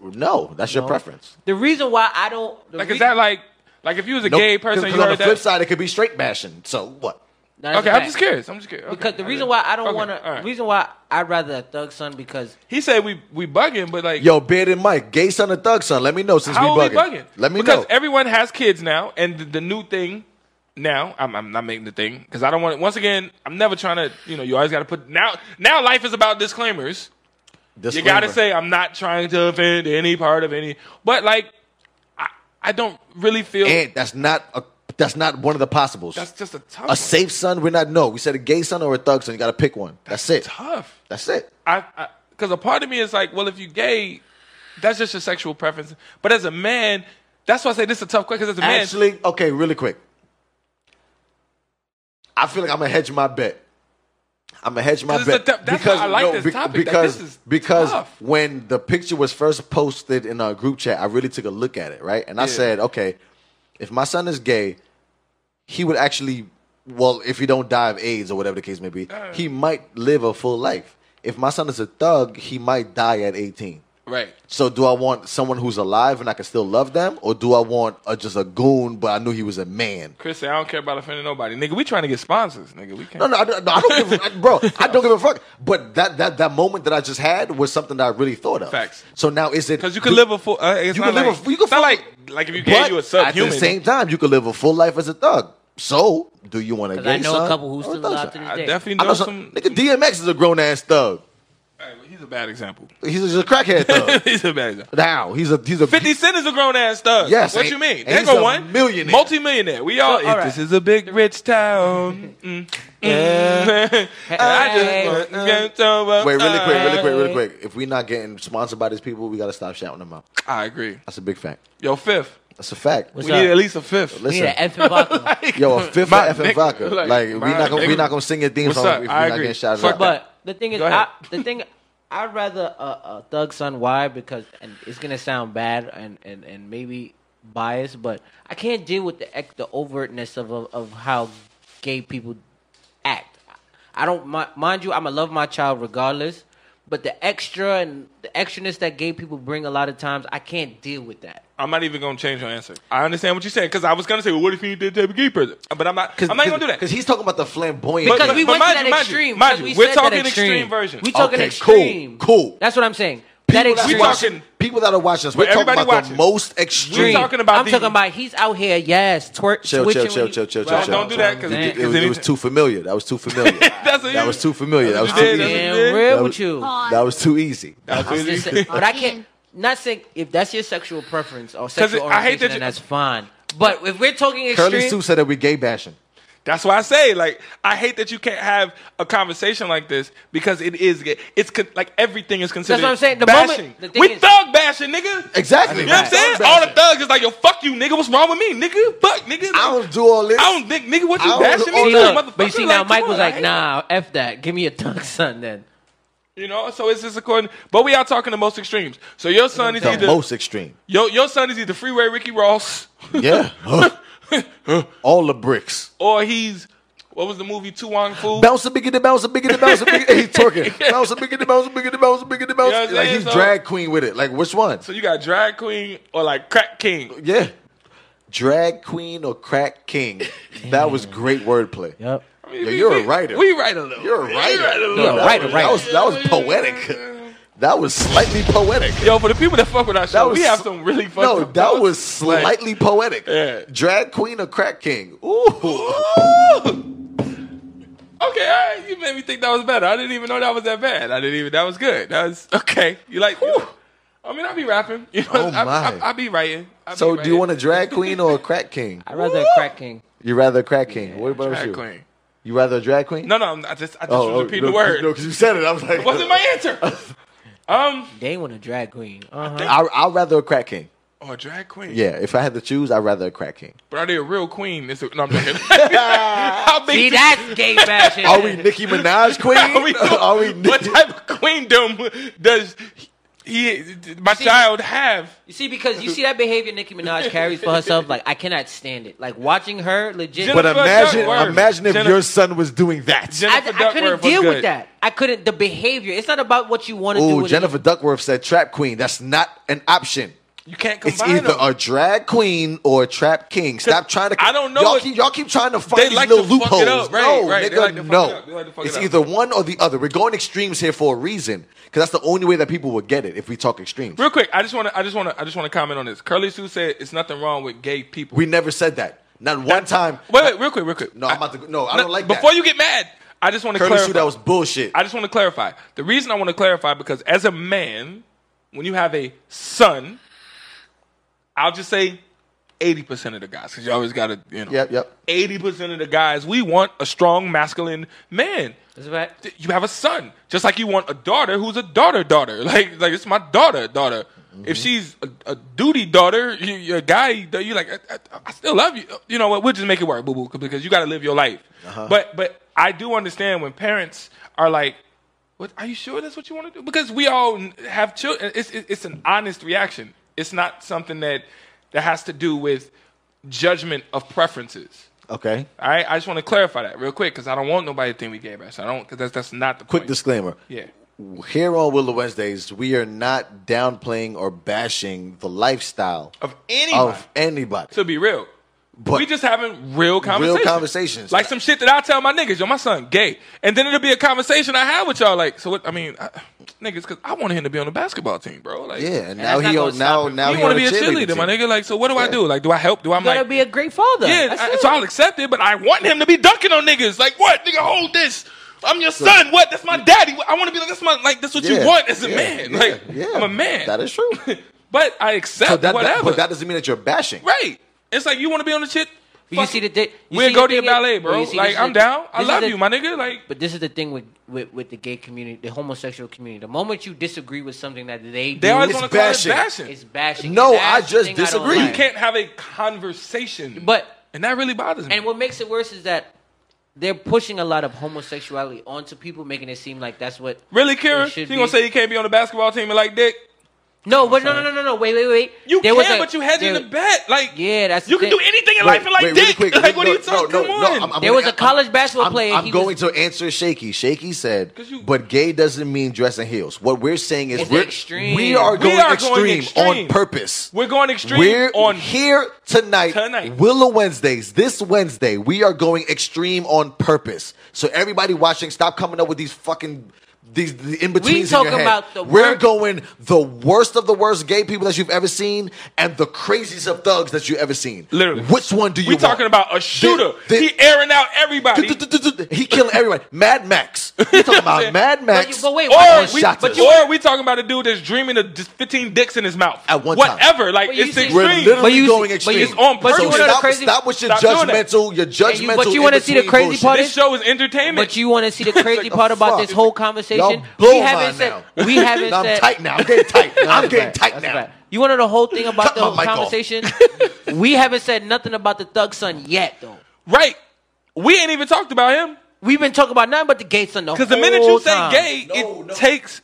A: son. No, that's your preference.
C: The reason why I don't the
B: Like,
C: rea-
B: is that like, like if you was a
A: Nope.
B: gay person,
A: 'Cause
B: you
A: on the
B: heard
A: flip
B: that?
A: side, it could be straight bashing. So what?
C: No, that's
B: Okay,
C: a
B: I'm
C: fact.
B: just curious. I'm just curious. Okay,
C: Because the
B: I
C: reason
B: did.
C: why I don't
B: Okay,
C: want
B: all
C: to,
B: right.
C: reason why I'd rather a thug son because
B: He said we we bugging, but like,
A: Yo, Beard and Mike, gay son or thug son? Let me know since
B: how
A: we
B: are
A: bugging.
B: we bugging?
A: Let me
B: because
A: know.
B: everyone has kids now, and the, the new thing now, I'm, I'm not making the thing because I don't want. to Once again, I'm never trying to. You know, you always got to put now. Now life is about disclaimers. You
A: Disclaimer.
B: got to say, I'm not trying to offend any part of any, but like, I I don't really feel
A: and that's not a, that's not one of the possibles.
B: that's just a tough.
A: a
B: one.
A: safe son. We're not no. We said a gay son or a thug son. You got to pick one. That's it.
B: tough.
A: That's it.
B: I because a part of me is like, well, if you gay, that's just your sexual preference. But as a man, that's why I say this is a tough question. 'cause as a man,
A: Actually, okay, really quick. I feel like I'm gonna hedge my bet. I'm gonna hedge my
B: This is a
A: bet
B: tough- that's why I like this topic, that
A: because
B: this is
A: because
B: tough.
A: when the picture was first posted in our group chat, I really took a look at it, right? And I said, okay, if my son is gay, he would actually, well, if he don't die of AIDS or whatever the case may
B: Uh.
A: be, he might live a full life. If my son is a thug, he might die at 18.
B: Right.
A: So do I want someone who's alive and I can still love them, or do I want a, just a goon but I knew he was a man?
B: Chris said, I don't care about offending nobody. Nigga, we trying to get sponsors. Nigga, we can't.
A: No, no, I, don't- no,
B: [laughs]
A: I don't give, a- bro. I don't give a fuck. But that that that moment that I just had was something that I really thought of.
B: Facts.
A: So now is it
B: Because you can live a full. Uh, it's
A: you
B: not
A: can live
B: like,
A: a- you can
B: it's not
A: full-
B: like like if you
A: But
B: gave you a
A: at
B: subhuman.
A: the same time, you could live a full life as a thug. So do you want to?
C: Because I know a couple who's still alive to this
B: I
C: day.
B: definitely
A: I
B: know
A: know some,
B: some.
A: nigga DMX is a grown ass thug.
B: Alright, well, he's a bad example. [laughs]
A: He's just a crackhead thug.
B: he's a bad example.
A: now he's a he's a
B: Fifty Cent is a grown ass thug.
A: Yes,
B: What
A: and-
B: you mean?
A: and
B: There
A: he's
B: go
A: a
B: one
A: millionaire.
B: multi-millionaire. We all.
C: So, alright.
B: This is a big rich
C: [laughs]
B: town. Mm, [laughs] mm. I just get so upset.
A: Wait, really quick, really
C: uh,
A: quick, really quick. If we're not getting sponsored by these people, we gotta stop shouting them out.
B: I agree.
A: That's a big fact.
B: Yo, fifth.
A: That's a fact.
C: What's
B: We
C: up?
B: need at least a fifth.
C: We need
A: Listen,
C: an F
B: [laughs]
C: and vodka.
A: yo, a fifth
B: My
A: of F
B: nigga,
A: and vodka.
B: like,
A: Like, we
B: my
A: not gonna we
B: nigga.
A: not gonna sing a theme
B: What's
A: song
B: up?
A: if we're
B: I
A: not
B: agree.
A: getting shouted
B: Fuck
A: out.
C: But the thing is,
B: Go ahead.
C: I, the thing I'd rather a, a thug son. Why? Because and it's gonna sound bad and, and, and maybe biased, but I can't deal with the ex- the overtness of, of of how gay people act. I don't mi- mind you. I'ma love my child regardless, but the extra and the extraness that gay people bring a lot of times, I can't deal with that.
B: I'm not even gonna change your answer. I understand what you're saying because I was gonna say, well, what if you did that to a gay person? But I'm not. I'm not gonna do that.
A: because he's talking about the flamboyant.
C: Because
B: but-
C: we
B: but
C: went to
B: mind
C: that
B: you, mind you,
C: extreme.
B: mind
C: because
B: you,
C: we
B: we're
C: said that
B: talking extreme version.
C: We talking
A: Okay, cool,
C: extreme.
A: cool.
C: That's what I'm saying. That
A: people, that
C: extreme.
B: We
A: watch-
B: talking-
A: people that are watching us,
B: But
A: we're talking
B: everybody
A: about
B: watching.
A: the most extreme.
B: We talking about
C: I'm
B: the-
C: talking about he's out here, yes, twerk,
A: Chill, chill,
C: switching.
A: chill,
C: when
A: chill,
C: you-
A: chill, chill,
B: Right,
A: chill.
B: don't do that 'cause
A: it,
B: it-
A: it was, it was too familiar. That was too familiar.
B: [laughs] That's what
A: that
B: you-
A: was too familiar. That was
B: you
A: too
B: did.
A: easy.
B: Yeah.
C: Damn, real
A: That
C: with
A: was-
C: you.
A: That was too easy.
C: I'm just saying- but I can't. Not saying if that's your sexual preference or sexual
B: it- I hate
C: orientation,
B: that
C: then
B: you-
C: that's fine. But if we're talking
A: Curly Sue
C: extreme,
A: said that we gay bashing.
B: That's why I say, like, I hate that you can't have a conversation like this because it is, it's con- like everything is considered.
C: what I'm saying. The
B: bashing.
C: moment- the thing
B: we
C: is-
B: thug bashing, nigga.
A: Exactly.
B: You know what I'm saying? All the thugs is like, yo, fuck you, nigga. What's wrong with me, nigga? Fuck, nigga.
A: I don't do all this.
B: I don't think, nigga. What
A: I
B: you
A: don't
B: bashing
A: do
B: me,
A: all
B: for,
C: See,
A: that.
B: motherfucker?
C: look, but you see now,
B: come
C: Mike
B: on,
C: was like,
B: right?
C: "Nah, f that. Give me a thug son then."
B: You know, so it's just according. But we are talking the most extremes. So your son is
A: the
B: either
A: most extreme.
B: your your son is either freeway Ricky Ross
A: [laughs] Yeah. all the bricks.
B: or he's what was the movie Tu Wong Fu?
A: Bounce a biggity, bounce a biggity, bounce a biggity. [laughs] He's twerking. Bounce a biggity, bounce a biggity, bounce a biggity, bounce.
B: You know what I'm
A: like
B: saying?
A: he's
B: So-
A: drag queen with it. Like which one?
B: So you got drag queen or like crack king.
A: Yeah. Drag queen or crack king. That was great wordplay.
C: Yep.
B: I mean,
A: Yo,
B: we-
A: you're a
B: we-
A: writer.
B: We write a little.
A: You're a
B: We
A: writer.
B: write a little.
C: You're a writer,
A: That
C: writer.
A: was that was poetic. That was slightly poetic.
B: Yo, for the people that fuck with our
A: That
B: show,
A: was
B: we have some really fucking.
A: No, that was slightly poetic.
B: Yeah.
A: Drag queen or crack king.
B: [laughs]
A: Ooh. Oh,
B: Okay, all right, you made me think that was better. I didn't even know that was that bad. I didn't even. That was good. That was okay. You like? you know- I mean, I be rapping. You know,
A: Oh,
B: I, I,
A: my.
B: I, be writing. I be
A: So do you
B: writing.
A: want a drag
B: [laughs]
A: queen or a crack king?
C: I'd rather a crack king.
A: You rather a crack king. what about
B: drag
A: you?
B: queen?
A: You rather a drag queen?
B: No, no. I'm- I just, I just
A: Oh,
B: was
A: oh,
B: repeating
A: no,
B: the word.
A: No, because you said it. I was like,
B: Wasn't my answer.
A: [laughs]
B: Um,
C: They want a drag queen. Uh huh.
A: I, I'd rather a crack king.
B: or a Oh, drag queen.
A: Yeah, if I had to choose, I'd rather a crack king.
B: But are they a real queen? It's a,
A: [laughs]
B: no, I'm joking. [laughs] How big?
C: See,
B: do- [laughs]
C: that's gay fashion.
A: Are we Nicki Minaj queen?
B: Are we,
A: [laughs] Are we
B: [laughs] what
A: Nicki?
B: type of queendom does he, my
C: See-
B: child have?
C: You see, because you see that behavior Nicki Minaj carries for herself. Like, I cannot stand it. Like watching her, legit.
B: Jennifer
A: But imagine,
B: Duckworth.
A: imagine if
B: Jenna-
A: your son was doing that.
C: I,
B: Jennifer
C: I couldn't
B: Duckworth was
C: deal with
B: good.
C: that. I couldn't. The behavior. It's not about what you want to do.
A: Ooh,
C: with
A: Jennifer
C: It.
A: Duckworth said trap queen. That's not an option.
B: You can't
A: It's
B: combine
A: either
B: them.
A: a drag queen or a trap king. Stop trying to.
B: I don't know
A: Y'all,
B: what-
A: keep, y'all keep trying to find
B: They
A: these
B: like
A: little
B: to fuck
A: loopholes.
B: it up, right,
A: no,
B: right. They
A: nigga,
B: like to fuck
A: no.
B: it up. They like to fuck
A: it's
B: it up.
A: either one or the other. We're going extremes here for a reason because that's the only way that people would get it if we talk extremes.
B: Real quick, I just want to, I just want to, I just want to comment on this. Curly Sue said it's nothing wrong with gay people.
A: We never said that. Not one time.
B: wait, wait, real quick, real quick.
A: No, I'm about to go- no, I don't like that.
B: Before you get mad, I just want to
A: Curly
B: clarify.
A: Sue, that was bullshit.
B: I just want to clarify. The reason I want to clarify because as a man, when you have a son, I'll just say eighty percent of the guys because you always got to, you know.
A: Yep, yep.
B: Eighty percent of the guys, we want a strong masculine man.
C: That's right.
B: Th- You have a son, just like you want a daughter who's a daughter daughter. [laughs] Like like it's my daughter daughter.
A: Mm-hmm.
B: If she's a, a duty daughter, you, you're a guy. You like I, I, I still love you. You know what? We'll just make it work, boo boo, because you got to live your life.
A: Uh-huh.
B: But but I do understand when parents are like, "What? Are you sure that's what you want to do?" Because we all n- have children. It's it- it's an honest reaction. It's not something that that has to do with judgment of preferences.
A: Okay.
B: All right, I just want to clarify that real quick because I don't want nobody to think we gay bash. I don't because that's that's not the
A: Quick
B: point.
A: disclaimer.
B: Yeah.
A: here on Willow Wednesdays, we are not downplaying or bashing the lifestyle
B: Of anyone.
A: Of anybody.
B: to be real.
A: But-
B: we just having real conversations.
A: conversations.
B: Like some shit that I tell my niggas, yo, my son gay. And then it'll be a conversation I have with y'all. Like, so what, I mean, I, niggas, because I want him to be on the basketball team, bro. Like,
A: yeah,
C: that's
A: and now
C: not
A: he
C: gonna
A: on-
C: stop
A: now
C: him.
A: now
B: you
A: he
B: want
A: on
B: to be a cheerleader, my
A: team.
B: nigga. Like, so what do I do? Like, do I help? Do I, am
C: gotta
B: like,
C: be a great father.
B: yeah,
C: That's
B: I,
C: it.
B: so I'll accept it, but I want him to be dunking on niggas. Like, what? Nigga, hold this. I'm your son. What? That's my daddy. I want to be like, that's my, like, that's what
A: Yeah,
B: you want as a
A: yeah,
B: man.
A: yeah,
B: like,
A: yeah.
B: I'm a man.
A: That is true.
B: But I accept
A: So that- that-
B: whatever.
A: but that doesn't mean that you're bashing.
B: Right. It's like you want to be on the shit.
C: You
B: Fuck
C: see
B: it.
C: the di- you
B: we'll
C: see
B: go
C: the
B: to your
C: thing that-
B: ballet,
C: but
B: bro.
C: you see,
B: Like
C: this is
B: I'm
C: the-
B: down. I
C: this is
B: love
C: the-
B: you, my nigga. Like
C: But this is the thing with, with, with the gay community, the homosexual community. The moment you disagree with something that they
B: they
C: do,
B: always
A: It's
B: want to call it
A: bashing.
B: bashing.
C: it's bashing.
A: No,
C: That's
A: I
C: the
A: just
C: thing don't
A: disagree.
B: you
C: like.
B: can't have a conversation.
C: But-
B: and that really bothers me.
C: And what makes it worse is that they're pushing a lot of homosexuality onto people, making it seem like that's what
B: really,
C: it
B: Karen? She
C: should
B: gonna
C: be.
B: say you can't be on the basketball team and like dick?
C: no, but no, no, no, no, no. Wait, wait, wait.
B: You
C: There was
B: can,
C: a-
B: but you head in
C: there-
B: the bet. Like
C: Yeah, that's
B: you
C: the
B: can
C: thing.
B: do anything in
A: Wait,
B: life and like
A: wait, really
B: dick.
A: quick.
B: like what
A: No,
B: are you
A: no,
B: talking?
A: no,
B: Come
A: no,
B: on.
A: I'm- I'm
C: There was a
A: I'm-
C: college basketball
A: I'm,
C: player.
A: I'm
C: he was-
A: going to answer Shaky. Shaky said,
B: 'Cause you-
A: but gay doesn't mean dress and heels. What we're saying is
C: It's
A: we're,
C: extreme.
A: we are
C: We
A: going,
B: are
A: extreme,
B: going extreme.
A: on purpose.
B: We're going extreme
A: We're
B: on
A: here tonight,
B: Tonight.
A: Willow Wednesdays. This Wednesday, we are going extreme on purpose. So everybody watching, stop coming up with these fucking these the in betweens.
C: talking about the
A: We're
C: worst-
A: going the worst of the worst gay people that you've ever seen, and the craziest of thugs that you've ever seen.
B: literally.
A: which one do you?
B: We
A: want?
B: talking about a shooter.
A: the-
B: he airing out everybody.
A: He killing everyone. Mad Max. You
B: [laughs]
A: talking about Mad
C: But,
A: Max?
C: you, but wait,
B: Or,
C: wait,
B: we,
A: shot
B: but
A: us.
B: you, or we talking about a dude that's dreaming of just 15 dicks in his mouth.
A: At one time.
B: Whatever. Like,
C: But you
B: it's
C: see-
B: extreme.
A: We're
C: But
A: literally
C: you-
A: going
C: but
A: extreme.
C: you-
B: it's on
C: but
B: purpose.
C: you wanna know the
A: stop,
C: crazy-
A: stop with your
B: Stop doing that.
A: judgmental, your
C: And you-
A: judgmental.
C: but you wanna see the
A: in-between
C: crazy
A: bullshit.
C: part
B: This
C: is-
B: show is entertainment.
C: But you want to see the crazy part
A: the
C: about
A: fuck?
C: this whole
A: Y'all
C: conversation?
A: blow
C: we
A: mine
C: haven't said.
A: now.
C: We
A: [laughs]
C: haven't
A: I'm
C: said.
A: tight now. I'm getting tight.
C: [laughs] No,
A: I'm
C: that's
A: getting
C: bad.
A: tight
C: That's
A: now.
C: bad. You want to know the whole thing about
A: Cut
C: the
A: my
C: whole
A: mic off.
C: conversation? [laughs] we haven't said nothing about the thug son yet, though.
B: right. We ain't even talked about him.
C: We've been talking about nothing but the gay son the
B: Because the minute you
C: whole
B: say
C: time.
B: gay, it takes.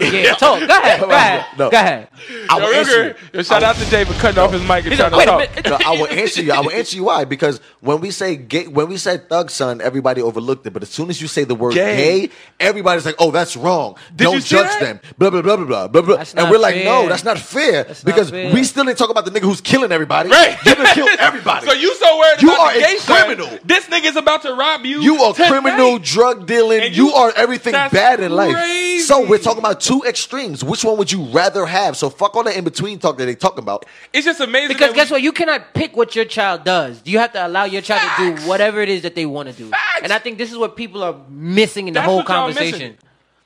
C: yeah, talk. Go ahead, go ahead,
A: No.
C: go ahead.
A: I
B: Yo,
A: will answer
B: Ruger,
A: you.
B: yo, shout out to Jay for cutting off his mic and
C: He's
B: trying
C: like,
B: to
C: wait a
B: talk.
C: minute.
A: No, I will answer you. I will answer you why. Because when we say gay, when we said thug son, everybody overlooked it. But as soon as you say the word
B: Gay.
A: gay, everybody's like, "Oh, that's wrong.
B: Did you
A: Don't
B: see
A: judge
B: that?
A: them." Blah blah blah blah blah blah. blah.
C: That's
A: And
C: not
A: we're like, "No,
C: fair.
A: that's not fair."
C: That's not
A: because
C: fair.
A: we still ain't talking about the nigga who's killing everybody.
B: Right.
A: You done killed everybody.
B: [laughs] So you so worried
A: You
B: about
A: are
B: the
A: a
B: gay son,
A: criminal.
B: This nigga's about to rob you.
A: You are
B: today.
A: criminal, drug dealing.
B: And
A: You,
B: you-
A: are everything
B: that's
A: bad in life.
B: crazy.
A: So we're talking about two extremes. Which one would you rather have? So fuck all that in between talk that they talking about.
B: It's just amazing.
C: Because
B: that
C: guess
B: we-
C: what? You cannot pick what your child does. You have to allow your child to do whatever it is that they want to do.
B: Facts.
C: And I think this is what people are missing in the
B: That's
C: whole
B: what y'all missing.
C: conversation.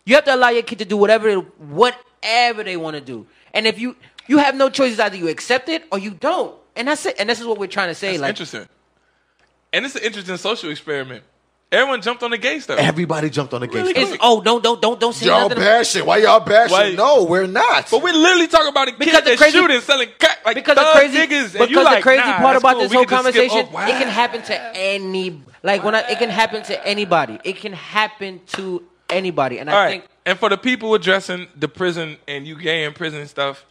C: You have to allow your kid to do whatever whatever they want to do. And if you you have no choices, either you accept it or you don't. And that's it. And this is what we're trying to say.
B: It's
C: like
B: interesting. And it's an interesting social experiment. Everyone jumped on the gay stuff.
A: Everybody jumped on the gay
B: Really?
A: stuff.
C: it's oh don't don't don't don't say
A: Y'all
C: nothing. about-
A: bashing. Why y'all bashing?
B: Why-
A: No, we're not.
B: But we're literally talking about a kid
C: Because the
B: that's
C: crazy-
B: shooting, selling crack, like
C: because the
B: thug
C: crazy
B: niggas.
C: because
B: and you
C: the
B: like,
C: crazy
B: nah,
C: part
B: that's
C: about
B: cool.
C: this
B: We
C: whole
B: can just skip-
C: conversation,
B: oh, wow.
C: it can happen to any like when I, it can happen to anybody. It can happen to anybody, and
B: All
C: I
B: right.
C: think
B: and for the people addressing the prison and you gay in prison and stuff,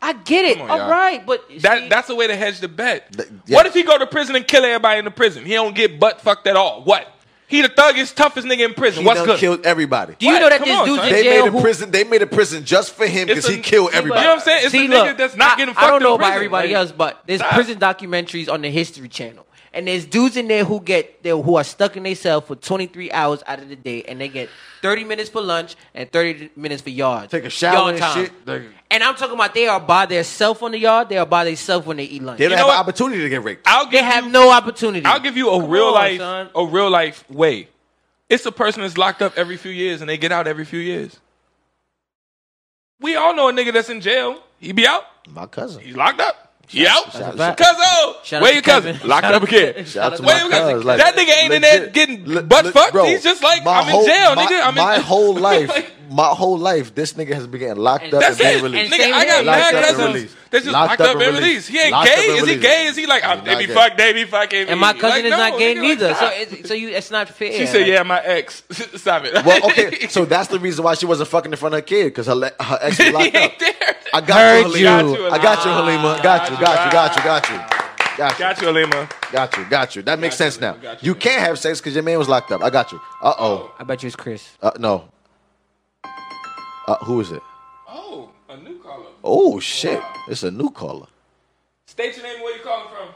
C: I get it.
B: Come on, y'all.
C: All right, but see,
B: that that's a way to hedge the bet.
A: Th-
B: What
A: yes.
B: if he go to prison and kill everybody in the prison? He don't get butt fucked at all. What? He the thuggest, toughest nigga in prison.
A: he
B: What's
A: done
B: good?
A: killed everybody.
C: do you
B: What?
C: know that
B: Come
C: this
B: on,
C: dude's
B: son.
C: in
A: They
C: jail?
A: made a
C: who-
A: prison. They made a prison just for him because
B: It's
A: he
B: a-
A: killed
B: see,
A: everybody.
B: You know what I'm saying? It's
C: See,
B: the nigga
C: look,
B: that's not
C: I,
B: getting
C: I
B: fucked
C: don't
B: in
C: know about
B: prison,
C: everybody
B: like-
C: else, but there's
B: Stop.
C: prison documentaries on the History Channel, and there's dudes in there who get there who are stuck in their cell for 23 hours out of the day, and they get 30 minutes for lunch and 30 minutes for yard.
A: Take a shower
C: yard
A: and
C: time.
A: shit. They-
C: And I'm talking about they are by themselves on the yard. They are by themselves when they eat lunch.
A: They don't
C: They,
B: know
A: have
B: what?
A: an opportunity to get raped.
B: I'll give
C: have
B: you,
C: no opportunity.
B: I'll give you a
C: Come
B: real
C: on,
B: life
C: son.
B: a real life way. It's a person that's locked up every few years and they get out every few years. We all know a nigga that's in jail. He be out.
A: My cousin.
B: He's locked up. He out.
A: Shout
C: a fact.
B: Cousin,
C: Shout
B: where
C: out
B: your
C: to
B: cousin?
C: Kevin.
B: Locked
C: Shout
B: up
C: out to-
B: again.
A: Shout out to
B: Wait,
A: my
B: wait,
A: cousin. Like,
B: that nigga ain't in there
A: legit.
B: getting
A: Le-
B: butt
A: le-
B: fucked.
A: bro,
B: He's just like,
A: my
B: I'm
A: whole-
B: in jail,
A: my-
B: nigga. I'm
A: My
B: in- [laughs]
A: whole life,
B: Like,
A: my whole life, this nigga has been getting locked up and
B: that's
A: being
B: it.
A: released.
B: Nigga, I got
C: Locked
B: mad
C: up and
B: cousins
A: released.
B: that's just
A: Locked
B: locked
A: up
B: up
A: and
B: and released.
A: released.
B: He ain't
A: Locked up
B: gay.
A: and
B: Is he
A: released.
B: gay? Is he like, oh,
A: He's
B: they
A: not
B: be
A: gay.
B: fucked, they be fucking.
C: and my cousin is not gay neither.
B: stop.
C: so, it's, so you, it's not fair.
B: she said, yeah, my ex. [laughs] Stop it.
A: Well, okay, so that's the reason why she wasn't fucking in front of her kid because her, le- her
B: [laughs]
A: ex was
B: he
A: locked up.
B: ain't there.
A: I got
C: Heard
A: you, Halima.
B: you.
A: I got you, Halima. Got you, got you, got you, got you. Got you,
B: Got you, Alima.
A: got you, got you. That makes
B: Got you,
A: sense now.
B: Halima. Got you,
A: You
B: Halima.
A: can't have sex because your man was locked up. I got you. Uh oh.
C: I bet you it's Chris.
A: Uh, no. Uh, who is it?
B: Oh, a new caller.
A: Oh shit! It's a new caller.
B: [laughs] State your name. Where you calling from?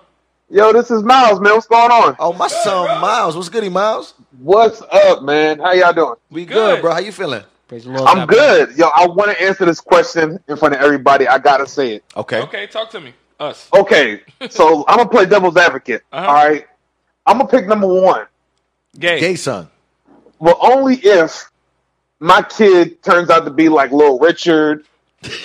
E: Yo, this is Miles, man. What's going on?
A: Oh, my son Miles. What's goody, Miles?
E: What's up, man? How y'all doing?
A: We good,
B: Good.
A: bro. How you feeling?
C: Praise the Lord.
E: I'm
C: God
E: good. Yo, I want to answer this question in front of everybody. I gotta say it.
A: Okay.
B: Okay, talk to me. Us.
E: Okay, so I'm gonna play devil's advocate.
B: Uh-huh.
E: all right, I'm gonna pick number one.
B: Gay.
A: Gay son.
E: Well, only if my kid turns out to be like Little Richard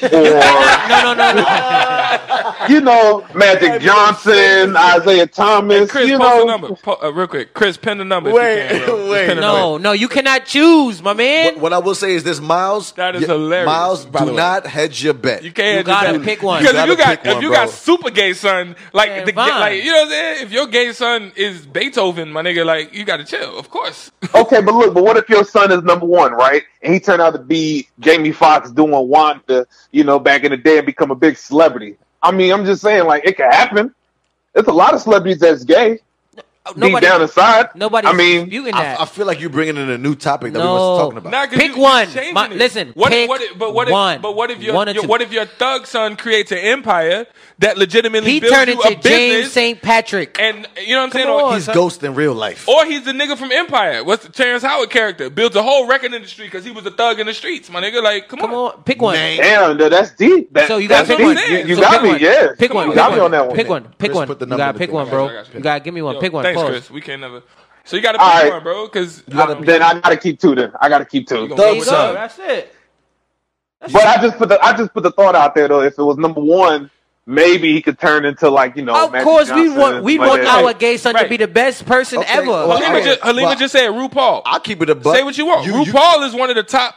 E: or
C: bless- No, no, no, no.
E: you know Magic Johnson, Isaiah Thomas.
B: Chris,
E: you
B: post
E: know,
B: the number. Po- uh, real quick. Chris, pin the number.
A: Wait,
B: if you can, bro. Just
A: wait.
B: pin the number.
C: No, no, you cannot choose, my man.
A: What, what I will say is this, Miles.
B: That is
A: y-
B: hilarious,
A: Miles,
B: by
A: do
B: the way.
A: not hedge your bet.
B: You can't.
C: You
B: just
C: gotta
B: have-
C: pick one.
B: Because
A: You
B: if you
A: gotta
B: got
A: pick
B: if you
A: one,
B: got
A: bro.
B: super gay son, like
C: Man,
B: the ga-
C: fine.
B: like you know what I'm saying. If your gay son is Beethoven, my nigga, like you gotta chill. Of course.
E: Okay, but look, but what if your son is number one, right? And he turned out to be Jamie Foxx doing Wanda, you know, back in the day and become a big celebrity. I mean, I'm just saying, like, it could happen. There's a lot of celebrities that's gay, deep
C: Nobody,
E: down inside.
C: nobody's
E: I mean,
C: disputing
A: I,
C: that.
A: I feel like you're bringing in a new topic that we
C: No.
A: was talking about.
B: Nah, 'cause
C: Pick
B: you- you
C: one.
B: changing
C: My-
B: it.
C: listen,
B: What
C: pick
B: if, what if, but what if,
C: one.
B: But what if your,
C: One or
B: your-
C: two.
B: what if your thug son creates an empire that legitimately
C: he
B: builds
C: turned
B: you a
C: into James
B: business?
C: St. Patrick.
B: and you know what I'm saying?
C: Come
B: Or
C: on,
B: he's,
A: He's ghost in real life.
B: or he's the nigga from Empire. What's the Terrence Howard character? Builds a whole record industry because he was a thug in the streets. My nigga, like, come,
C: Come on, pick one.
A: Name.
E: damn, though, that's deep. That-
C: So you got
E: that's
C: pick
E: deep.
C: one.
E: You, you
C: So
E: got
C: pick
E: me,
C: one.
E: yeah.
C: Pick one.
E: You
B: Come
E: got
B: on.
E: me on that one.
C: Pick one. Pick
A: Chris,
C: one.
A: put the
C: You
A: number in
C: gotta
A: the
C: pick
A: thing.
C: one,
B: I
C: bro.
B: got you.
C: You gotta give me one.
B: Yo,
C: Pick one.
B: Thanks,
C: Pause.
B: Chris. We can't never. So you got to pick
E: All right.
B: one, bro. Because
E: Then I gotta keep two. Then I gotta keep two.
A: Thug
C: There you go.
A: son.
C: That's it.
E: But I just put the I just put the thought out there though. If it was number one, maybe he could turn into like you know.
C: Of
E: Magic
C: course, we
E: Johnson
C: want
E: and
C: we
E: somebody
C: want
E: that-
C: our gay son to
B: Right.
C: be the best person
A: Okay,
C: ever.
A: well,
B: Halima,
A: I-
B: just, Halima
A: well,
B: just said RuPaul.
A: I'll keep it a buck.
B: Say what you want. RuPaul is one of the top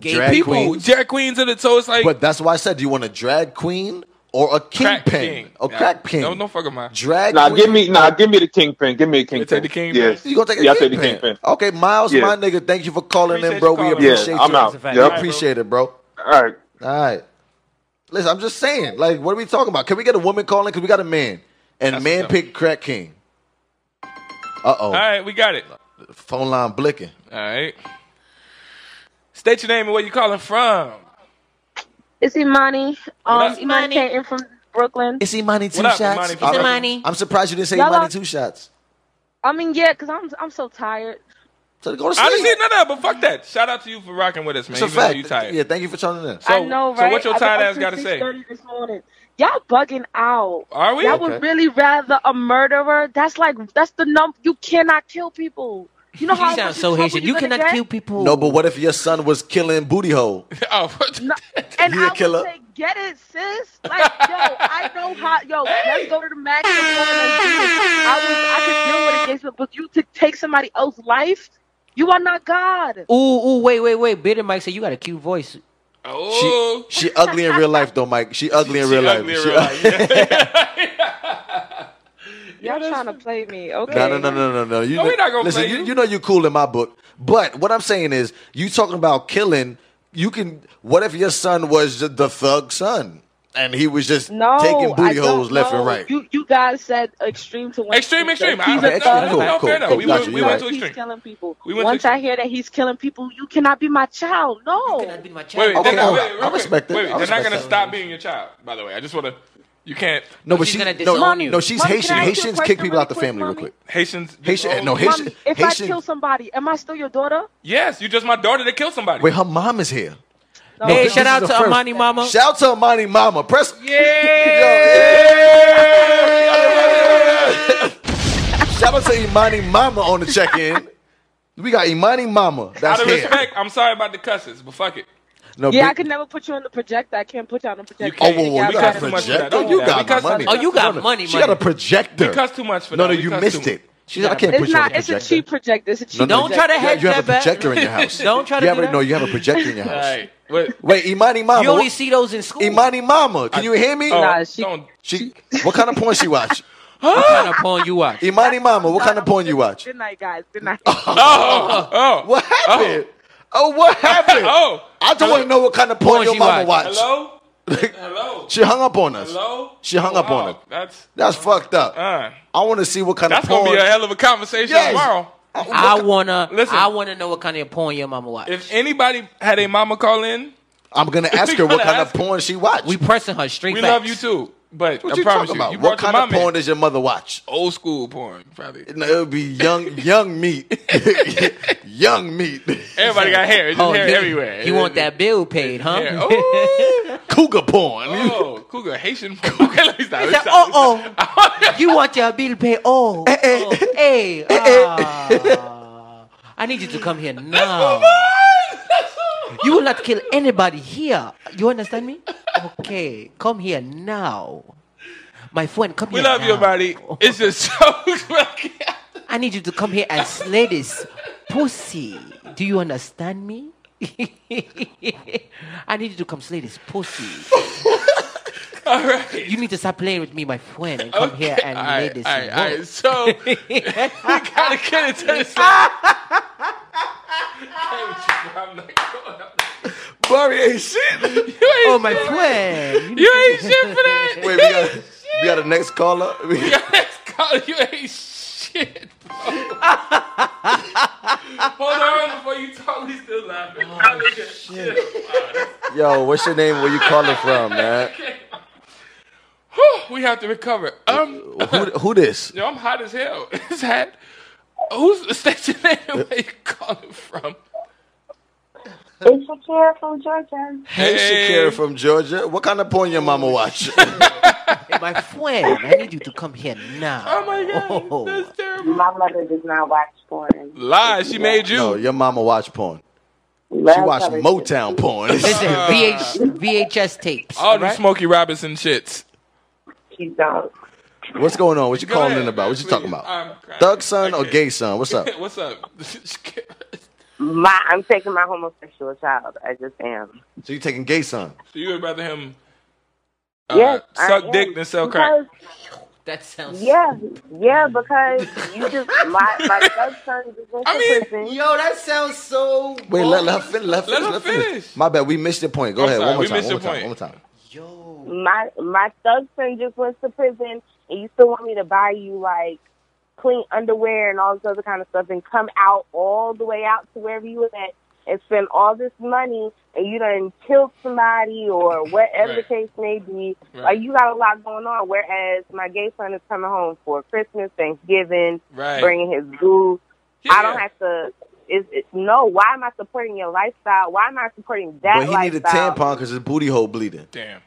C: Gay
A: drag
B: people,
A: queens.
B: drag queens in it. So it's like
A: But that's why I said, do you want a drag queen or a kingpin?
B: crack king.
A: A
B: Nah,
A: crack king.
B: No, no fucking mind.
A: Drag
E: Nah,
A: queen.
E: give me nah, give me the kingpin. Give me a kingpin.
B: take the kingpin?
E: Yes.
A: You gonna take a
E: yeah, I'll
A: kingpin.
E: take the kingpin.
A: Okay, Miles,
E: Yeah.
A: my nigga, thank you for calling in,
B: Appreciate
A: bro.
B: you
A: We
B: calling. Yeah,
A: appreciate
E: I'm
A: you.
E: out.
A: We
E: Yep.
A: appreciate it, bro.
E: All right.
A: All right. Listen, I'm just saying, like, what are we talking about? Can we get a woman calling? Because we got a man. And
B: That's
A: man
B: what's up.
A: picked crack king. Uh oh.
B: All right, we got it.
A: Phone line blinking.
B: All right. State your name and where you calling from.
H: It's Imani.
B: What
H: Um,
B: up?
H: Imani came in from Brooklyn.
A: It's Imani two
B: What up,
A: shots.
B: Imani? It's
A: I'm-
C: Imani.
A: I'm surprised you didn't say
H: Y'all
A: Imani
H: are-
A: two shots.
H: I mean, yeah, because I'm I'm so tired.
A: So go to sleep.
B: Honestly, no, no, but fuck that. Shout out to you for rocking with us, man.
A: it's a
B: even though
A: fact.
B: you tired.
A: Yeah, thank you for tuning in.
B: So,
H: I know,
B: So
H: right?
B: what your
H: I've been
B: tired
H: up
B: ass
H: since
B: got to say?
H: 6:30 This morning, y'all bugging out.
B: Are we?
H: Y'all
A: Okay.
H: would really rather a murderer? That's like that's the number. You cannot kill people. You know how
C: You sound
H: much
C: so
H: trouble
C: Haitian. You
H: gonna
C: cannot
H: get?
C: kill people.
A: No,
B: [laughs]
A: but what if your son was killing booty hole?
B: Oh, what? [laughs]
H: No, and
A: You a
H: I would
A: killer.
H: say, get it, sis. Like, yo, I know how. Yo, let's go to the max. and go on and do it. I was, I could deal with engagement, but you to take somebody else's life, you are not God.
C: Ooh, ooh, wait, wait, wait. Bit and Mike said you got a cute voice.
A: She,
B: Oh.
A: she ugly in real life though, Mike. She ugly in
B: She
A: real life.
B: ugly in
A: She
B: real
A: ug-
B: life, yeah.
H: Y'all
B: that's-
H: trying to play me? Okay.
A: No, no, no, no, no, no. You
B: No,
A: know,
B: we not gonna
A: listen,
B: play
A: you,
B: you.
A: you know you cool in my book. But what I'm saying is, you talking about killing. You can. What if your son was just the thug son, and he was just
H: No,
A: taking
H: Oh, I
A: booty
H: don't
A: holes left
H: know.
A: and right?
H: You you guys said extreme to one.
B: Extreme,
H: extreme.
B: extreme. I,
H: He's
B: no,
H: a
A: extreme,
H: thug.
B: no, no,
A: cool,
B: fair
A: cool.
B: enough. We,
A: Gotcha,
B: went, we
A: you're
B: went
A: right.
B: to
H: He's
B: extreme.
H: killing people.
B: We went to
H: Once
B: extreme.
H: I hear that he's killing people, you cannot be my child. No.
B: Wait, wait,
A: Okay,
B: they're not, wait,
A: okay.
B: wait,
A: I
B: wait,
A: respect it.
B: Wait,
A: I
B: they're not
A: respect
B: gonna
A: it.
B: stop being your child. By the way, I just wanna. You can't.
A: no, but
C: She's
A: she
C: gonna
A: no,
C: disown you.
A: no, she's
H: Mommy,
A: Haitian.
H: can I ask you a
A: Haitians
H: question
A: kick people
H: really
A: out the
H: quick,
A: family real
H: mommy?
A: quick.
B: Haitians.
A: Haitian, no,
H: Mommy,
A: Haitian.
H: if I
A: Haitian.
H: kill somebody, am I still your daughter?
B: Yes, you just my daughter that killed somebody.
A: Wait, her mom is here.
H: No.
C: hey,
A: this
C: shout
A: is
C: out
A: the
C: to
A: first.
C: Amani Mama.
A: Shout out to Imani Mama. Press.
B: [laughs]
A: Shout out to Imani Mama on the check in. We got Imani Mama.
B: Out
A: That's
B: of
A: here.
B: respect, I'm sorry about the cusses, but fuck it.
A: No,
H: Yeah,
A: big-
H: I could never put you on the projector. I can't put you on the projector.
B: You
A: Oh,
B: can't.
A: whoa, whoa,
B: We
A: you
B: cuss
A: got a
B: too much for
A: projector.
B: that. Don't
A: you
B: do that.
A: got
B: We cuss
A: money.
B: too
C: Oh,
B: much.
C: you got money,
A: She got a
C: money.
A: projector.
B: We cuss too much for
A: No,
B: that.
A: no,
B: We
A: you
B: cuss
A: missed
B: too
A: it. She said, I can't
H: It's not.
A: put you on a
H: It's a
A: projector.
H: cheap projector. It's a cheap.
A: No, no,
C: Don't try to
H: projector.
C: hedge
A: you have
C: that
A: a projector
C: bet.
A: in your
C: [laughs]
A: house.
C: Don't try to
A: you have
C: do
A: a,
C: that.
A: No, you have a
C: [laughs]
A: projector in your
B: much.
A: house.
B: All right. Wait.
A: Wait, Imani Mama.
C: You only
A: what-
C: see those in school.
A: Imani Mama, can you hear me?
B: Oh,
H: Nah, she-
B: don't-
A: She, what kind of porn
B: [laughs]
A: she watch?
C: What kind of porn you watch?
A: Imani Mama, what kind of porn you watch?
H: Good night, guys.
A: [laughs]
H: Good night.
B: Oh, [laughs] oh,
A: What happened? Oh, what happened?
B: [laughs] oh.
A: I don't want to know what kind of porn
C: Porn
A: your
C: she
A: mama
C: watch.
A: watch. [laughs]
B: Hello. Hello.
A: She hung up on us.
B: Hello.
A: She hung up on
B: Wow,
A: us.
B: That's
A: That's fucked up.
B: uh,
A: I want to see what kind
B: that's
A: of porn.
B: gonna be a hell of a conversation
A: Yes.
B: tomorrow.
C: I wanna.
B: Listen.
C: I wanna know what kind of porn your mama watch.
B: If anybody had a mama call in
A: I'm
B: [laughs]
A: gonna ask her
B: We
A: what
B: gotta
A: kind of
B: ask her.
A: porn she watch.
C: We pressing her straight
B: We
C: back.
B: love you too, but
A: what
B: I
A: you
B: promise
A: talking
B: you,
A: about?
B: you
A: what
B: brought your
A: kind of
B: mom
A: porn
B: in.
A: does your mother watch?
B: Old school porn, probably.
A: No, it would be young, young meat, [laughs] young meat,
B: Everybody got hair. It's just
C: Oh,
B: hair
C: you-
B: everywhere.
C: You want that bill paid, huh? [laughs]
B: Hair. Oh,
A: cougar porn. [laughs]
B: oh, cougar Haitian porn. [laughs] Okay, let me stop. Let me stop. [laughs]
C: oh, oh. you want your bill paid? Oh,
A: Eh,
C: oh. hey, ah. I need you to come here now. You will not kill anybody here. You
B: [laughs]
C: understand me? Okay, come here now. My friend, come
B: We
C: here.
B: love your
C: now.
B: body. It's just so [laughs] fucking.
C: I need you to come here and slay this pussy. Do you understand me? [laughs] I need you to come slay this pussy.
B: [laughs] All right.
C: You need to stop playing with me, my friend, and come here and
B: all
C: lay
B: right,
C: this.
B: all right, all
C: woman.
B: right. So [laughs] we gotta get into
C: [laughs]
B: this. [laughs] I'm not going up.
A: Barry ain't shit. Wait,
B: You ain't,
C: Oh my friend!
B: you ain't shit for that.
A: we got, we got a next caller. [laughs] We-
B: Yes, Carl, you ain't shit. bro. Hold on before you talk. We still laughing. Oh, shit.
A: Yo, what's your name? Where you calling from, man?
B: Whew, we have to recover. Um,
A: Who, who this?
B: yo, I'm hot as hell. [laughs] It's hot. Who's state your name? and Where you calling from?
I: It's Shakira from Georgia.
A: Hey,
B: Hey.
A: Shakira from Georgia. What kind of porn your mama watch?
C: my friend, I need you to come here now.
B: Oh my god, [laughs]
C: Oh.
B: that's terrible.
I: My mother does not watch porn.
B: Lie, she made you.
A: no, your mama watch porn. She
I: Love
A: watch
I: covers it.
A: Motown porn.
C: Listen,
B: [laughs]
C: VH, VHS tapes.
B: Uh. All them
C: right?
B: Smokey Robinson shits.
I: She don't.
A: What's going on? What you
B: Go
A: calling
B: ahead,
A: in about? What you
B: please.
A: talking about?
B: I'm crying.
A: Thug son or
B: Okay.
A: gay son? What's up?
B: [laughs] What's up?
I: My, I'm taking my homosexual child. I just am.
A: So you taking gay son?
B: so you would rather him uh,
I: yes, I
B: suck
I: am.
B: dick than sell crack?
I: Because-
C: That sounds.
I: yeah, yeah, because you just my
B: [laughs]
I: my son's son just went
B: I mean,
I: to prison.
C: Yo, that sounds so.
A: Wait, let, let her finish. Let her
B: Let her
A: finish. Let her finish.
B: finish.
A: My bad. We missed your point. Go
B: I'm
A: ahead.
B: sorry,
A: one more
B: we
A: time.
B: missed
A: One more
B: your
A: time. One more
B: point.
A: time.
C: Yo.
I: my my thug friend just went to prison and you still want me to buy you like clean underwear and all this other kind of stuff and come out all the way out to wherever you was at and spend all this money and you done killed somebody or whatever the
B: Right.
I: case may be.
B: Right.
I: Like you got a lot going on. Whereas my gay son is coming home for Christmas, Thanksgiving,
B: Right.
I: bringing his boo. I don't
B: Yeah.
I: have to. It's, it's, no, why am I supporting your lifestyle? Why am I supporting that
A: But he need a
I: lifestyle?
A: tampon because his booty hole bleeding.
B: Damn.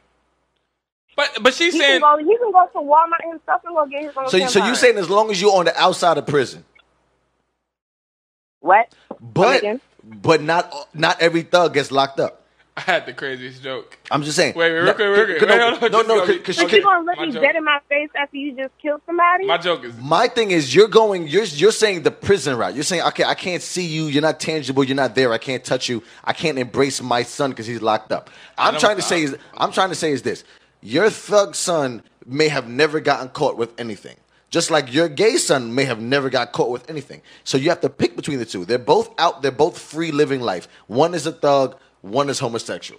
B: But but she's
I: He
B: saying
I: can go. He can go to Walmart himself and go get his own.
A: So, you- so you
I: tampon.
A: saying as long as you're on the outside of prison,
I: what?
A: but
I: again?
A: but not not every thug gets locked up.
B: I had the craziest joke.
A: I'm just saying.
B: Wait, wait,
A: No,
B: real quick, real quick.
A: c-
B: Wait, hold on,
A: No,
B: just
A: no,
B: go.
A: because she
B: Okay.
A: can.
I: You gonna let
B: My
I: me
B: joke.
I: dead in my face after you just killed somebody?
B: My joke is
A: My thing is, you're going. You're you're saying the prison route. You're saying, okay, I can't see you. You're not tangible. You're not there. I can't touch you. I can't embrace my son because he's locked up. I'm
B: don't-
A: trying to say is, I'm trying to say is this: your thug son may have never gotten caught with anything, just like your gay son may have never got caught with anything. So you have to pick between the two. They're both out. They're both free living life. One is a thug. One is homosexual.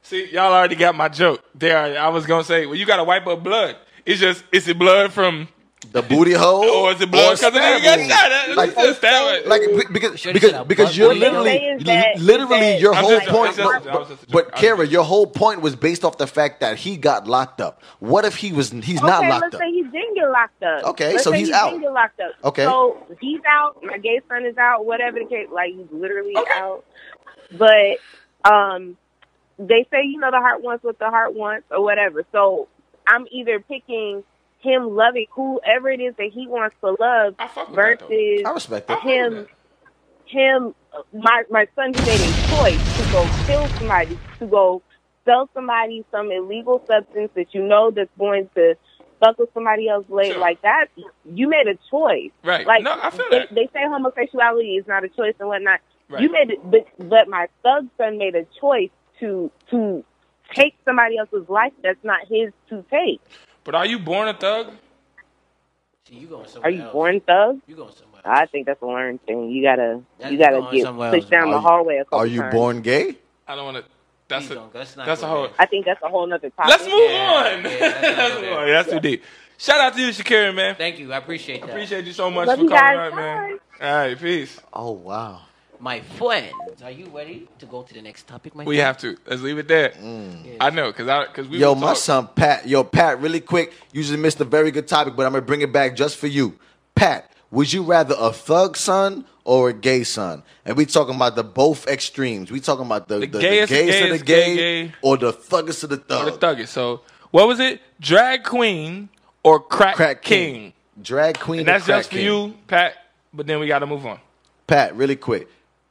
B: see y'all already got my joke. There, I was gonna say, well, you gotta wipe up blood. It's just is it blood from
A: The booty hole,
B: or is it blood because the nigga got
A: stabbing.
B: shot? at? It's
A: Like-
B: just that way.
A: Like be- because
C: Shorty said
A: because
C: a
A: because
C: butt
A: you're
C: booty.
I: What
A: literally
I: I'm saying is
A: li-
I: that-
A: literally
I: is
A: your
I: that-
A: whole
B: I'm just-
A: point.
B: I'm just-
A: no,
B: I'm just- I'm just-
A: but
B: I'm
A: Kara,
B: just-
A: your whole point was based off the fact that he got locked up. What if he was? He's
I: okay,
A: not locked
I: let's
A: up.
I: say he didn't get locked up.
A: Okay,
I: let's
A: so
I: say
A: he's
I: he
A: out.
I: Didn't get locked up.
A: Okay.
I: so he's out. My gay son is out. Whatever the case, like he's literally
B: Okay.
I: out. But um, they say you know the heart wants what the heart wants or whatever. So I'm either picking him loving whoever it is that he wants to love
B: I fuck with that, though.
I: versus
A: I respect that.
I: him him my my son who made a choice to go kill somebody to go sell somebody some illegal substance that you know that's going to fuck with somebody else later
B: Sure.
I: like that you made a choice
B: Right.
I: like
B: No, I feel
I: they,
B: that.
I: they say homosexuality is not a choice and whatnot
B: Right.
I: you made it but but my thug son made a choice to to take somebody else's life that's not his to take
B: But are you born a thug?
C: See, you going somewhere
I: are you
C: else.
I: born thug
C: You going somewhere else.
I: I think that's a learned thing. You gotta,
C: That's
I: you gotta
C: going
I: get
C: somewhere else.
I: pushed down
A: Are
I: the
A: you-
I: hallway a couple
A: Are you
I: times.
A: born gay?
B: I don't want to. That's
C: Please
B: a
C: don't. Let's not
B: that's a
C: go
B: whole.
C: there.
I: I think that's a whole nother topic.
B: Let's move
C: Yeah,
B: on.
C: yeah, that's not
B: Let's
C: good.
B: move on. [laughs] That's too deep. Shout out to you, Shakira, man.
C: Thank you. I appreciate that.
B: Appreciate you so much
I: Love
B: for
I: you
B: calling
I: guys.
B: out, man. All right, peace.
A: Oh wow.
C: My friend, are you ready to go to the next topic, my
B: We
C: friend?
B: have to. Let's leave it there. I know, cause I, cause we.
A: Mm. Yo,
B: were
A: my
B: talk-
A: son Pat. Yo, Pat, really quick. You just missed a very good topic, but I'm gonna bring it back just for you. Pat, would you rather a thug son or a gay son? And we talking about the both extremes. We talking about the, the, the
B: gayest
A: gayest,
B: of
A: of
B: gays,
A: the
B: gay,
A: gay,
B: gay.
A: or the thuggest of the
B: Or
A: thug.
B: the thuggish. So, what was it? Drag queen or crack,
A: Crack
B: king?
A: king. Drag queen.
B: And that's
A: or crack
B: just for
A: king.
B: you, Pat. But then we got to move on.
A: Pat. Really quick.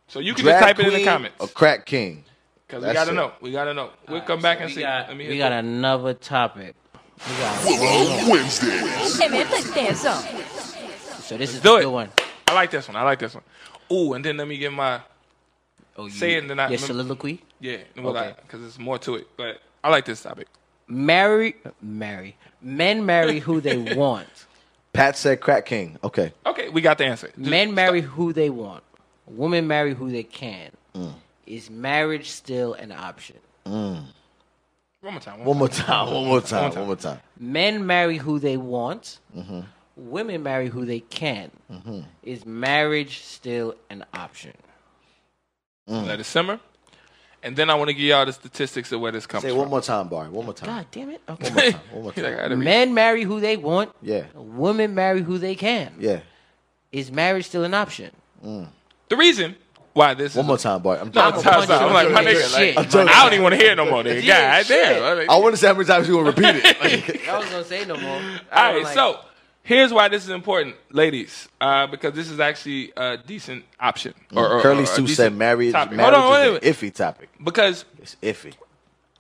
B: So you can
A: Drag
B: just type it in the
A: queen
B: comments
A: Or crack king.
B: because we
A: that's
B: got to
A: it.
B: know. We got to know. We'll come back and
C: we
B: see.
C: got,
B: Let me
C: we
B: hit
C: got
B: the-
C: another topic. We got,
E: Willow Wednesday.
C: so this is
B: do
C: the
B: it.
C: good one.
B: I like this one. I like this one. Ooh, and then let me get my
C: Oh, you,
B: Say it and then I
C: Your
B: remember.
C: soliloquy.
B: yeah. Well,
C: Okay.
B: because there's more to it, but I like this topic.
C: Marry, marry. Men marry who
B: [laughs]
C: they want.
A: Pat said crack king. Okay.
B: Okay, we got the answer. Just
C: Men marry who they want. Women marry who they can.
A: Mm.
C: Is marriage still an option?
B: One more time.
A: One more time. One more time. One more time.
C: Men marry who they want. Women marry who they can. Is marriage still an option?
A: Mm.
B: Let it simmer. And then I want to give y'all the statistics of where this comes
A: Say it
B: from.
A: one more time, Bar. One
B: [laughs]
A: more time.
C: God damn it.
A: One
C: Okay.
A: more time. One more
B: He's like, I
A: time.
B: had to read.
C: Men marry who they want.
A: Yeah.
C: Women marry who they can.
A: Yeah.
C: Is marriage still an option?
B: Mm. The reason why this
A: One
B: is
A: more time, Bar. I'm
B: No,
A: I'm
B: I'm,
A: joking.
B: tired. I'm like, my
C: Yeah,
B: nigga, like,
C: shit.
B: i don't even want to hear it no more, nigga.
C: Yeah,
B: God damn. I'm like-
A: I want to say how many times you gonna repeat
B: [laughs]
A: it. Like-
C: [laughs] I was gonna say no more.
B: All right, so here's why this is important, ladies, uh, because this is actually a decent option. Or, or- or
A: Curly
B: a
A: Sue
B: decent
A: said marriage,
B: topic.
A: marriage
B: Hold on, wait a
A: is
B: minute.
A: an iffy topic.
B: Because
A: It's iffy.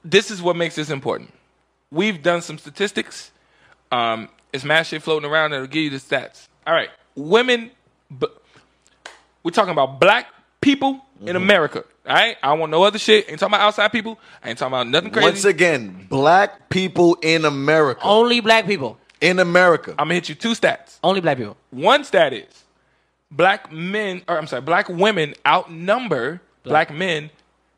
B: this is what makes this important. We've done some statistics. Um, it's mad shit floating around that'll give you the stats. All right, women. B- we're talking about black people
A: Mm-hmm.
B: in America. All right, I don't want no other shit. Ain't talking about outside people. I ain't talking about nothing crazy.
A: Once again, black people in America.
C: only black people.
A: In America.
B: I'm gonna hit you two stats.
C: Only black people.
B: One stat is black men, or I'm sorry, black women outnumber black, men.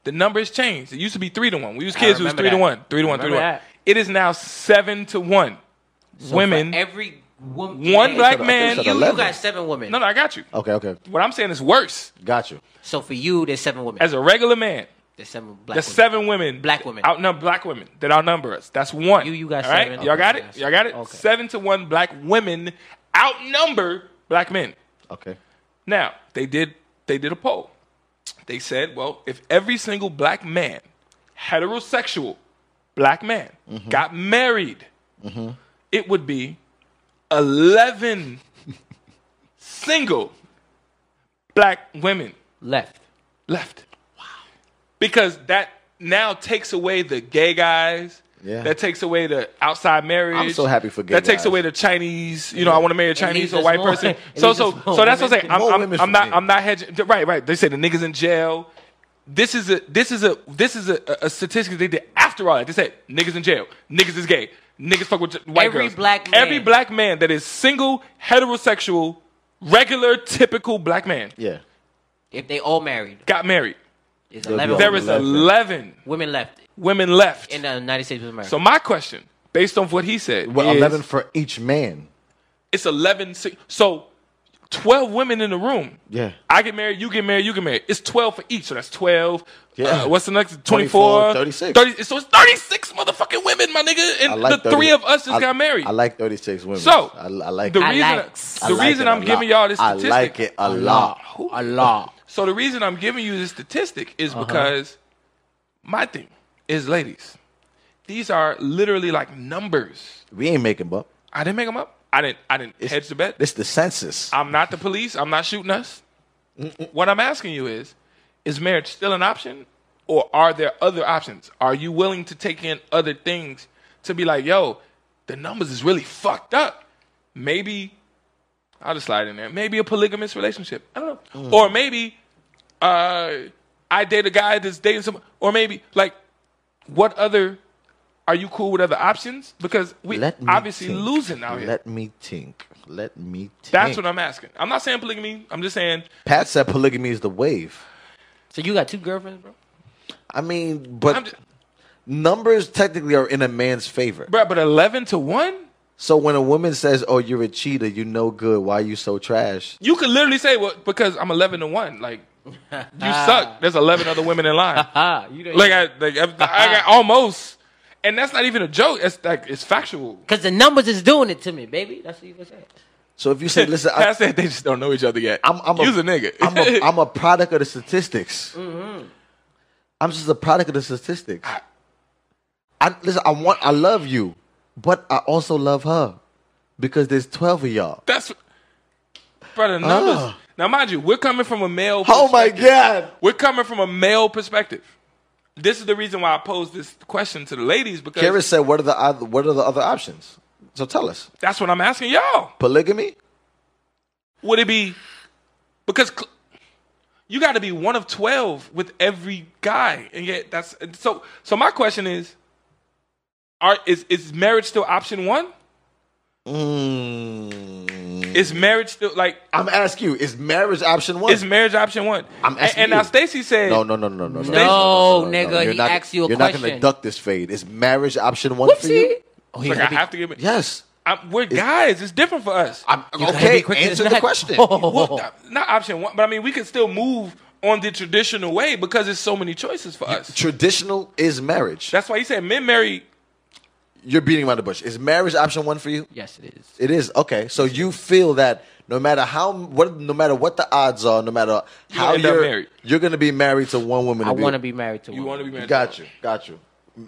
B: The numbers changed. It used to be three to one. We was kids. It was
C: remember
B: three to
C: that.
B: one, three to one, three to one.
C: Remember that.
B: It is now seven to one. women.
C: For every woman.
B: One black
A: I think
B: man-
A: it's at
C: You, you
A: 11.
C: got seven women.
B: no, no, I got you.
A: Okay, okay.
B: What I'm saying is worse.
A: Got you.
C: So for you, there's seven women.
B: As a regular man,
C: there's seven black.
B: there's
C: women.
B: seven women.
C: Black women.
B: Outnumber black women that outnumber us. That's one.
C: You- you got
B: All right?
C: seven.
B: Y'all
C: Okay,
B: got it?
C: yes.
B: Y'all got it?
C: Okay.
B: Seven to one black women outnumber black men.
A: Okay.
B: Now, they did they did a poll. They said, well, if every single black man, heterosexual black man, got married, it would be
A: [laughs]
B: 11 single black women
C: left.
B: left. Wow. Because that now takes away the gay guys.
A: Yeah.
B: That takes away the outside marriage.
A: I'm so happy for gay
B: That takes
A: guys.
B: away the Chinese. You know, I want to marry a Chinese
C: leaves
B: or
C: us
B: white
C: more- [laughs]
B: person.
C: it
B: So
C: leaves
B: so
C: us more
B: so that's what I'm
C: women-
B: saying. I'm,
A: more
B: I'm,
A: women
B: I'm
A: for
B: not
A: me.
B: I'm not hedging. Right right. They say the niggas in jail. This is a this is a this is a, a, a statistic they did after all that. They said niggas in jail. Niggas is gay. Niggas fuck with white
C: Every
B: girls.
C: black
B: Every
C: man.
B: black man that is single, heterosexual, regular, typical black man
A: Yeah.
C: If they all married,
B: got married.
C: there's
A: There'll be
C: eleven.
B: There
A: only
B: is
A: left.
B: 11
C: women left
B: women left.
C: in the United States of America.
B: so my question, based on what he said,
A: Well,
B: is,
A: 11 for each man.
B: it's 11. si- So 12 women in the room.
A: Yeah.
B: I get married, you get married, you get married. It's 12 for each. So that's 12.
A: Yeah.
B: Uh, what's the next? 24,
A: 24, 36.
B: 30 so it's 36 motherfucking women, my nigga.
A: I
B: And
A: like
B: the
A: 30
B: three of us just
A: I-
B: got married.
A: I like 36 women.
B: So,
A: I, I like
B: the
A: it.
B: reason,
C: likes.
A: I
B: the
A: like
B: reason
A: it a
B: I'm giving
A: lot.
B: y'all this statistic.
A: I like it a lot. Uh-huh.
C: a lot.
B: [laughs] So the reason I'm giving you this statistic is because my thing is, ladies, these are literally like numbers.
A: We ain't making up.
B: I didn't make them up. I didn't. I didn't
A: It's-
B: hedge the bet.
A: This the census.
B: I'm not the police. I'm not shooting us. What I'm asking you is, is marriage still an option, or are there other options? Are you willing to take in other things to be like, yo, the numbers is really fucked up. Maybe I'll just slide in there. Maybe a polygamous relationship. I don't
A: Mm.
B: know. Or maybe uh, I date a guy that's dating someone. Or maybe like, what other? Are you cool with other options? Because we
A: Let me
B: obviously
A: think.
B: losing out here.
A: Let me think. Let me think.
B: That's what I'm asking. I'm not saying polygamy. I'm just saying
A: Pat said polygamy is the wave.
C: So you got two girlfriends, bro?
A: I mean, but
B: I'm just,
A: numbers technically are in a man's favor.
B: bruh, but 11 to 1?
A: So when a woman says, "Oh, you're a cheater, you no good. Why you so trash?"
B: You could literally say, well, because I'm 11 to 1. Like, You
C: [laughs]
B: suck. There's 11 other women in line.
C: Ah, [laughs] you
B: like I, like I, I got almost, and that's not even a joke. It's like it's factual.
C: because the numbers is doing it to me, baby. That's what you was saying.
A: So if you
B: [laughs]
A: say, listen,
B: I
A: I,
B: said they just don't know each other yet.
A: I'm, I'm
B: You's a, nigga.
A: [laughs] I'm a, I'm a product of the statistics. I'm just a product of the statistics. I listen. I want. I love you, but I also love her because there's twelve of y'all.
B: that's brother numbers.
A: Ah.
B: Now, mind you, we're coming from a male.
A: Oh my
B: perspective.
A: god!
B: We're coming from a male perspective. This is the reason why I posed this question to the ladies because
A: Kara said, "What are the other, what are the other options?" So tell us,
B: that's what I'm asking y'all.
A: polygamy.
B: Would it be because cl- you got to be one of 12 with every guy and yet that's so so my question is are is is marriage still option 1?
A: Mm.
B: Is marriage still like
A: I'm asking you: Is marriage option one?
B: is marriage option 1?
A: I'm asking
B: And, and now
A: you.
B: Stacy said
A: no, no, no, no, no, no,
C: No, nigga,
A: You're
C: he
A: not,
C: asked you a
A: You're not
C: question.
A: gonna duck this fade. Is marriage option one for you?
C: Whoopsie.
A: Oh,
B: It's
A: yeah.
B: like I have to give it.
A: Yes.
B: I'm, we're guys. It's different for us.
A: I'm,
C: You gotta
A: okay,
C: be quick to
A: answer
C: this
A: the
C: nut.
A: question.
B: Well,
A: [laughs]
B: not- not option one, but I mean, we can still move on the traditional way because there's so many choices for us.
A: Traditional is marriage.
B: That's why he said men marry.
A: You're beating around the bush. Is marriage option one for you?
C: Yes, it is.
A: It is. Okay, so you feel that no matter how, what, no matter what the odds are, no matter how
B: end up
A: you're,
B: married.
A: you're gonna be married to one woman.
C: I want to be married to
B: You
C: one.
B: want to be married.
A: Got you. Got you.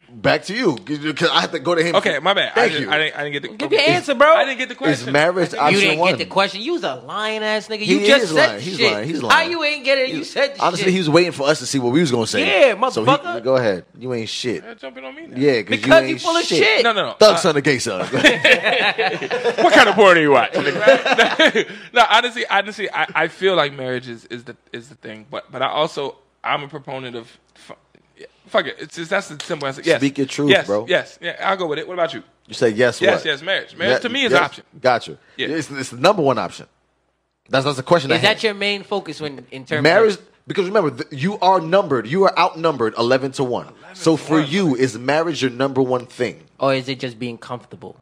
A: Back to you. Because I have to go to him.
B: Okay, my bad. I
A: Thank
B: didn't,
A: you.
B: I didn't. I didn't get the.
C: Give your
B: okay.
C: answer, bro.
B: I didn't get the
A: is
B: question.
A: marriage option
C: You didn't
A: one?
C: get the question. You was a lying ass nigga. You
A: He
C: just
A: is
C: said
A: lying.
C: the
A: He's
C: shit.
A: lying. He's
C: How
A: lying.
C: you ain't get it? You said the
A: Honestly,
C: shit.
A: he was waiting for us to see what we was gonna say.
C: Yeah,
A: So
C: motherfucker.
A: he, go ahead. You ain't shit.
B: Stop Jumping on me. Now.
A: Yeah, because you
C: because
A: ain't
C: you full of shit.
B: No, Uh, no, no.
A: Thug son of gay son.
B: [laughs] what kind of porn are you watching? [laughs] no, honestly, honestly, I, I feel like marriage is, is the is the thing, but but I also I'm a proponent of fu- yeah, fuck it. It's just, that's the simple answer. Yes.
A: Speak your truth,
B: yes,
A: bro.
B: Yes, yeah, I'll go with it. What about you?
A: you say yes.
B: Yes,
A: what?
B: yes, marriage. Marriage
A: Yeah,
B: to me is
A: yes.
B: an option.
A: Gotcha.
B: Yeah.
A: It's, it's the number one option. That's that's the question. I
C: Is
A: had.
C: that your main focus when in terms
A: marriage?
C: of
A: Because remember, th- you are numbered. You are outnumbered eleven to one. so for you, is marriage your number one thing?
C: or is it just being comfortable?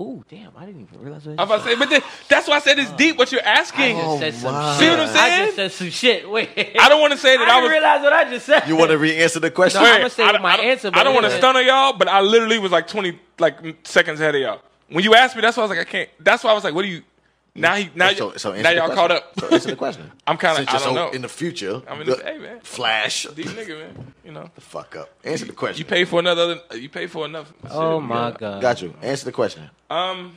C: Ooh, damn! I didn't even realize what
B: I'm about to say, but then, that's why I said it's deep. What you're asking.
C: I just said some
A: my.
C: shit.
B: See what I'm
C: I
B: saying?
C: just said some shit. [laughs] Wait,
B: I don't want to say
C: I
B: that I,
C: didn't
B: was.
C: realize what I just said.
A: You want to re-answer the question?
C: No,
B: Wait,
C: I'm gonna say
B: I don't-
C: my
B: I don't-
C: answer,
B: I
C: but-
B: don't want to stun on y'all, but I literally was like 20 like seconds ahead of y'all. When you asked me, that's why I was like, I can't. That's why I was like, what do you? Now he now
A: so, so answer
B: now
A: the
B: y'all
A: question.
B: caught up.
A: So answer the question.
B: [laughs] I'm kinda-
A: Since
B: I
A: you're
B: don't know.
A: In the future,
B: I mean,
A: the-
B: hey man,
A: Flash,
B: these nigga man, you know,
A: fuck up. Answer the question.
B: you pay for another. You pay for enough.
C: Oh my god!
A: Got you. Answer the question. [laughs]
B: Um,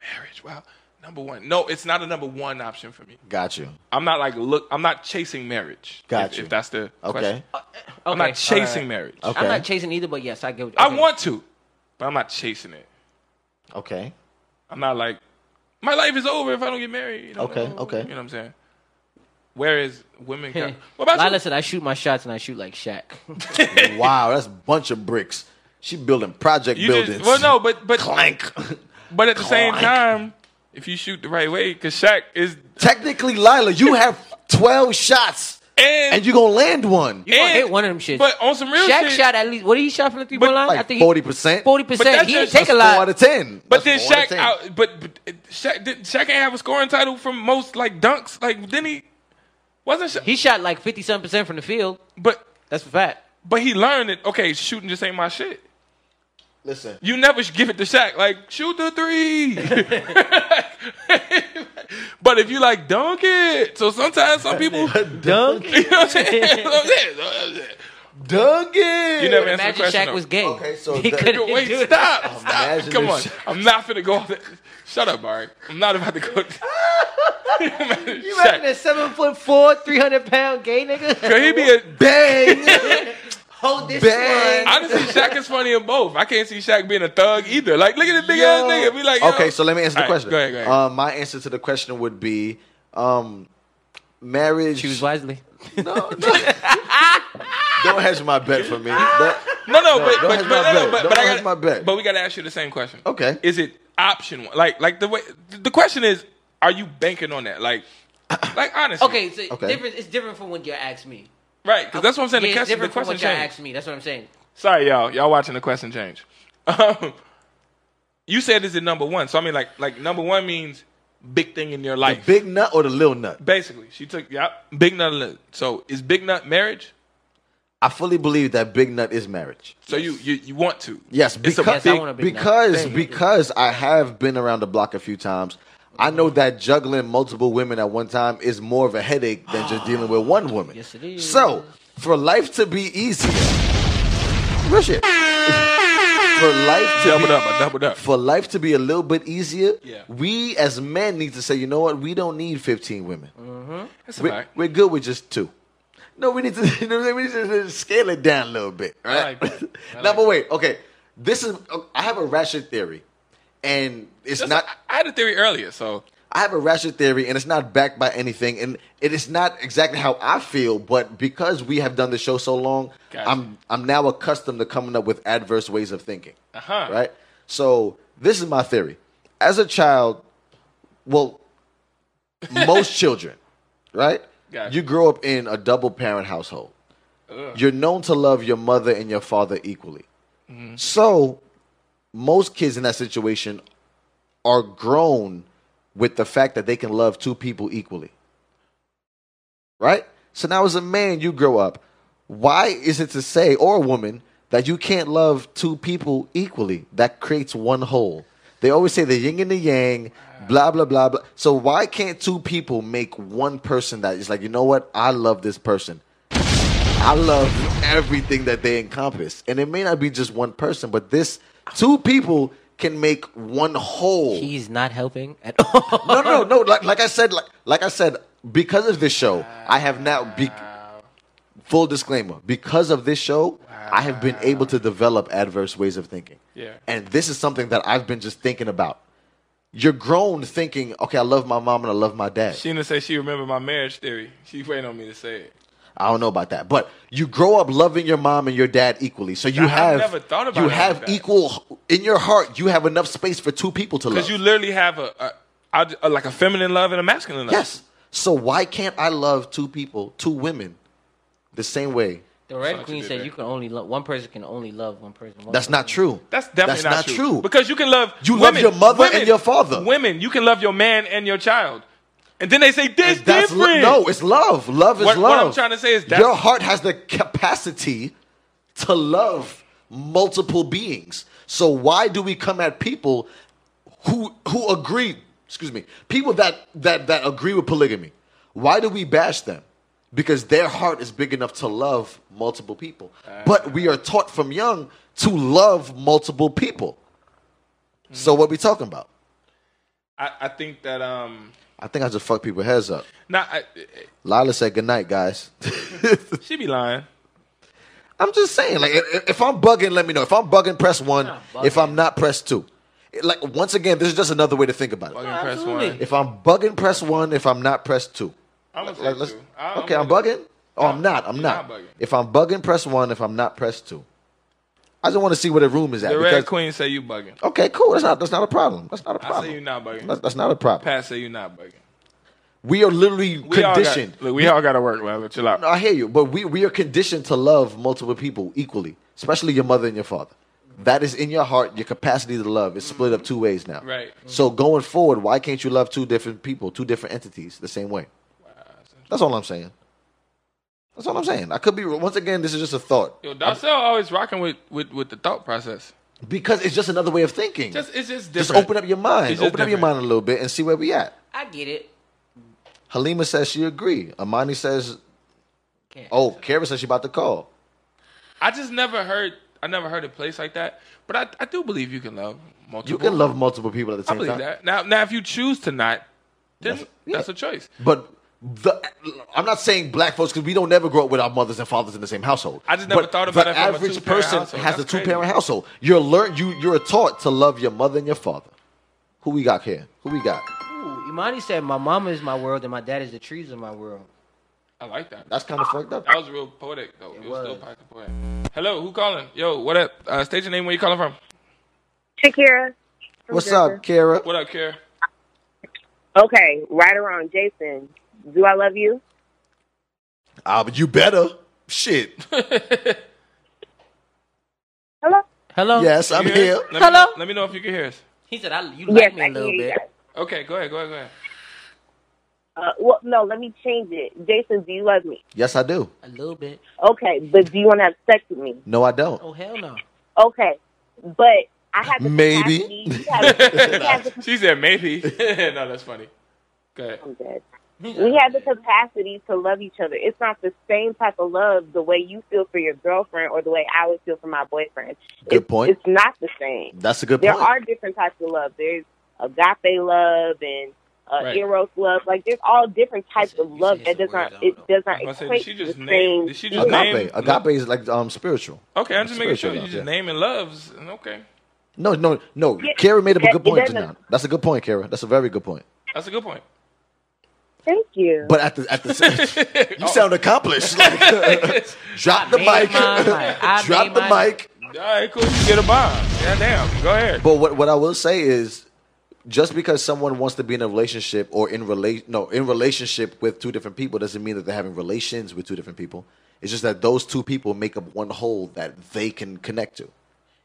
B: marriage. Wow, number one. No, it's not a number one option for me.
A: Got you.
B: I'm not like look. I'm not chasing marriage.
A: Got
B: if,
A: you.
B: If that's the
A: Okay.
B: question.
C: Okay,
B: I'm not chasing
C: alright.
B: marriage.
A: Okay.
C: I'm not chasing either, but yes, I get. What,
B: I
C: okay.
B: want to, but I'm not chasing it.
A: Okay.
B: I'm not
C: [laughs]
B: like my life is over if I don't get married. You know,
A: Okay, okay.
B: You know what I'm saying? Whereas women, got, what about
C: Lila
B: you?
C: said I shoot my shots and I shoot
B: [laughs]
C: like Shaq.
A: Wow, that's a bunch of bricks. She building project
B: You
A: buildings.
B: just, well, no, but but
A: Clank.
B: but at the same
A: Clank.
B: time, if you shoot the right way, because Shaq is
A: Technically, Lila, you have 12 shots
B: and,
A: and you're going to land one.
C: You gonna
B: And-
C: hit one of them shits.
B: but on some real
C: Shaq
B: shit.
C: shot at least. What did he shot from the three point
B: But
C: line? I
A: Like
C: think
A: 40%.
C: Forty
B: But
C: percent.
B: that's
C: He didn't
B: just-
C: take
A: That's
C: a
A: 4
C: lot.
A: out of 10.
B: but then
A: That's four out
B: Shaq
A: of 10.
B: out. But, but Shaq did, Shaq ain't have a scoring title from most like dunks. Like didn't he? Wasn't Shaq,
C: He shot like fifty seven percent from the field.
B: but
C: That's a fact.
B: but he learned that okay, shooting just ain't my shit.
A: Listen,
B: You never should give it to Shaq. Like, shoot the three. [laughs] but if you like dunk it. So sometimes some
A: [laughs]
B: people you know
C: Dunk.
B: what I'm saying? [laughs] What I'm saying?
A: Doug it.
B: You never answer the
C: Imagine
B: question.
C: Shaq
B: though.
C: was gay.
A: Okay, so
C: he
A: that-
C: couldn't
B: Wait,
C: do it.
B: stop, stop.
A: Imagine
B: Come
A: if
B: on.
A: Shaq-
B: I'm not finna go. Shut up, Barry. I'm not about to
A: [laughs]
B: go.
C: You
B: Shaq.
C: imagine a seven foot four, three hundred pound gay nigga?
B: Could he be a [laughs]
A: Bang.
C: Hold this
A: Bang.
C: one.
B: honestly Shaq is funny in both. I can't see Shaq being a thug either. Like look at the big ass nigga. Be like, yo.
A: okay, so let me answer the
B: All right,
A: question.
B: Go ahead, go ahead.
A: Uh, my answer to the question would be um, marriage.
C: Choose wisely.
A: [laughs] Don't hedge my bet for me. That-
B: No, no,
A: No,
B: but
A: don't
B: but,
A: hedge
B: but, no, no,
A: my bet.
B: but,
A: Don't
B: but I
A: hedge
B: got
A: my bet.
B: But we gotta ask you the same question.
A: Okay.
B: Is it option one? Like like the way the question is, are you banking on that?
A: [clears throat]
B: Like like honestly.
C: Okay, so
A: Okay.
C: different. It's different from when you asked me.
B: Right, because that's what I'm saying.
C: Yeah,
B: the
C: it's
B: question, the
C: different from
B: question
C: what you
B: changed.
C: asked me. That's what I'm saying.
B: Sorry, y'all. Y'all watching the question change. Um, you said is it number one? So I mean, like like number one means big thing in your life.
A: Big nut or the little nut?
B: Basically, she took yep, big nut. li- So is big nut marriage?
A: I fully believe that big nut is marriage.
B: So you you, you want to?
A: Yes,
B: It's a
A: because
C: Yes, I wanna be
A: because
C: nice.
A: because I have been around the block a few times. I
C: Mm-hmm.
A: know that juggling multiple women at one time is more of a headache than
C: [gasps]
A: just dealing with one woman.
C: Yes, it is.
A: So, for life to be easier, real shit. [laughs] For life to
B: doubled
A: be,
B: up. I doubled up.
A: for life to be a little bit easier,
B: Yeah.
A: we as men need to say, you know what? We don't need 15 women.
C: Mm-hmm.
B: That's a
A: We-
B: fact.
A: We're good with just two. No, we need to, [laughs] you know what I'm saying? We need to scale it down a little bit. Right?
B: like that. I
A: [laughs] now,
B: like
A: but wait, okay. This is, I have a ratchet theory, and it's
B: That's
A: not,
B: a- I had a theory earlier. So
A: I have a ratchet theory, and it's not backed by anything, and it is not exactly how I feel, but because we have done the show so long,
B: Gotcha.
A: I'm, I'm now accustomed to coming up with adverse ways of thinking.
B: Uh-huh.
A: Right? So, this is my theory. As a child, well, most children, right?
B: Gotcha.
A: You grow up in a double parent household. You're known to love your mother and your father equally. So, most kids in that situation are grown with the fact that they can love two people equally. Right? So now as a man, you grow up. Why is it to say, or a woman, that you can't love two people equally? That creates one whole. They always say the yin and the yang, blah, blah, blah, blah. So why can't two people make one person that is like, you know what? I love this person. I love everything that they encompass. And it may not be just one person, but this two people can make one whole.
C: He's not helping at all.
A: No, no,
C: [laughs]
A: no. Like, like I said, like, like I said, because of this show, I have now. Be- full disclaimer: because of this show, I have been able to develop adverse ways of thinking.
B: Yeah.
A: And this is something that I've been just thinking about. You're grown thinking, okay, I love my mom and I love my dad.
B: Sheena said she remembered my marriage theory. She's waiting on me to say it.
A: I don't know about that, but you grow up loving your mom and your dad equally. So you
B: I've
A: have
B: never thought about
A: you
B: it like
A: have
B: that.
A: equal in your heart. You have enough space for two people to love.
B: Because you literally have a, a, a, a- like a feminine love and a masculine love.
A: yes. So why can't I love two people, two women, the same way
C: The
B: what
C: red
B: you
C: queen
B: did
C: said
B: there.
C: you can only love one person can only love one person. One
A: That's
C: person.
A: not true.
B: That's definitely
A: That's
B: not, true. Because you can love
A: You love
B: women,
A: your mother and
B: women-
A: your father.
B: Women, you can love your man and your child. And then they say this
A: that's lo-
B: different.
A: no, it's love. Love is
B: What-
A: love.
B: what I'm trying to say is that's-
A: your heart has the capacity to love multiple beings. So why do we come at people who who agree? Excuse me, people that that that agree with polygamy. Why do we bash them? Because their heart is big enough to love multiple people. but we are taught from young to love multiple people. So what we talking about?
B: I, I think that um.
A: I think I just fucked people's heads up.
B: Nah, [laughs] I,
A: Lila said good night, guys.
B: she be lying.
A: I'm just saying, like, if, if I'm bugging, let me know. If I'm bugging, press one. If I'm not, press two. It- Like, once again, this is just another way to think about it.
B: Fucking press
C: absolutely.
B: one.
A: If I'm bugging, press one. If I'm not, press two.
B: I'm gonna
A: Like,
B: say
A: let's,
B: two. I-
A: okay, I'm
B: gonna do-
A: bugging? Oh, I'm not. I'm
B: You're
A: not.
B: not bugging.
A: If I'm bugging, press one. If I'm not, press two. I just want to see where the room is at.
B: The red
A: because-
B: queen say you bugging.
A: okay, cool. That's not, that's not a problem. That's not a
B: I
A: problem.
B: say you not bugging.
A: that's, that's not a problem.
B: Pat say you not bugging.
A: We are literally
B: We all got-
A: conditioned.
B: look, we all got to work, Lila. Chill out.
A: No, I hear you, but we, we are conditioned to love multiple people equally, especially your mother and your father. That is in your heart. Your capacity to love is split up two ways now.
B: Right.
A: So going forward, why can't you love two different people, two different entities, the same way? That's all I'm saying. That's all I'm saying. I could be once again. This is just a thought
B: Yo, Darcel always rocking with, with with the thought process.
A: because it's just another way of thinking.
B: Just it's just different.
A: Just open up your mind.
B: It's
A: Open
B: just
A: up your
B: different.
A: mind a little bit and see where we at.
C: I get it.
A: Halima says she agree. Amani says,
C: Can't.
A: "Oh, Kara says she about to call."
B: I just never heard. I never heard a place like that. But I, I do believe you can love multiple.
A: You can love multiple people at the
B: I
A: same
B: believe
A: time.
B: that. Now, now, if you choose to not, then that's,
A: That's- yeah.
B: a choice.
A: But the, I'm not saying black folks because we don't never grow up with our mothers and fathers in the same household.
B: I just never
A: But
B: thought about
A: the
B: it from a
A: average
B: two-parent
A: person
B: household.
A: has
B: That's
A: a two parent
B: crazy.
A: household. You're learn you you're taught to love your mother and your father. Who we got here? Who we got?
C: Ooh, Imani said, "My mama is my world, and my dad is the trees of my world."
B: I like that.
A: That's kind of fucked up.
B: That was real poetic though. It, was, still
C: was.
B: pocket poetic. Hello, who calling? Yo, what up? Uh, state your name. Where you calling from?
I: Shakira. from
A: What's
I: Jersey.
A: up, Kara?
B: What up, Kara?
I: Okay, right or wrong, Jason. Do I love you?
A: Ah, but you better. Shit.
I: Hello.
C: Hello.
A: Yes, I'm
B: You hear
A: here.
B: us? Let me
C: Hello?
B: know- let me know if you can hear us.
C: He said, "I you
I: Yes,
C: like me
I: I
C: a
I: can
C: little
I: hear you
C: bit."
I: guys.
B: Okay, go ahead, go ahead, go ahead.
I: Uh, well, no, let me change it. Jason, do you love me?
A: Yes, I do.
C: A little bit.
I: Okay, but do you want to have sex with me?
A: No, I don't.
C: Oh hell no.
I: Okay, but I have the
A: Maybe.
I: capacity- You
A: [laughs]
I: have, you have the,
B: she said maybe. no, that's funny. Go ahead.
I: I'm dead. We have the capacity to love each other. It's not the same type of love the way you feel for your girlfriend or the way I would feel for my boyfriend.
A: Good
I: It's-
A: point.
I: It's not the same.
A: That's a good
I: there
A: point.
I: are different types of love. There's agape love and uh,
B: Right.
I: eros love. Like there's all different types
C: You
I: of
C: said- you
I: love that
C: said some
I: does not
C: words I
I: it
C: don't know.
I: does
B: I was
I: not
B: about to say,
I: equate
B: did she
I: to
B: just
I: the
B: name-
I: same.
B: did she just
A: Agape.
I: love.
B: name-
A: Agape is like um spiritual.
B: Okay, I'm just making
A: Spiritual
B: sure you
A: love,
B: just
A: yeah.
B: naming loves. and Okay,
A: No, no, no.
I: Yeah,
A: Kara made up a
I: yeah,
A: good
I: it
A: point just
I: doesn't-
A: now. That's a good point, Kara. That's a very good point.
B: that's a good point.
I: Thank you.
A: But at the
B: [laughs]
A: at the you sound accomplished. drop the
C: made
A: mic.
C: my mind. I
A: [laughs] drop
C: made
A: the
C: my-
A: mic.
B: All right, cool. You get a bomb. Yeah, damn. Go ahead.
A: But what what I will say is, just because someone wants to be in a relationship or in relation no in relationship with two different people doesn't mean that they're having relations with two different people. It's just that those two people make up one whole that they can connect to.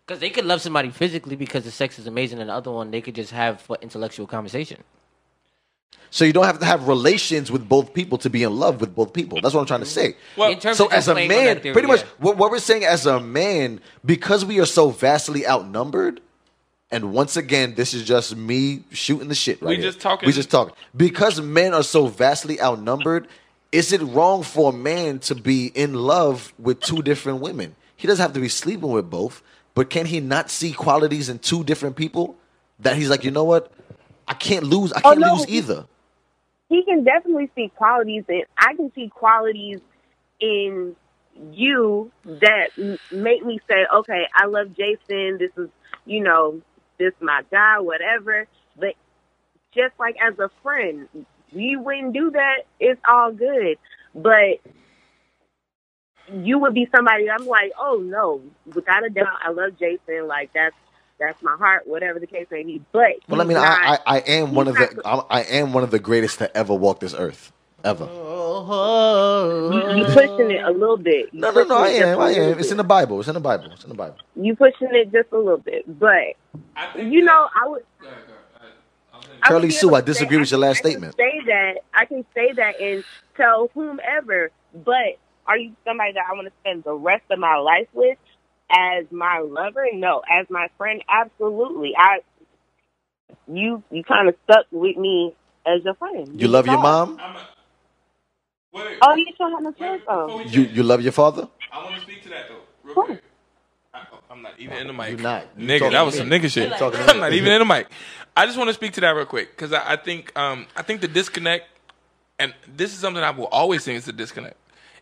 C: Because they could love somebody physically because the sex is amazing, and the other one they could just have for intellectual conversation.
A: So you don't have to have relations with both people to be in love with both people. That's what I'm trying to say.
B: Well,
C: In terms
A: so
C: of just
A: as a
C: playing on
A: man,
C: that theory,
A: pretty much
C: yeah.
A: what, what we're saying as a man, because we are so vastly outnumbered, and once again, this is just me shooting the shit right
B: We
A: here.
B: just talking-
A: We just talking. Because men are so vastly outnumbered, is it wrong for a man to be in love with two different women? He doesn't have to be sleeping with both, but can he not see qualities in two different people that he's like, you know what? I can't lose. I can't
I: no,
A: lose
I: he-
A: either.
I: he can definitely see qualities and I can see qualities in you that m- make me say, okay, I love Jason. This is, you know, this my guy, whatever. But just like as a friend, you wouldn't do that. It's all good. But you would be somebody that I'm like, oh no, without a doubt, I love Jason. Like that's that's my heart, whatever the case may be. But
A: Well, I
I: he's
A: mean,
I: not-
A: I, I, I am one of
I: he's
A: the I, I am one of the greatest to ever walk this earth, ever.
B: Mm-hmm.
I: you pushing it a little bit. You
A: No, no, no.
I: pushing it just
A: I am.
I: a
A: I
I: little
A: am. It's
I: bit.
A: in the Bible. It's in the Bible. It's in the Bible.
I: you pushing it just a little bit, but
B: I think
I: you
B: that-
I: know, I would.
B: Go ahead, go ahead. I- I think-
I: I would
A: Curly
I: be
A: Sue,
I: able
A: I
I: to
A: disagree
I: say-
A: with your last
I: I can
A: statement.
I: Say that I can say that and tell whomever, but are you somebody that I want to spend the rest of my life with as my lover? No, as my friend, absolutely. I you you kind of stuck with me as your friend.
A: You love your
I: stuck.
A: mom.
B: I'm a- wait,
I: Oh, you still have my
B: wait,
I: cell
B: before
I: phone.
B: we
A: You
B: get-
A: you love your father.
B: I want to speak to that though, real
I: Cool.
B: quick. I, I'm not even in the mic.
A: You're not. You
B: nigga.
A: talking
B: That was
A: to
B: some
A: me.
B: nigga shit.
A: You talking to
B: I'm
A: me.
B: not even in the mic. I just want to speak to that real quick because I, I think um, I think the disconnect, and this is something I will always think is the disconnect,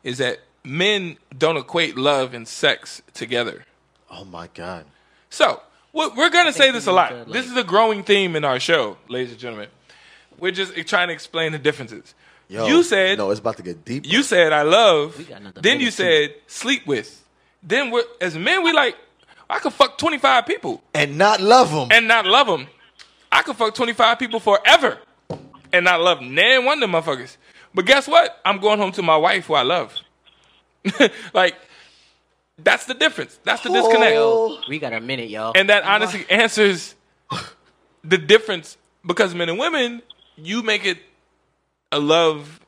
B: is that men don't equate love and sex together.
A: Oh my God.
B: So we're, we're gonna say this
C: we
B: a
C: need
B: lot.
C: to, like-
B: this is a growing theme in our show, ladies and gentlemen. We're just trying to explain the differences.
A: Yo,
B: you said
A: no. It's about to get deep.
B: you said I love.
C: got another
B: Then you
C: minute, too.
B: said sleep with. Then we're, as men, we like I could fuck twenty five people
A: and not love him.
B: and not love them. I could fuck twenty five people forever and not love nan one of them motherfuckers. But guess what? I'm going home to my wife who I love. [laughs] like that's the difference. That's the disconnect.
C: Yo, we got a minute, y'all.
B: And that honestly answers the difference because men and women, you make it a love,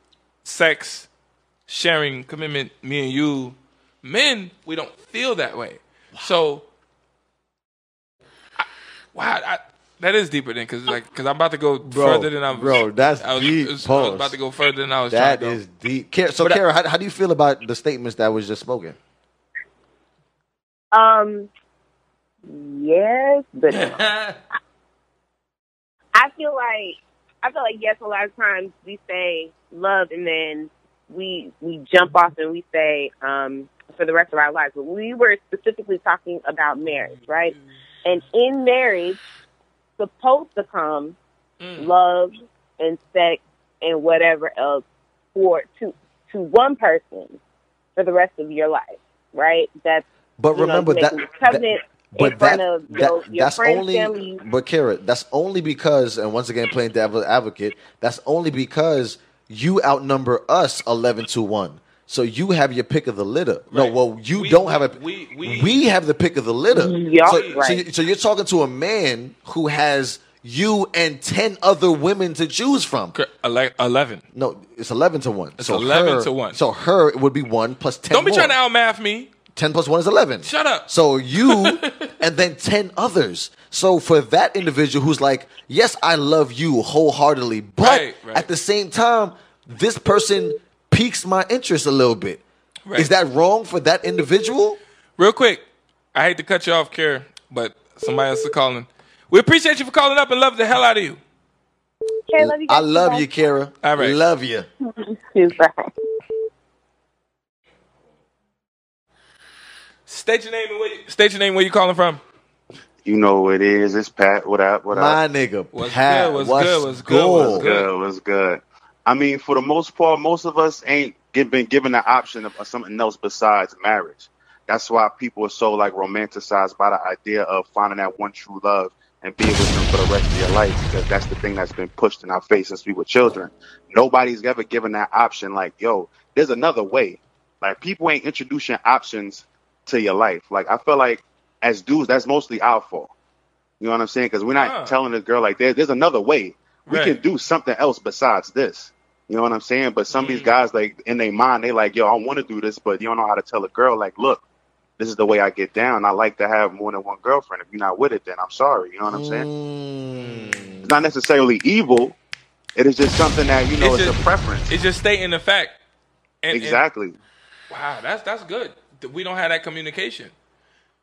B: sex, sharing, commitment, me and you. Men, we don't feel that way. So, I, wow, I, that is deeper than because like because I'm about to go
A: Bro,
B: further than I'm.
A: bro, that's
B: I was,
A: deep,
B: I was
A: pause.
B: about to go further than I was.
A: That
B: trying to
A: is deep. Kara, so, Kara, how, how do you feel about the statements that was just spoken?
I: Um, yes, but no. I feel like I feel like yes, a lot of times we say love and then we we jump off and we say um, for the rest of our lives. But we were specifically talking about marriage, right? And in marriage, supposed to come
F: Mm.
I: love and sex and whatever else for to to one person for the rest of your life, right? That's
A: But
I: you know,
A: remember
I: you
A: that,
I: making a
A: that-
I: covenant
A: but
I: in
A: that,
I: front of
A: that-
I: your, your
A: that's
I: friends,
A: only
I: family.
A: but Kara, that's only because and once again playing devil advocate, that's only because you outnumber us 11 to 1. So you have your pick of the litter. No,
B: Right.
A: well, you
B: We-
A: don't have a
B: we- we-
A: have the pick of the litter.
I: Yup,
A: so, so
I: Mm, right.
A: you- so you're talking to a man who has you and ten other women to choose from.
B: Cor- ele- Eleven.
A: No, it's eleven to one.
B: It's 11
A: her-
B: to one.
A: So her would be one plus ten.
B: Don't be
A: more.
B: trying to outmath me.
A: 10 plus 1 is 11.
B: Shut up. [laughs]
A: So you and then 10 others. So for that individual who's like, yes, I love you wholeheartedly, but
B: Right, right.
A: at the same time, this person piques my interest a little bit.
B: Right.
A: Is that wrong for that individual?
B: Real quick, I hate to cut you off, Kara, but somebody else is calling. We appreciate you for calling up and love the hell out of you.
J: Okay, love you guys.
A: I love you, Kara.
B: All right.
A: Love you.
J: too. Bye.
B: State your name and where you, state your name where you calling from.
K: You know what it is. It's Pat. What up? What up?
A: My nigga.
B: What's
A: Pat,
B: good, what's
A: what's
B: good, what's good, what's good?
A: good?
K: good. Was good. I mean, for the most part, most of us ain't get, been given the option of something else besides marriage. That's why people are so like romanticized by the idea of finding that one true love and being with them for the rest of your life because that's the thing that's been pushed in our face since we were children. Nobody's ever given that option. Like, yo, there's another way. Like, people ain't introducing options to your life. Like, I feel like as dudes, that's mostly our fault. You know what I'm saying? Because we're not
B: Huh.
K: telling the girl like there, there's another way. We
B: Right.
K: can do something else besides this. You know what I'm saying? But some of
B: Mm.
K: these guys, like in their mind, they like, yo, I want to do this, but you don't know how to tell a girl, like, look, this is the way I get down. I like to have more than one girlfriend. If you're not with it, then I'm sorry. You know what I'm saying?
A: Mm.
K: It's not necessarily evil. It is just something that you know
B: It's
K: it's,
B: just-
K: a preference.
B: It's just stating the fact. And, and-
K: exactly.
B: wow, that's that's good. that We don't have that communication.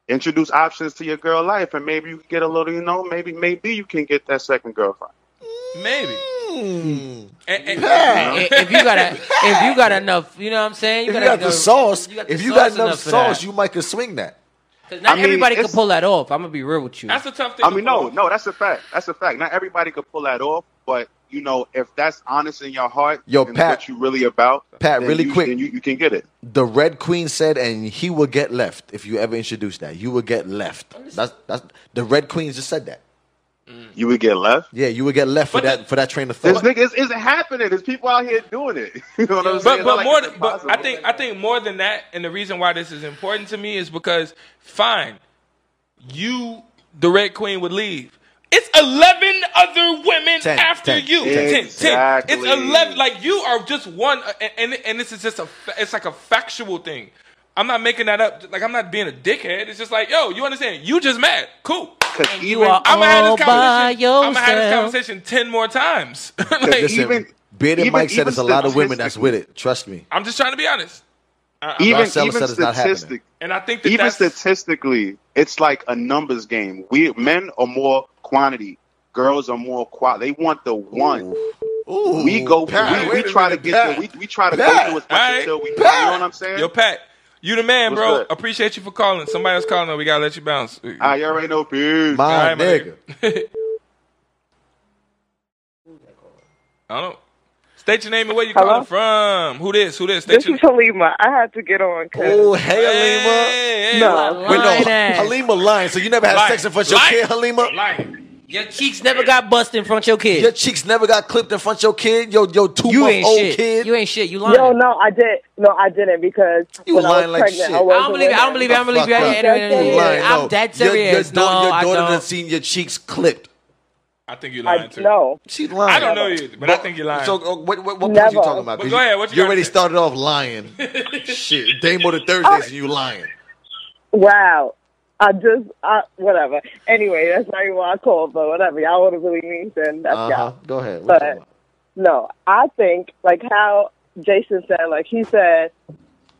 K: Introduce options to your girl life, and maybe you can get a little. You know, maybe maybe you can get that second girlfriend.
B: Maybe.
A: Hmm.
B: And- and-
C: I- if you got a, if you got enough, you know what I'm saying.
A: If you got the sauce, if you got enough sauce, you might could swing that.
C: you, not
K: I mean,
C: everybody can
K: it's-
C: pull that off. I'm gonna be real with you.
B: that's a tough thing.
K: I
B: to
K: mean, no,
B: pull.
K: no, that's a fact. That's a fact. Not everybody could pull that off, but you know, if that's honest in your heart,
A: Yo,
K: and
A: Pat.
K: what you really about,
A: Pat,
K: then
A: really
K: you-
A: quick.
K: then you, you can get it.
A: The Red Queen said, and he will get left if you ever introduce that. You will get left. That's that's the Red Queen just said that.
K: You would get left.
A: Yeah, you would get left for
B: But
A: that
B: the-
A: for that train of
K: This
A: thought.
K: nigga is is happening. There's people out here doing it. [laughs] You know what I'm saying?
B: But
K: It's
B: but
K: not like
B: more
K: it's
B: than, but I
K: impossible.
B: think I think more than that, and the reason why this is important to me is because fine, you the Red Queen would leave. It's eleven other women
A: Ten,
B: after
A: ten,
B: you.
K: ten.
B: Ten, ten. It's
K: Exactly.
B: eleven. Like you are just one, and and, and this is just a fa- it's like a factual thing. I'm not making that up. Like I'm not being a dickhead. It's just like yo, you understand? You just mad. Cool.
K: 'Cause
C: And you
K: even,
C: are-
B: I'm gonna have
C: All
B: this conversation.
C: by
B: I'm gonna have this
C: yourself.
B: conversation ten more times. [laughs] like,
A: Listen,
K: even-
A: Bearded
K: even-
A: Mike said
K: even
A: it's a lot of women that's with it. Trust me.
B: I'm just trying to be honest,
K: even
A: Marcella
K: even
A: Uh-uh. said it's not happening.
K: statistic,
B: and I think that
K: even
B: that's
K: statistically, it's like a numbers game. We men are more quantity. Girls are more quality. They want the one.
A: Ooh,
K: we go
A: Pat,
K: we,
A: wait
K: we
A: a
K: try to
A: minute,
K: get
A: Pat.
K: to, we, we try to
A: Pat.
K: go through as much
B: Alright.
K: until we you know what I'm saying?
B: Yo, Pat, you the man,
K: What's
B: bro.
K: good?
B: Appreciate you for calling. Somebody else calling. We gotta let you bounce.
K: Ah, you already know, peace.
A: My
B: All right, my
A: nigga.
B: I don't. State your name and where you
J: Hello?
B: calling from. Who this? Who this? State
J: This
B: your
J: is Halima. I had to get on because
A: Oh, hey, Halima.
B: Hey, hey,
J: No.
B: hey.
A: Wait,
C: Lying
A: no.
C: ass.
A: Halima lying. So you never had
B: Lying.
A: sex in front of your
B: Lying.
A: kid, Halima?
C: Your cheeks
A: Uh-huh.
C: never got busted in front of your kids.
A: Your cheeks never got clipped in front of your kid? Yo, yo, two
C: you
A: month
C: ain't
A: old
C: shit.
A: kid?
C: You ain't shit. You lying.
J: no, no, I did. No, I didn't because
A: You
J: when I
A: lying
J: was
A: like
J: pregnant,
A: shit.
J: I,
C: I
J: wasn't
C: don't believe it. I don't
J: with
C: believe
J: him.
C: it. I don't believe it.
A: Fuck
C: Anyway,
A: up.
C: anyway,
J: You
C: anyway,
A: lying.
C: I'm
A: no.
C: dead
A: Your-
C: serious.
A: Your,
C: no,
A: daughter,
C: I
A: your daughter
C: don't.
A: done seen your cheeks clipped.
B: I think you
J: I,
B: lying too.
J: no,
A: She lying.
B: I don't know you, but I think you're lying.
A: So uh, what, what, what point
J: Never.
A: you talking about?
B: But
A: 'Cause
B: go ahead, what you
A: you
B: gotta
A: already
B: say?
A: started
B: [laughs]
A: off lying. Shit, Damo the Thursdays and you lying.
J: wow. I just, I, whatever. Anyway, that's not even why I called, but whatever. Y'all want to really mean, then that's
A: Uh-huh.
J: y'all.
A: Go ahead. What
J: But-
A: you talking about?
J: No, I think like how Jason said, like he said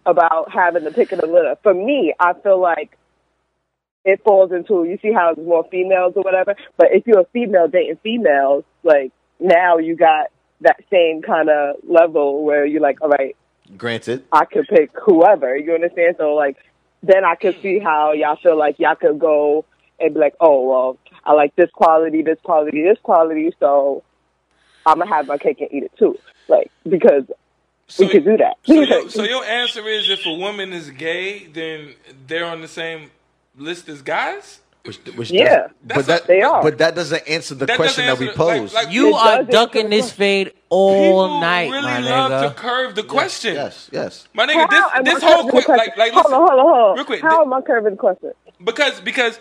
J: about having the pick of the litter. For me, I feel like it falls into you see how it's more females or whatever. But if you're a female dating females, like now you got that same kind of level where you're like, all right,
A: Granted.
J: I could pick whoever. You understand? So like, then I could see how y'all feel like y'all could go and be like, oh well, I like this quality, this quality, this quality. So I'm gonna have my cake and eat it too. Like because
B: So,
J: we could do that. [laughs]
B: so, your, so your answer is if a woman is gay, then they're on the same list as guys.
A: Which, which
J: Yeah.
B: That's
A: does- but that
B: a-
J: They are.
A: But that doesn't answer the
B: That
A: question that
B: doesn't
A: we
B: answer the- like-
A: posed.
B: like-
C: You
J: It
C: are
J: doesn't
C: ducking
J: feel
C: this
J: good.
C: fade all night,
B: really
C: my
B: love
C: nigga.
B: to curve the question.
A: yes, yes.
B: My nigga,
J: How
B: this
J: am I
B: this whole
J: curving
B: quick
J: the
B: like
J: question?
B: like
J: hold
B: listen,
J: on, hold on, hold on.
B: real quick,
J: How
B: th-
J: am I curving the question?
B: because because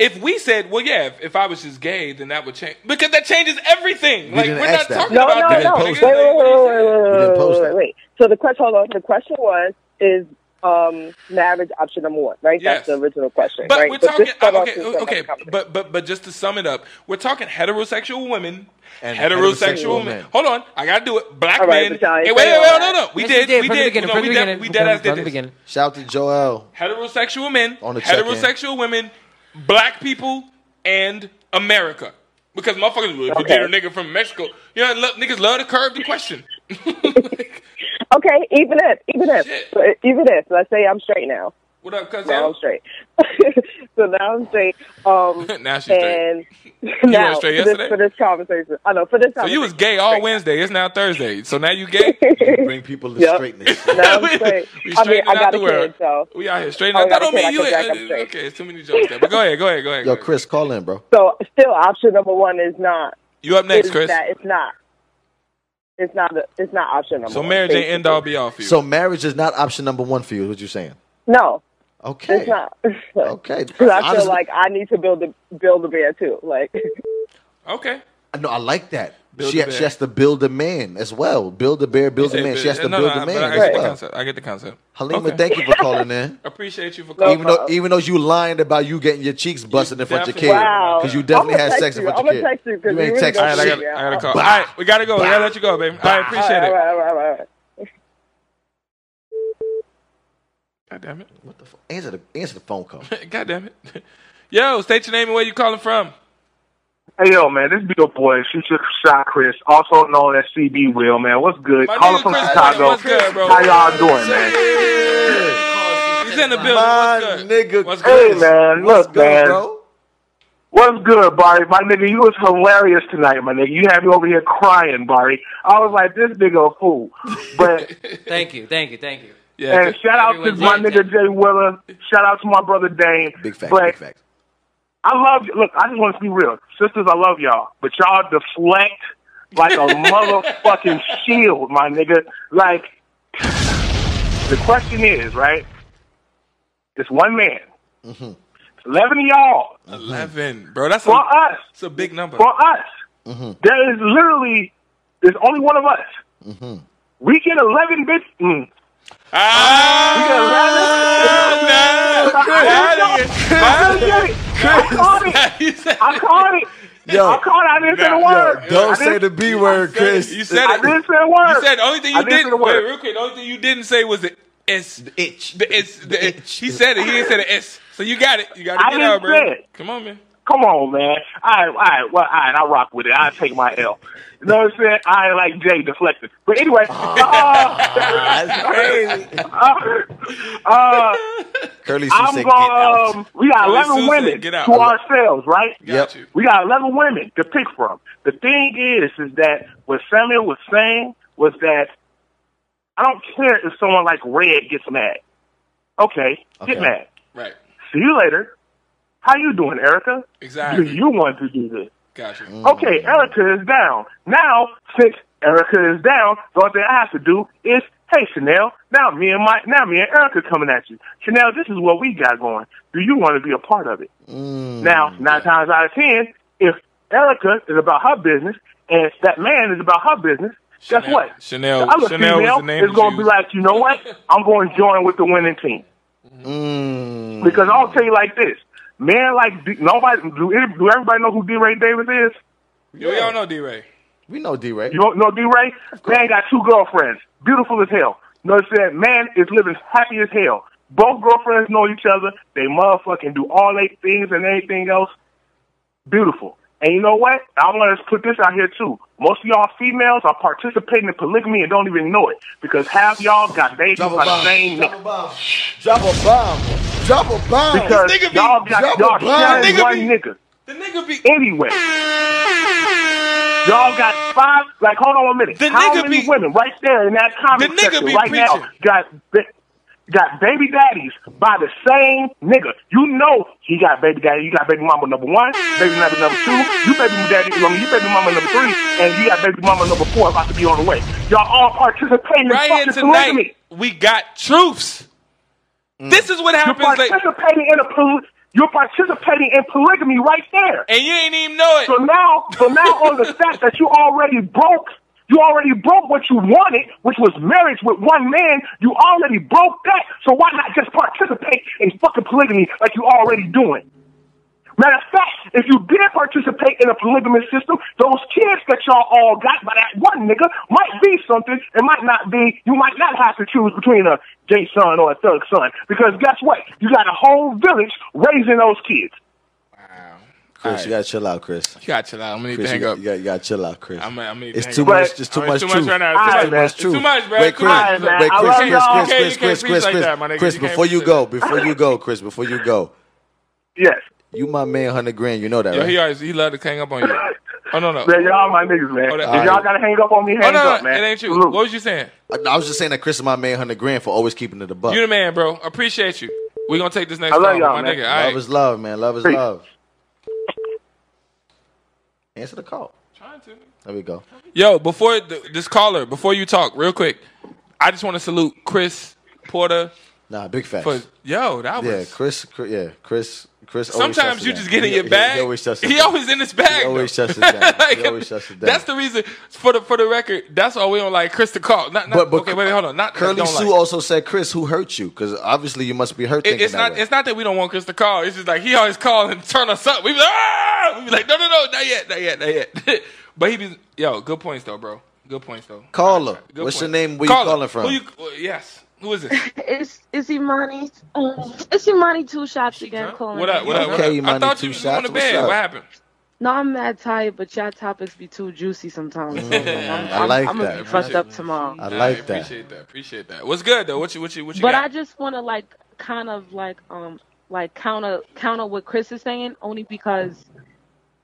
B: if we said, well, yeah, if, if I was just gay, then that would change because that changes everything.
A: We
B: like
A: didn't
B: we're not
A: ask that.
B: talking
I: No,
B: about
I: no,
B: that.
I: no.
B: nigga.
I: Wait, wait, wait, wait, wait,
A: post
I: wait,
A: that.
I: wait, wait. So the question, hold on. The question was, is um, marriage option number one? Right.
B: Yes.
I: That's the original question.
B: But
I: right?
B: we're
I: this
B: talking uh,
I: started off
B: okay,
I: with some
B: okay.
I: other company.
B: But but but just to sum it up, we're talking heterosexual women,
A: And heterosexual
B: heterosexual men.
A: men.
B: Hold on, I gotta do it. Black
I: All right,
B: men.
I: but y'all ain't
B: Hey, wait, wait,
I: saying
B: wait,
I: all
B: no,
I: that.
B: no, we
C: Yes,
B: did,
C: you did,
B: we
C: from the
B: did,
C: beginning,
B: no,
C: from
B: we
C: the
B: did,
C: beginning,
B: we
C: from
B: dead
C: the-
B: ass
C: from
B: did
C: the
B: this.
C: beginning.
A: Shout to Joel.
B: Heterosexual men,
A: On the check-in.
B: heterosexual women, black people, and America. Because motherfuckers, well, if you
I: Okay.
B: date a nigga from Mexico, you know, lo- niggas love to curve the question.
I: okay, even if, even if,
B: Shit.
I: so even if, let's say I'm straight now. [laughs]
B: what up, cuz?
I: Now I'm straight. so now I'm straight. Um,
B: [laughs] Now she's straight.
I: and now
B: weren't straight
I: for this-
B: yesterday?
I: for this conversation, I know for this.
B: So you was
I: conversation,
B: gay
I: I'm
B: all
I: straight.
B: Wednesday. It's now Thursday. So now you
A: [laughs]
B: gay.
A: Bring people to
I: Yep.
A: straightness.
I: Now
B: [laughs]
I: I'm straight.
B: we
I: I mean,
B: straightening
I: I
B: out
I: got
B: the
I: a
B: world.
I: kid, so
B: We out here straightening
I: I
B: out. That
I: got a
B: don't
I: kid,
B: mean
I: Oh, I
B: you.
I: can jack up
B: uh,
I: straight.
B: Okay, it's too many jokes there. But go ahead, go ahead, go ahead. Go
A: Yo,
B: ahead.
A: Chris, call in, bro.
I: so still option number one is not
B: You up next,
I: is
B: Chris?
I: that it's not. It's not. a- It's not option number.
B: So
I: one,
B: marriage ain't
I: basically.
B: end all be all for you.
A: So marriage is not option number one for you. Is what you're saying?
I: No,
A: Okay.
I: it's not. [laughs]
A: Okay.
I: Because I feel
A: Honestly-
I: like I need to build a build a bear too. Like
B: uh, okay.
A: No, I like that.
B: Build
A: she,
B: a bear.
A: she has to build a man as well. Build a bear, build a man. She has to
B: No, no,
A: build a
B: but I
A: man
B: get
A: as
B: the
A: well.
B: concept. I get the concept.
A: Halima,
B: Okay.
A: thank you for calling in.
B: [laughs] Appreciate you for
I: No
B: calling.
A: even though
I: problem.
A: even though you lying about you getting your cheeks busted in front of your kid,
B: definitely-
I: wow,
A: because you definitely
I: I'ma
A: had
I: text
A: sex in
I: you.
A: front of
I: I'ma
A: your kid.
I: text you 'cause
A: ain't
I: really
A: texting
B: All
I: don't
B: right, I
A: shit.
B: got,
I: need me.
B: I got to
I: I'll-
B: call. All right, we gotta go. We gotta let you go, baby. All right, appreciate
I: all
B: it.
I: right, all right, all right, all right.
B: God damn it.
A: What the fuck? Answer the answer the phone
B: [laughs]
A: call.
B: God damn it. [laughs] Yo, state your name and where you calling from.
G: Hey yo, man, this be your boy, Future Shot Chris, also known as CB Will, man. What's good?
B: My
G: Calling
B: nigga
G: from
B: Chris Brown,
G: Chicago.
B: what's good, bro?
G: How y'all doing, man?
B: He's in the building.
A: My
B: What's good?
A: nigga,
B: What's
G: Hey
B: good?
G: man,
A: What's
G: look,
A: good,
G: man.
A: bro?
G: What's good, Barry? My nigga, you was hilarious tonight, my nigga. You had me over here crying, Barry. I was like, this nigga a fool. But
C: Thank you, thank you, thank you.
B: Yeah,
G: and shout out to
C: Everyone's
G: my
C: like
G: nigga Jay Willer. Shout out to my brother Dane.
A: Big fact,
G: But
A: big fact.
G: I love look. I just want to be real, sisters. I love y'all, but y'all deflect like
B: [laughs]
G: a motherfucking shield, my nigga. Like the question is, right? It's one man.
A: Mm-hmm,
G: Eleven of y'all
B: 11. Bro, that's a,
G: for us.
B: that's a big number.
G: For us,
A: Mm-hmm.
G: There is literally there's only one of us. We get eleven bitch. Mm.
B: Ah, nah. That
G: I
B: nigga-
G: get it. I caught it.
B: He said-
G: I caught it.
A: Yo.
G: I caught it. I didn't say
B: Nah,
G: the
B: yo,
G: word.
A: Don't
G: I
A: say
G: didn't-
A: the B word, Chris.
B: You said
G: I
B: it.
G: didn't say the word.
B: You said the only thing
G: I
B: you
G: didn't say
B: didn't.
G: the
B: Wait,
G: word.
B: real quick. The only thing you didn't say was the S. The
A: itch.
B: S. The itch. He said it. He didn't say the S. So you got it. You got
G: I
B: to get
G: didn't
B: out,
G: say
B: bro.
G: it.
B: Come on, man.
G: Come on, man. All right, all right, well, all right. I rock with it. I take my L. You know what I'm saying? I like Jay deflected. But
A: [laughs]
G: anyway, uh,
A: That's crazy.
G: uh, uh,
A: Curly Sue
G: I'm
A: said, "Get out."
G: going. Um, we got
B: Well,
G: 11
B: as Sue said,
G: women
B: get out.
G: to ourselves, right?
B: Got
A: Yep.
B: you.
G: We got 11 women to pick from. The thing is, is that what Samuel was saying was that I don't care if someone like Red gets mad. Okay,
A: Okay.
G: get mad.
B: Right.
G: See you later. How you doing, Erica? Because
B: Exactly.
G: you wanted to do this.
B: Got
A: Mm.
B: you.
G: Mm-hmm. Okay, Erica is down. Now, since Erica is down, the only thing I have to do is, hey Chanel, now me and my now me and Erica coming at you. Chanel, this is what we got going. Do you want to be a part of it? now, nine times out of ten, if Erica is about her business and that man is about her business, guess
B: Chanel-
G: what?
B: Chanel-
G: the other
B: Chanel was
G: female
B: the name
G: is
B: you
G: going to be
B: used.
G: like, you know what? I'm going to join with the winning team.
A: Mm.
G: Because I'll tell you like this, man, like D- nobody, do, any- do everybody know who D. Ray Davis is?
B: Yo, y'all know D Ray.
A: We know D Ray.
G: You don't know D Ray? Man got two girlfriends. Beautiful as hell. You know what I'm saying? Man is living happy as hell. Both girlfriends know each other. They motherfucking do all they things and anything else. Beautiful. And you know what? I'm gonna just put this out here too. Most of y'all females are participating in polygamy and don't even know it because half y'all got babies
A: Drop a
G: by the
A: bomb.
G: same
A: Drop
G: nigga.
A: a bomb. Drop a bomb. Drop a bomb.
G: Because
B: This nigga be-
G: y'all got
A: Drop a
G: y'all
A: bomb.
G: sharing
B: Nigga
G: one
B: be-
G: nigga.
B: The nigga be.
G: Anyway. Y'all got five. Like, hold on one minute.
B: The
G: How
B: nigga
G: many
B: be-
G: women right there in that comment
B: The nigga
G: section
B: be
G: right now
B: preaching.
G: got ba- got baby daddies by the same nigga? You know he got baby daddy. You got baby mama number one, baby mama number two. You baby daddy. I mean, you baby mama number three, and you got baby mama number four about to be on the way. Y'all all participating in
B: Right here
G: fucking polygamy.
B: tonight, we got truths. This is what
G: You're
B: happens. Like,
G: participating in a pol-
L: You're participating in polygamy right there.
B: And you ain't even know it.
L: So now, so now on the fact that you already broke, you already broke what you wanted, which was marriage with one man. You already broke that. So why not just participate in fucking polygamy like you already doing? Matter of fact, if you did participate in a polygamous system, those kids that y'all all got by that one nigga might be something. It might not be. You might not have to choose between a J son or a thug son because guess what? You got a whole village raising those kids.
A: Chris, you gotta chill out, Chris.
B: You gotta chill out. I'm gonna need
A: Chris,
B: to hang
A: you,
B: up.
A: got- You, gotta, you gotta chill out, Chris.
B: I'm, I'm gonna need
A: it's
B: to
A: too
B: hang up.
A: much. Oh, It's too
B: All right,
A: much.
B: too much
A: truth.
B: right now. It's too much, man.
A: It's too much
B: It's too
A: truth.
B: much, bro.
A: Wait,
B: It's too
A: Chris.
B: much, man.
A: Wait,
B: I
A: Chris.
B: love
A: Chris.
B: y'all. You can't-
A: Chris.
B: you
A: Chris.
B: can't preach
A: Chris.
B: like
A: Chris.
B: that, my nigga.
A: Chris.
B: You can't
A: Before you
B: preach like
A: go. Before you go. Chris. Before you go.
L: Yes.
A: You my man, hundred grand. You know that,
B: Yo,
A: right?
B: he always he love to hang up on you. Oh no no.
L: Man, y'all my niggas, man.
B: Oh, that-
L: if y'all gotta hang up on me, hang
B: Oh, no, no,
L: up, man.
B: It ain't you. What was you saying?
A: I, I was just saying that Chris is my man, hundred grand for always keeping it above.
B: You the man, bro. Appreciate you. We gonna take this next
A: I love
B: call,
A: y'all,
B: my
A: man.
B: nigga.
A: Love
B: All right.
A: is love, man. Love is
B: Peace.
A: love. Answer the call.
B: Trying to.
A: There we go.
B: Yo, before th- this caller, before you talk, real quick, I just want to salute Chris Porter.
A: Nah, big facts.
B: For, yo, that was.
A: yeah, Chris, Chris. Yeah, Chris. Chris. always shuts
B: Sometimes
A: it
B: you
A: down.
B: just get in
A: He-
B: your
A: he-
B: bag.
A: He always shuts it
B: He
A: down.
B: always in his bag.
A: He always
B: though.
A: shuts it down.
B: [laughs] Like,
A: he always shuts it down.
B: That's the reason. For the for the record, that's all we don't like. Chris to call. Not, not,
A: But- but
B: okay, wait, wait, hold on. Not
A: Curly
B: don't
A: Sue
B: like.
A: also said, "Chris, who hurt you? Because obviously you must be hurt."
B: It-
A: thinking
B: it's
A: that
B: not.
A: way.
B: It's not that we don't want Chris to call. It's just like he always call and turn us up. We be like, ah! we be like, no, no, no, not yet, not yet, not yet. [laughs] but he be, yo, good points though, bro. Good points though.
A: Caller,
B: Good
A: what's
B: point.
A: your name? Where
B: Caller,
A: you calling from?
B: Who you, uh, yes. Who is it?
H: It's it's Imani. Um, it's Imani two shots again calling.
B: What up? What up?
A: Okay,
B: what up? I
A: Imani,
B: thought
A: two
B: you was
A: shots.
B: going to
A: What's
B: bed.
A: up?
B: What
A: [laughs]
B: happened?
H: No, I'm mad tired, but y'all topics be too juicy
A: [laughs]
H: sometimes. So I'm,
A: Mm, I like
H: I'm,
A: that.
H: I'm gonna be brushed up tomorrow.
A: I like
B: I
A: that.
B: appreciate that. Appreciate that. What's good though? What you? What you? What you
H: but
B: got?
H: I just want to like kind of like um like counter counter what Chris is saying only because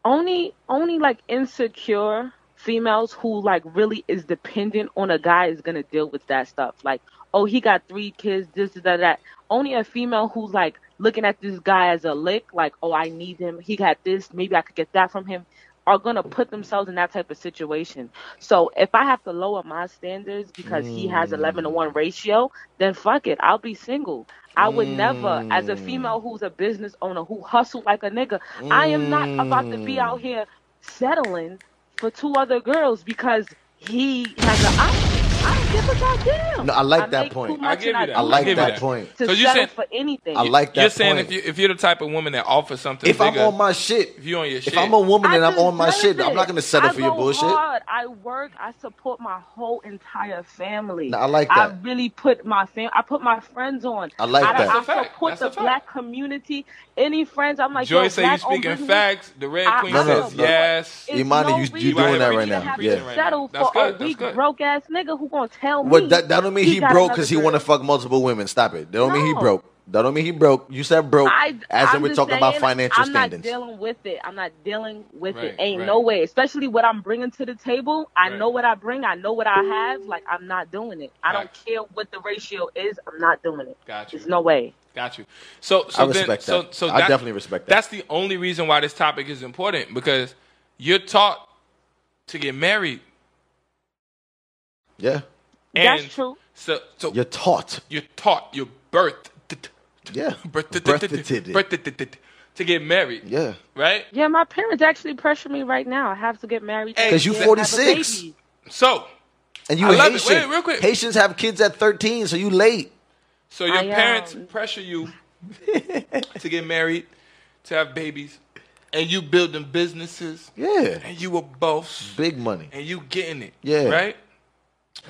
H: only only like insecure females who like really is dependent on a guy is gonna deal with that stuff like oh he got three kids this is that that only a female who's like looking at this guy as a lick like oh I need him he got this maybe I could get that from him are gonna put themselves in that type of situation. So if I have to lower my standards because he has
A: Mm.
H: eleven to one ratio, then fuck it. I'll be single. I would never, as
A: Mm.
H: a female who's a business owner who hustle like a nigga, I am not about to be
A: Mm.
H: out here settling for two other girls because he has a option. I don't give a goddamn.
A: No, I like that
H: make
A: point.
H: too much
A: I give
H: and
A: you that. I
H: do
A: like
H: too
A: that
H: much
A: point.
H: To
B: 'Cause you
H: settle
B: said-
H: for anything.
A: I like that
B: You're saying
A: point.
B: if you if you're the type of woman that offers something,
A: If I'm
B: bigger,
A: on my shit,
B: if you on your shit,
A: If I'm a woman and I'm on my shit, I'm not gonna settle
H: I
A: for your
H: go
A: bullshit.
H: Hard. I work. I support my whole entire family.
A: Nah, I like
H: I
A: that.
H: really put my fam. I put my friends on.
A: I like that.
H: I,
A: That's a
H: I
A: fact.
H: support
A: That's
H: the
A: a fact.
H: black community. Any friends? I'm like.
B: Joy
H: yo,
B: say you
H: black-owned
B: speaking
H: business,
B: facts. The Red
H: I-
B: Queen
A: No, no,
B: says
A: no.
B: yes.
H: It's
A: Imani,
H: no
A: you-
H: reason
A: you doing
H: for
A: that
H: me
A: right
H: to
A: now.
H: have
A: Yeah.
H: to settle
B: That's
H: for
B: good.
H: a
B: That's
H: weak
B: good.
H: broke ass nigga who gonna tell me.
A: Well, that, that don't mean he,
H: got
A: broke
H: another
A: because he
H: girl.
A: want to fuck multiple women. Stop it. That don't mean he
H: No.
A: broke. That don't mean he broke. You said broke,
H: I,
A: as
H: I'm
A: in we're
H: just
A: talking about
H: saying,
A: financial
H: I'm
A: standings.
H: not dealing with it. I'm not dealing with
A: Right,
H: it. Ain't
A: right.
H: no way. Especially what I'm bringing to the table. I
A: Right.
H: know what I bring. I know what I have. Like I'm not doing it. I don't care what the ratio is. I'm not doing it.
B: Got you.
H: There's no way.
B: Got you. So, so
A: I respect
B: then,
A: that.
B: So, so
A: I
B: that-
A: definitely respect that.
B: That's the only reason why this topic is important because you're taught to get married.
A: Yeah,
B: And
H: That's true.
B: So, so
A: you're taught.
B: you're taught, you're birthed,
A: Yeah,
B: birthed,
A: Birthed.
B: birthed to get married.
A: Yeah,
B: right?
H: Yeah, my parents actually pressure me right now. I have to get married.
A: 'Cause you
H: to have a
A: 46.
H: baby.
B: So,
A: and you
B: I
A: a
B: love it. Wait,
A: Haitian.
B: real quick.
A: Haitians have kids at 13, so you late.
B: so your
H: I, um,
B: parents pressure you to get married, to have babies, and you building businesses.
A: Yeah.
B: and you a boss,
A: Big money.
B: and you getting it.
A: Yeah.
B: right.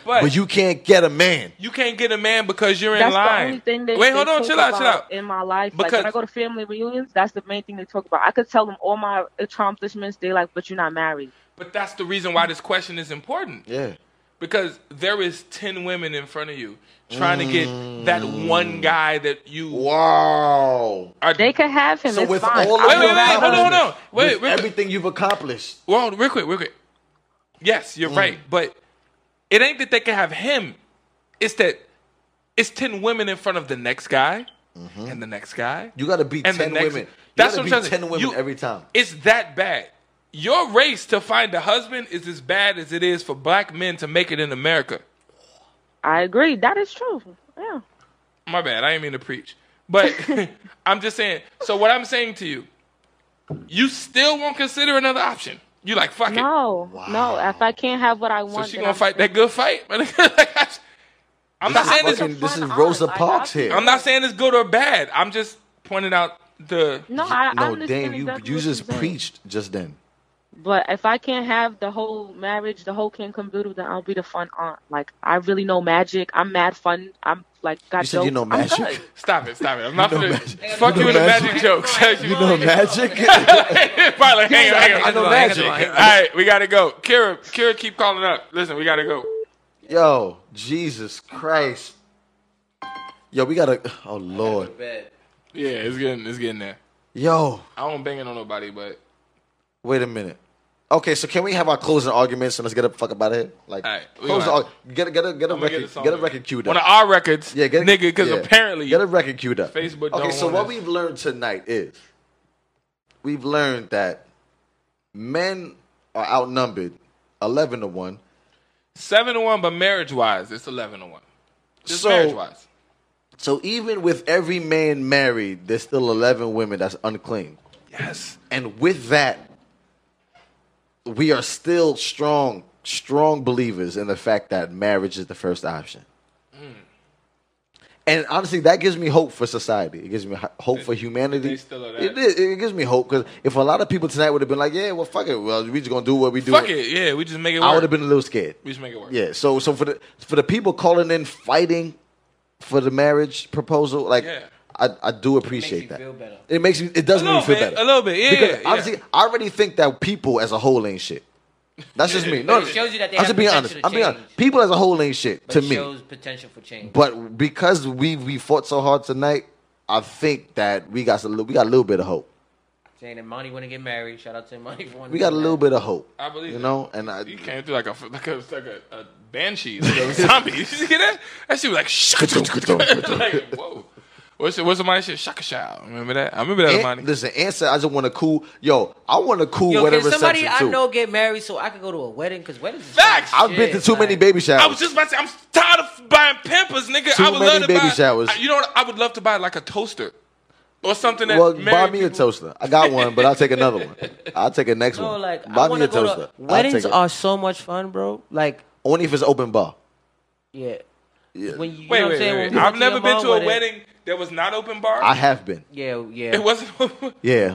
A: But, you can't get a man.
B: You can't get a man because you're in
H: That's
B: line.
H: the only thing they
B: Wait,
H: they
B: hold on,
H: talk
B: chill out, chill
H: about
B: out.
H: In my life, like
B: Because-
H: when I go to family reunions, that's the main thing they talk about. I could tell them all my accomplishments. They like, but you're not married.
B: But that's the reason why this question is important
A: Yeah.
B: because there is ten women in front of you trying to get that
A: Mm.
B: one guy that you
A: wow.
H: They could have him.
A: So
H: it's
A: with
H: fine.
A: all
H: I
A: of
B: Wait,
A: your
B: wait, wait, hold on, hold
A: accomplishments,
B: on. Wait,
A: with
B: real quick.
A: everything you've accomplished. Mm.
B: Well, real quick, real quick. Yes, you're right, but it ain't that they can have him. It's that it's ten women in front of the next guy and the next guy.
A: Mm-hmm. You got to beat
B: And the
A: ten
B: next-
A: women. You
B: That's
A: gotta
B: what I'm
A: beat
B: saying.
A: Ten women
B: You-
A: every time.
B: It's that bad. Your race to find a husband is as bad as it is for black men to make it in America.
H: agree. That is true. Yeah.
B: My bad. I didn't mean to preach. But
H: [laughs]
B: I'm just saying. So what I'm saying to you, you still won't consider another option. You like fuck it.
H: No, no. If I can't have what I
B: So
H: want,
B: she
H: then
B: gonna
H: I'm-
B: fight that good fight. [laughs] I'm not saying this.
A: fucking- this is Rosa Parks here.
B: I'm not saying it's good or bad. I'm just pointing out the.
H: No, I, I
A: no,
H: understand
A: Oh, damn, you
H: exactly
A: you
H: what
A: just
H: you're saying.
A: preached just then.
H: But if I can't have the whole marriage, the whole king come doodle, then I'll be the fun aunt. Like I really know magic. I'm mad fun. I'm like got
A: You said you
H: jokes.
A: know
H: I'm
A: magic.
H: good.
B: Stop it! Stop it! I'm not
A: know
B: gonna
A: magic.
B: fuck you,
A: You know
B: in the
A: magic.
B: magic,
H: [laughs]
B: jokes. you
A: know magic.
B: [laughs] Probably like, hang on, hang on.
A: I know
B: Hang on,
A: magic.
B: hang on. All right, we gotta go. Kira, Kira, keep calling up. Listen, we gotta go.
A: Yo, Jesus Christ. Yo, we gotta. Oh Lord.
B: Yeah, it's getting it's getting there.
A: Yo,
B: I don't bang it on nobody, but
A: wait a minute. Okay, so can we have our closing arguments and let's get the fuck up out of here? Like,
B: All right, we
A: close the
B: gonna-
A: arg- Oh, get a, get a get a
B: I'ma get
A: record
B: a song
A: get a
B: ready.
A: record queued
B: One
A: up.
B: of our records,
A: yeah, get a,
B: nigga, because
A: yeah.
B: apparently
A: get a record queued up.
B: Facebook.
A: Okay,
B: don't
A: so
B: want
A: what
B: us-
A: we've learned tonight is we've learned that men are outnumbered eleven to one.
B: seven to one, but marriage wise, it's eleven to one. Just
A: So-
B: marriage wise.
A: So even with every man married, there's still eleven women that's unclaimed.
B: Yes.
A: And with that, we are still strong, strong believers in the fact that marriage is the first option. And honestly, that gives me hope for society. It gives me ho- hope for humanity.
B: they still are that.
A: It, is, it gives me hope because if a lot of people tonight would have been like, "Yeah, well, fuck it, well, we just gonna do what we do,"
B: Fuck it. Yeah, we just make it work.
A: I would have been a little scared.
B: We just make it work.
A: Yeah. So, so for the for the people calling in fighting for the marriage proposal, like,
B: Yeah.
A: I, I do appreciate
C: you
A: that.
C: feel better.
A: It makes me. It does
B: A
A: make
B: little
A: me feel
B: bit,
A: better.
B: a little bit, yeah,
A: Because
B: yeah.
A: honestly, I already think that people as a whole ain't shit. That's just me. No,
C: But it shows you that they
A: I'm
C: have
A: just being
C: potential
A: honest.
C: to
A: I'm being
C: change.
A: honest. People as a whole ain't shit
C: But
A: to
C: it
A: me.
C: shows potential for change.
A: But because we we fought so hard tonight, I think that we got a little, we got a little bit of hope.
C: Jane and Monty want to get married. Shout out to Monty for wanting
A: We
C: to
A: got
C: get
A: a little
C: married.
A: bit of hope.
B: I believe
A: you
B: it.
A: know, and I,
B: You came through like a like a like a, a banshee, like [laughs] a zombie. Did Uh, you hear that? That shit was like shaka [laughs] like, whoa. What's what's my shit? Shaka show. Remember that? I remember that.
A: and,
B: Amani.
A: listen, answer. I just want a cool yo. I want a cool
C: Yo,
A: wedding
C: can somebody I
A: reception too.
C: know get married so I can go to a wedding? Because weddings is
B: Facts.
C: fun as
A: I've been to
C: shit,
A: too many
C: like-
A: baby
B: I
A: showers.
B: was just about to say, I'm tired of buying Pampers, nigga.
A: Too
B: I would
A: many
B: love to
A: baby
B: buy,
A: showers.
B: I- you know what? I would love to buy like a toaster or something that.
A: well,
B: married
A: buy me a
B: people-
A: toaster. I got one, but I'll take
C: [laughs]
A: another one. I'll take a next
C: No,
A: one.
C: like
A: buy
C: I
A: me
C: want to
A: a
C: go
A: toaster.
C: to
A: I'll
C: weddings
A: take it.
C: are so much fun, bro. Like
A: only if it's open bar.
C: yeah,
A: Yeah.
C: when you, you
B: Wait,
C: know what I'm
B: wait,
C: saying?
B: wait.
C: When we went
B: I've never
C: your
B: been
C: mom
B: to a
C: wedding-
B: wedding that was not open bar.
A: I have been.
C: Yeah, yeah,
B: it wasn't. [laughs] open-
C: yeah.
A: Yeah.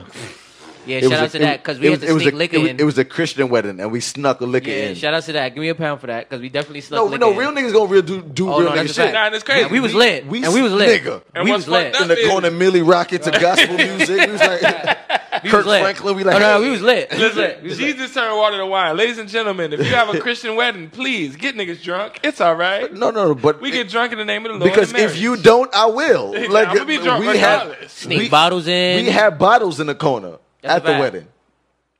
A: It
C: Shout out
A: was
C: to
A: a-
C: that because we
A: it
C: had
A: was-
C: to
A: it was
C: sneak
A: a-
C: liquor
A: it was-
C: in.
A: It was a Christian wedding, and we snuck a liquor
C: yeah,
A: in.
C: shout out to that. Give me a pound for that because we definitely snuck
A: no,
C: liquor
A: no,
C: in.
A: real niggas gonna real do, do
C: Oh,
A: real
C: no,
A: nigga
C: that's a
A: shit.
C: fact.
B: Nah, and it's crazy.
C: Yeah, we was lit.
A: we-
C: and we was lit.
A: nigga.
C: And we
B: what's
C: was lit.
B: fucked up
A: In the
B: is-
A: corner,
B: [laughs]
A: Millie Rocket to gospel music. We was like
C: [laughs] We
A: Kirk
C: was lit.
A: Franklin. We like,
C: Oh, no, we was lit. We was lit.
B: Listen,
C: We was lit.
B: Jesus turned water to wine. Ladies and gentlemen, if you have a Christian [laughs] wedding, please get niggas drunk. It's all right.
A: no, no, no, but
B: We get drunk in the name of the Lord.
A: because
B: and
A: if
B: marriage.
A: you don't, I will.
B: [laughs] Yeah, I'ma be drunk regardless.
C: Sneak
A: we-
C: bottles in.
A: We had bottles in the corner
C: That's
A: at
C: a
A: the
C: fact.
A: wedding.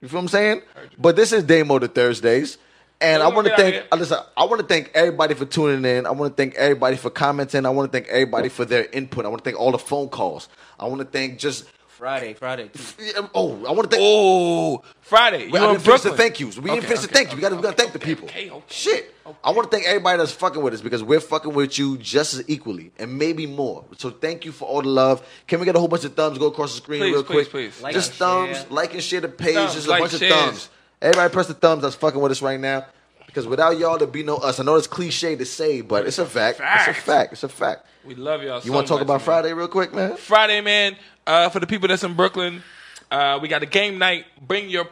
A: You feel what I'm saying? But this is Damo the Thursdays. And I
B: We're
A: want to
B: gonna get
A: thank
B: out
A: uh, listen, I want to thank everybody for tuning in. I want to thank everybody for commenting. I want to thank everybody for their input. I want to thank all the phone calls. I want to thank just
C: Friday, Friday. too.
A: oh, I want to thank
B: oh Friday, you
A: we, I
B: in
A: didn't finish the
B: Brooklyn?
A: thank yous. We didn't finish the thank you. We gotta, we gotta thank the people. Shit. I wanna thank everybody that's fucking with us because we're fucking with you just as equally and maybe more. So thank you for all the love. Can we get a whole bunch of thumbs go across the screen
B: Please,
A: real
B: please,
A: quick?
B: please.
C: Like
A: just
C: and
A: thumbs,
C: share.
A: like and share the page.
B: Thumbs,
A: just a
B: like,
A: bunch
B: shares.
A: of thumbs. Everybody press the thumbs that's fucking with us right now. Because without y'all there be no us. I know it's cliche to say, but it's a fact. It's a
B: fact.
A: fact. It's a fact.
B: We love y'all.
A: You wanna talk about
B: Friday?
A: Friday real quick, man?
B: Friday, man. Uh, for the people that's in Brooklyn, uh, we got a game night. Bring your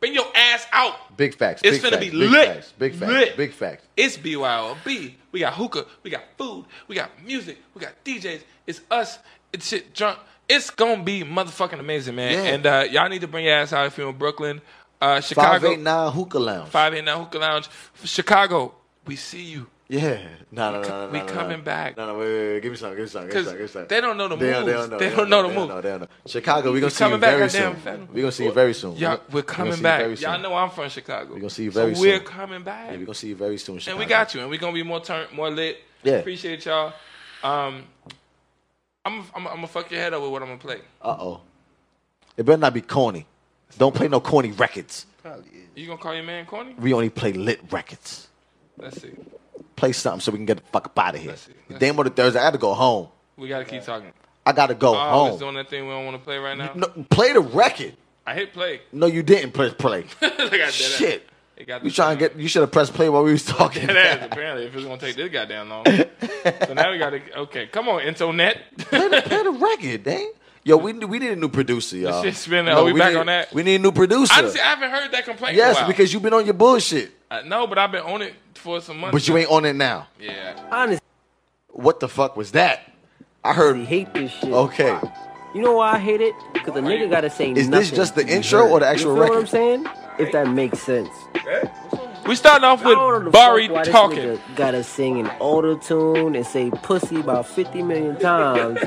B: bring your ass out.
A: Big facts.
B: It's
A: big
B: gonna
A: facts,
B: be
A: big
B: lit.
A: Facts, big facts.
B: Lit.
A: Big facts.
B: It's BYOB. We got hookah. We got food. We got music. We got DJs. It's us. It's shit drunk. It's gonna be motherfucking amazing, man.
A: Yeah.
B: And uh, y'all need to bring your ass out if you're in Brooklyn, uh, Chicago,
A: 589 Hookah Lounge.
B: five eight nine hookah lounge, Chicago. We see you.
A: Yeah. No, no, no, no.
B: we
A: no, no,
B: coming
A: no.
B: back.
A: No, no, wait, wait, wait. Give me some. Give me some. Give me
B: 'Cause
A: some. Give me some.
B: they don't know the
A: They don't, they
B: moves.
A: don't know.
B: They don't know the
A: They don't
B: moves.
A: know. They don't know. Chicago, we're
B: We
A: going to see you
B: coming back,
A: very soon.
B: goddamn family.
A: We're going to see you very soon.
B: Y'all, we're coming back. Y'all know I'm from Chicago.
A: We're gonna see you very
B: so We're
A: soon.
B: coming back.
A: We're going to see you very soon.
B: and we got you, and we're gonna be more turn, more lit.
A: Yeah.
B: appreciate y'all. Um, I'm, I'm, I'm gonna fuck your head up with what I'm gonna play.
A: Uh oh. It better not be corny. Don't play no corny records.
B: You gonna call your man corny?
A: We only play lit records.
B: Let's see.
A: Play something so we can get the fuck up out of here.
B: Let's see. Let's
A: Damn on the Thursday. I got to go home.
B: We gotta keep talking.
H: I gotta go
B: Oh, I was
H: home.
B: doing that thing we don't want to play right now.
H: No, play the record.
B: I hit play. [laughs]
H: No, you didn't play play.
B: Like I did that.
H: Shit.
B: It got [laughs]
H: You trying to get? You should have pressed play while we was
A: [laughs]
H: talking.
B: That ass, apparently, if it's gonna take this goddamn
H: [laughs]
B: long. so now we gotta. Okay, come on, internet.
H: play, the, play the record, dang. Yo, we need- we need a new producer, y'all.
B: shit's been- oh, we back
H: need,
B: on that?
H: We need a new producer.
B: Honestly, I haven't heard that complaint. in a
H: yes,
B: while.
H: because you've been on your bullshit,
B: Uh, no, but I've been on it for some months.
H: but you
B: now.
H: ain't on it now.
B: Yeah.
H: Honest. What the fuck was that? I heard. hate this shit. Okay.
C: You know why I hate it? Because the nigga gotta say
H: Is this
C: nothing.
H: just the
C: to be
H: intro
C: heard.
H: or the actual
C: you
H: record?
C: feel What I'm saying, if that makes sense.
B: We starting off
C: with
B: Barry talking.
C: Gotta sing an older tune and say pussy about 50 million times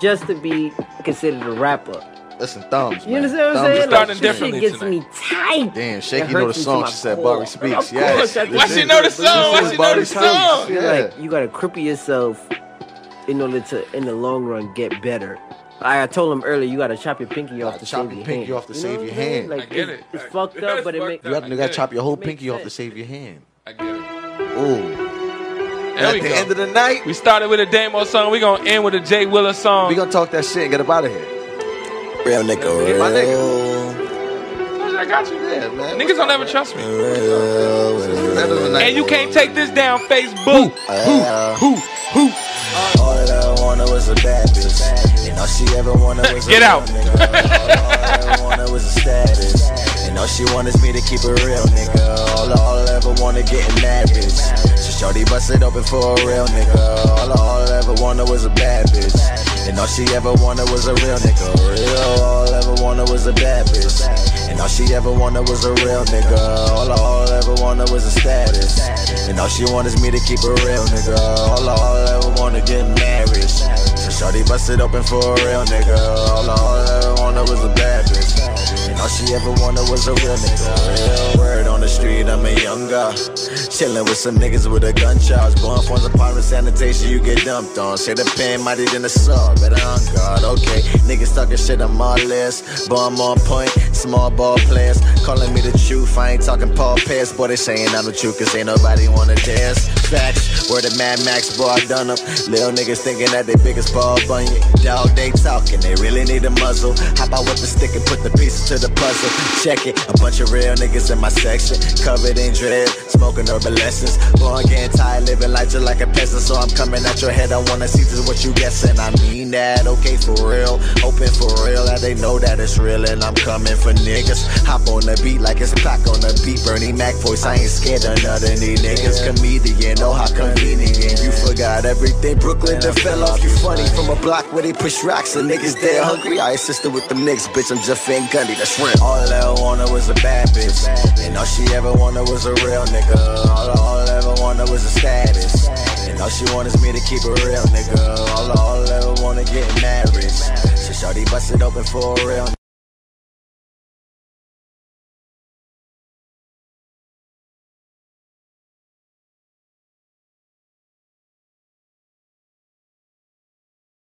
C: just to be considered a rapper.
H: Listen, thumbs.
C: You
H: man.
C: understand what
H: Thumbs
C: I'm saying?
H: up.
C: Like, this shit gets me tight.
H: Damn,
C: It
H: Shaky
C: hurts
H: know the
C: me to
H: song.
C: my
H: She said
C: core.
H: Barry speaks.
C: Of course,
H: Yes.
C: that's
H: This
C: what
H: is-
C: it is.
H: this is Barry Speaks.
C: Feel
H: Yeah.
C: Like you gotta cripple yourself in order to, in the long run, get better. I, I told him earlier, you gotta chop your pinky off to
H: chop
C: save
H: your
C: your
H: pinky
C: hand.
H: off to
C: You know
H: save
C: what
H: your
C: I'm saying?
H: hand.
C: Like,
H: I get
C: it's, It's fucked up, but it makes
H: You, have, you gotta chop your whole pinky off to save your hand.
B: I get it.
H: Ooh.
B: There
H: At
B: we
H: the
B: go.
H: end of the night,
B: we started with a Damo song. We gonna end with a Jay Willer song. We
H: gonna talk that shit and get up out of here.
A: Real nigga, real.
H: My
B: I got you.
H: Yeah, man.
B: Niggas don't ever trust me.
A: And
B: And you can't take this down, Facebook.
A: Who? Who? All that I wanted was a bad bitch. And all she
H: [laughs]
A: ever wanted was
B: Get
A: a
B: out.
A: real nigga. All I ever wanted was a status. And all she wanted is me to keep it real, nigga. All I, all I ever wanted getting that bitch. She shorty busted open for a real nigga. All I, all I ever wanted was a bad bitch. And all she ever wanted was a real nigga. Real. All I ever wanted was a bad bitch. And all she ever wanted was a real nigga. All I, all I ever wanted was a status. And all she wanted is me to keep it real, nigga. All I, all I ever wanted get married. So shorty busted open for a real nigga. All I, all I ever wanted was a bad bitch. And all she ever wanted was a real nigga. Real word on the street, I'm a young guy. Chillin' with some niggas with a gun charge. Blowing phones upon with sanitation, you get dumped on. Say the pen mighty than the saw, better on guard. Okay, niggas talking shit, I'm all less. But I'm on point, small ball players. Calling me the truth, I ain't talking Paul Pierce. Boy, they saying I'm the truth, cause ain't nobody wanna dance. Facts, word of Mad Max, boy, I done up. Lil niggas thinking that they biggest ball bunion. Dog, they talking, they really need a muzzle. Hop out with the stick and put the pieces to the puzzle. Check it, a bunch of real niggas in my section. Covered in dread, smoking herbal lessons. Born getting tired, living life just like a peasant. So I'm coming at your head, I wanna see just what you guessing. I mean that, okay, for real. Open for real, and they know that it's real, and I'm coming for niggas. Hop on the beat like it's clock on the beat. Bernie Mac voice, I ain't scared of none of these niggas. Comedian, oh, how convenient. You forgot everything. Brooklyn done fell off, you funny. From a block where they push rocks, and niggas dead hungry. I assisted with them niggas, bitch, I'm just Van Gundy, that's real. All I wanted was a bad bitch. And all she ever wanted was a real nigga. All I, all I ever wanted was a status. And all she wanted is me to keep it real, nigga. All I, all I ever wanted getting married. So shorty busted open for a real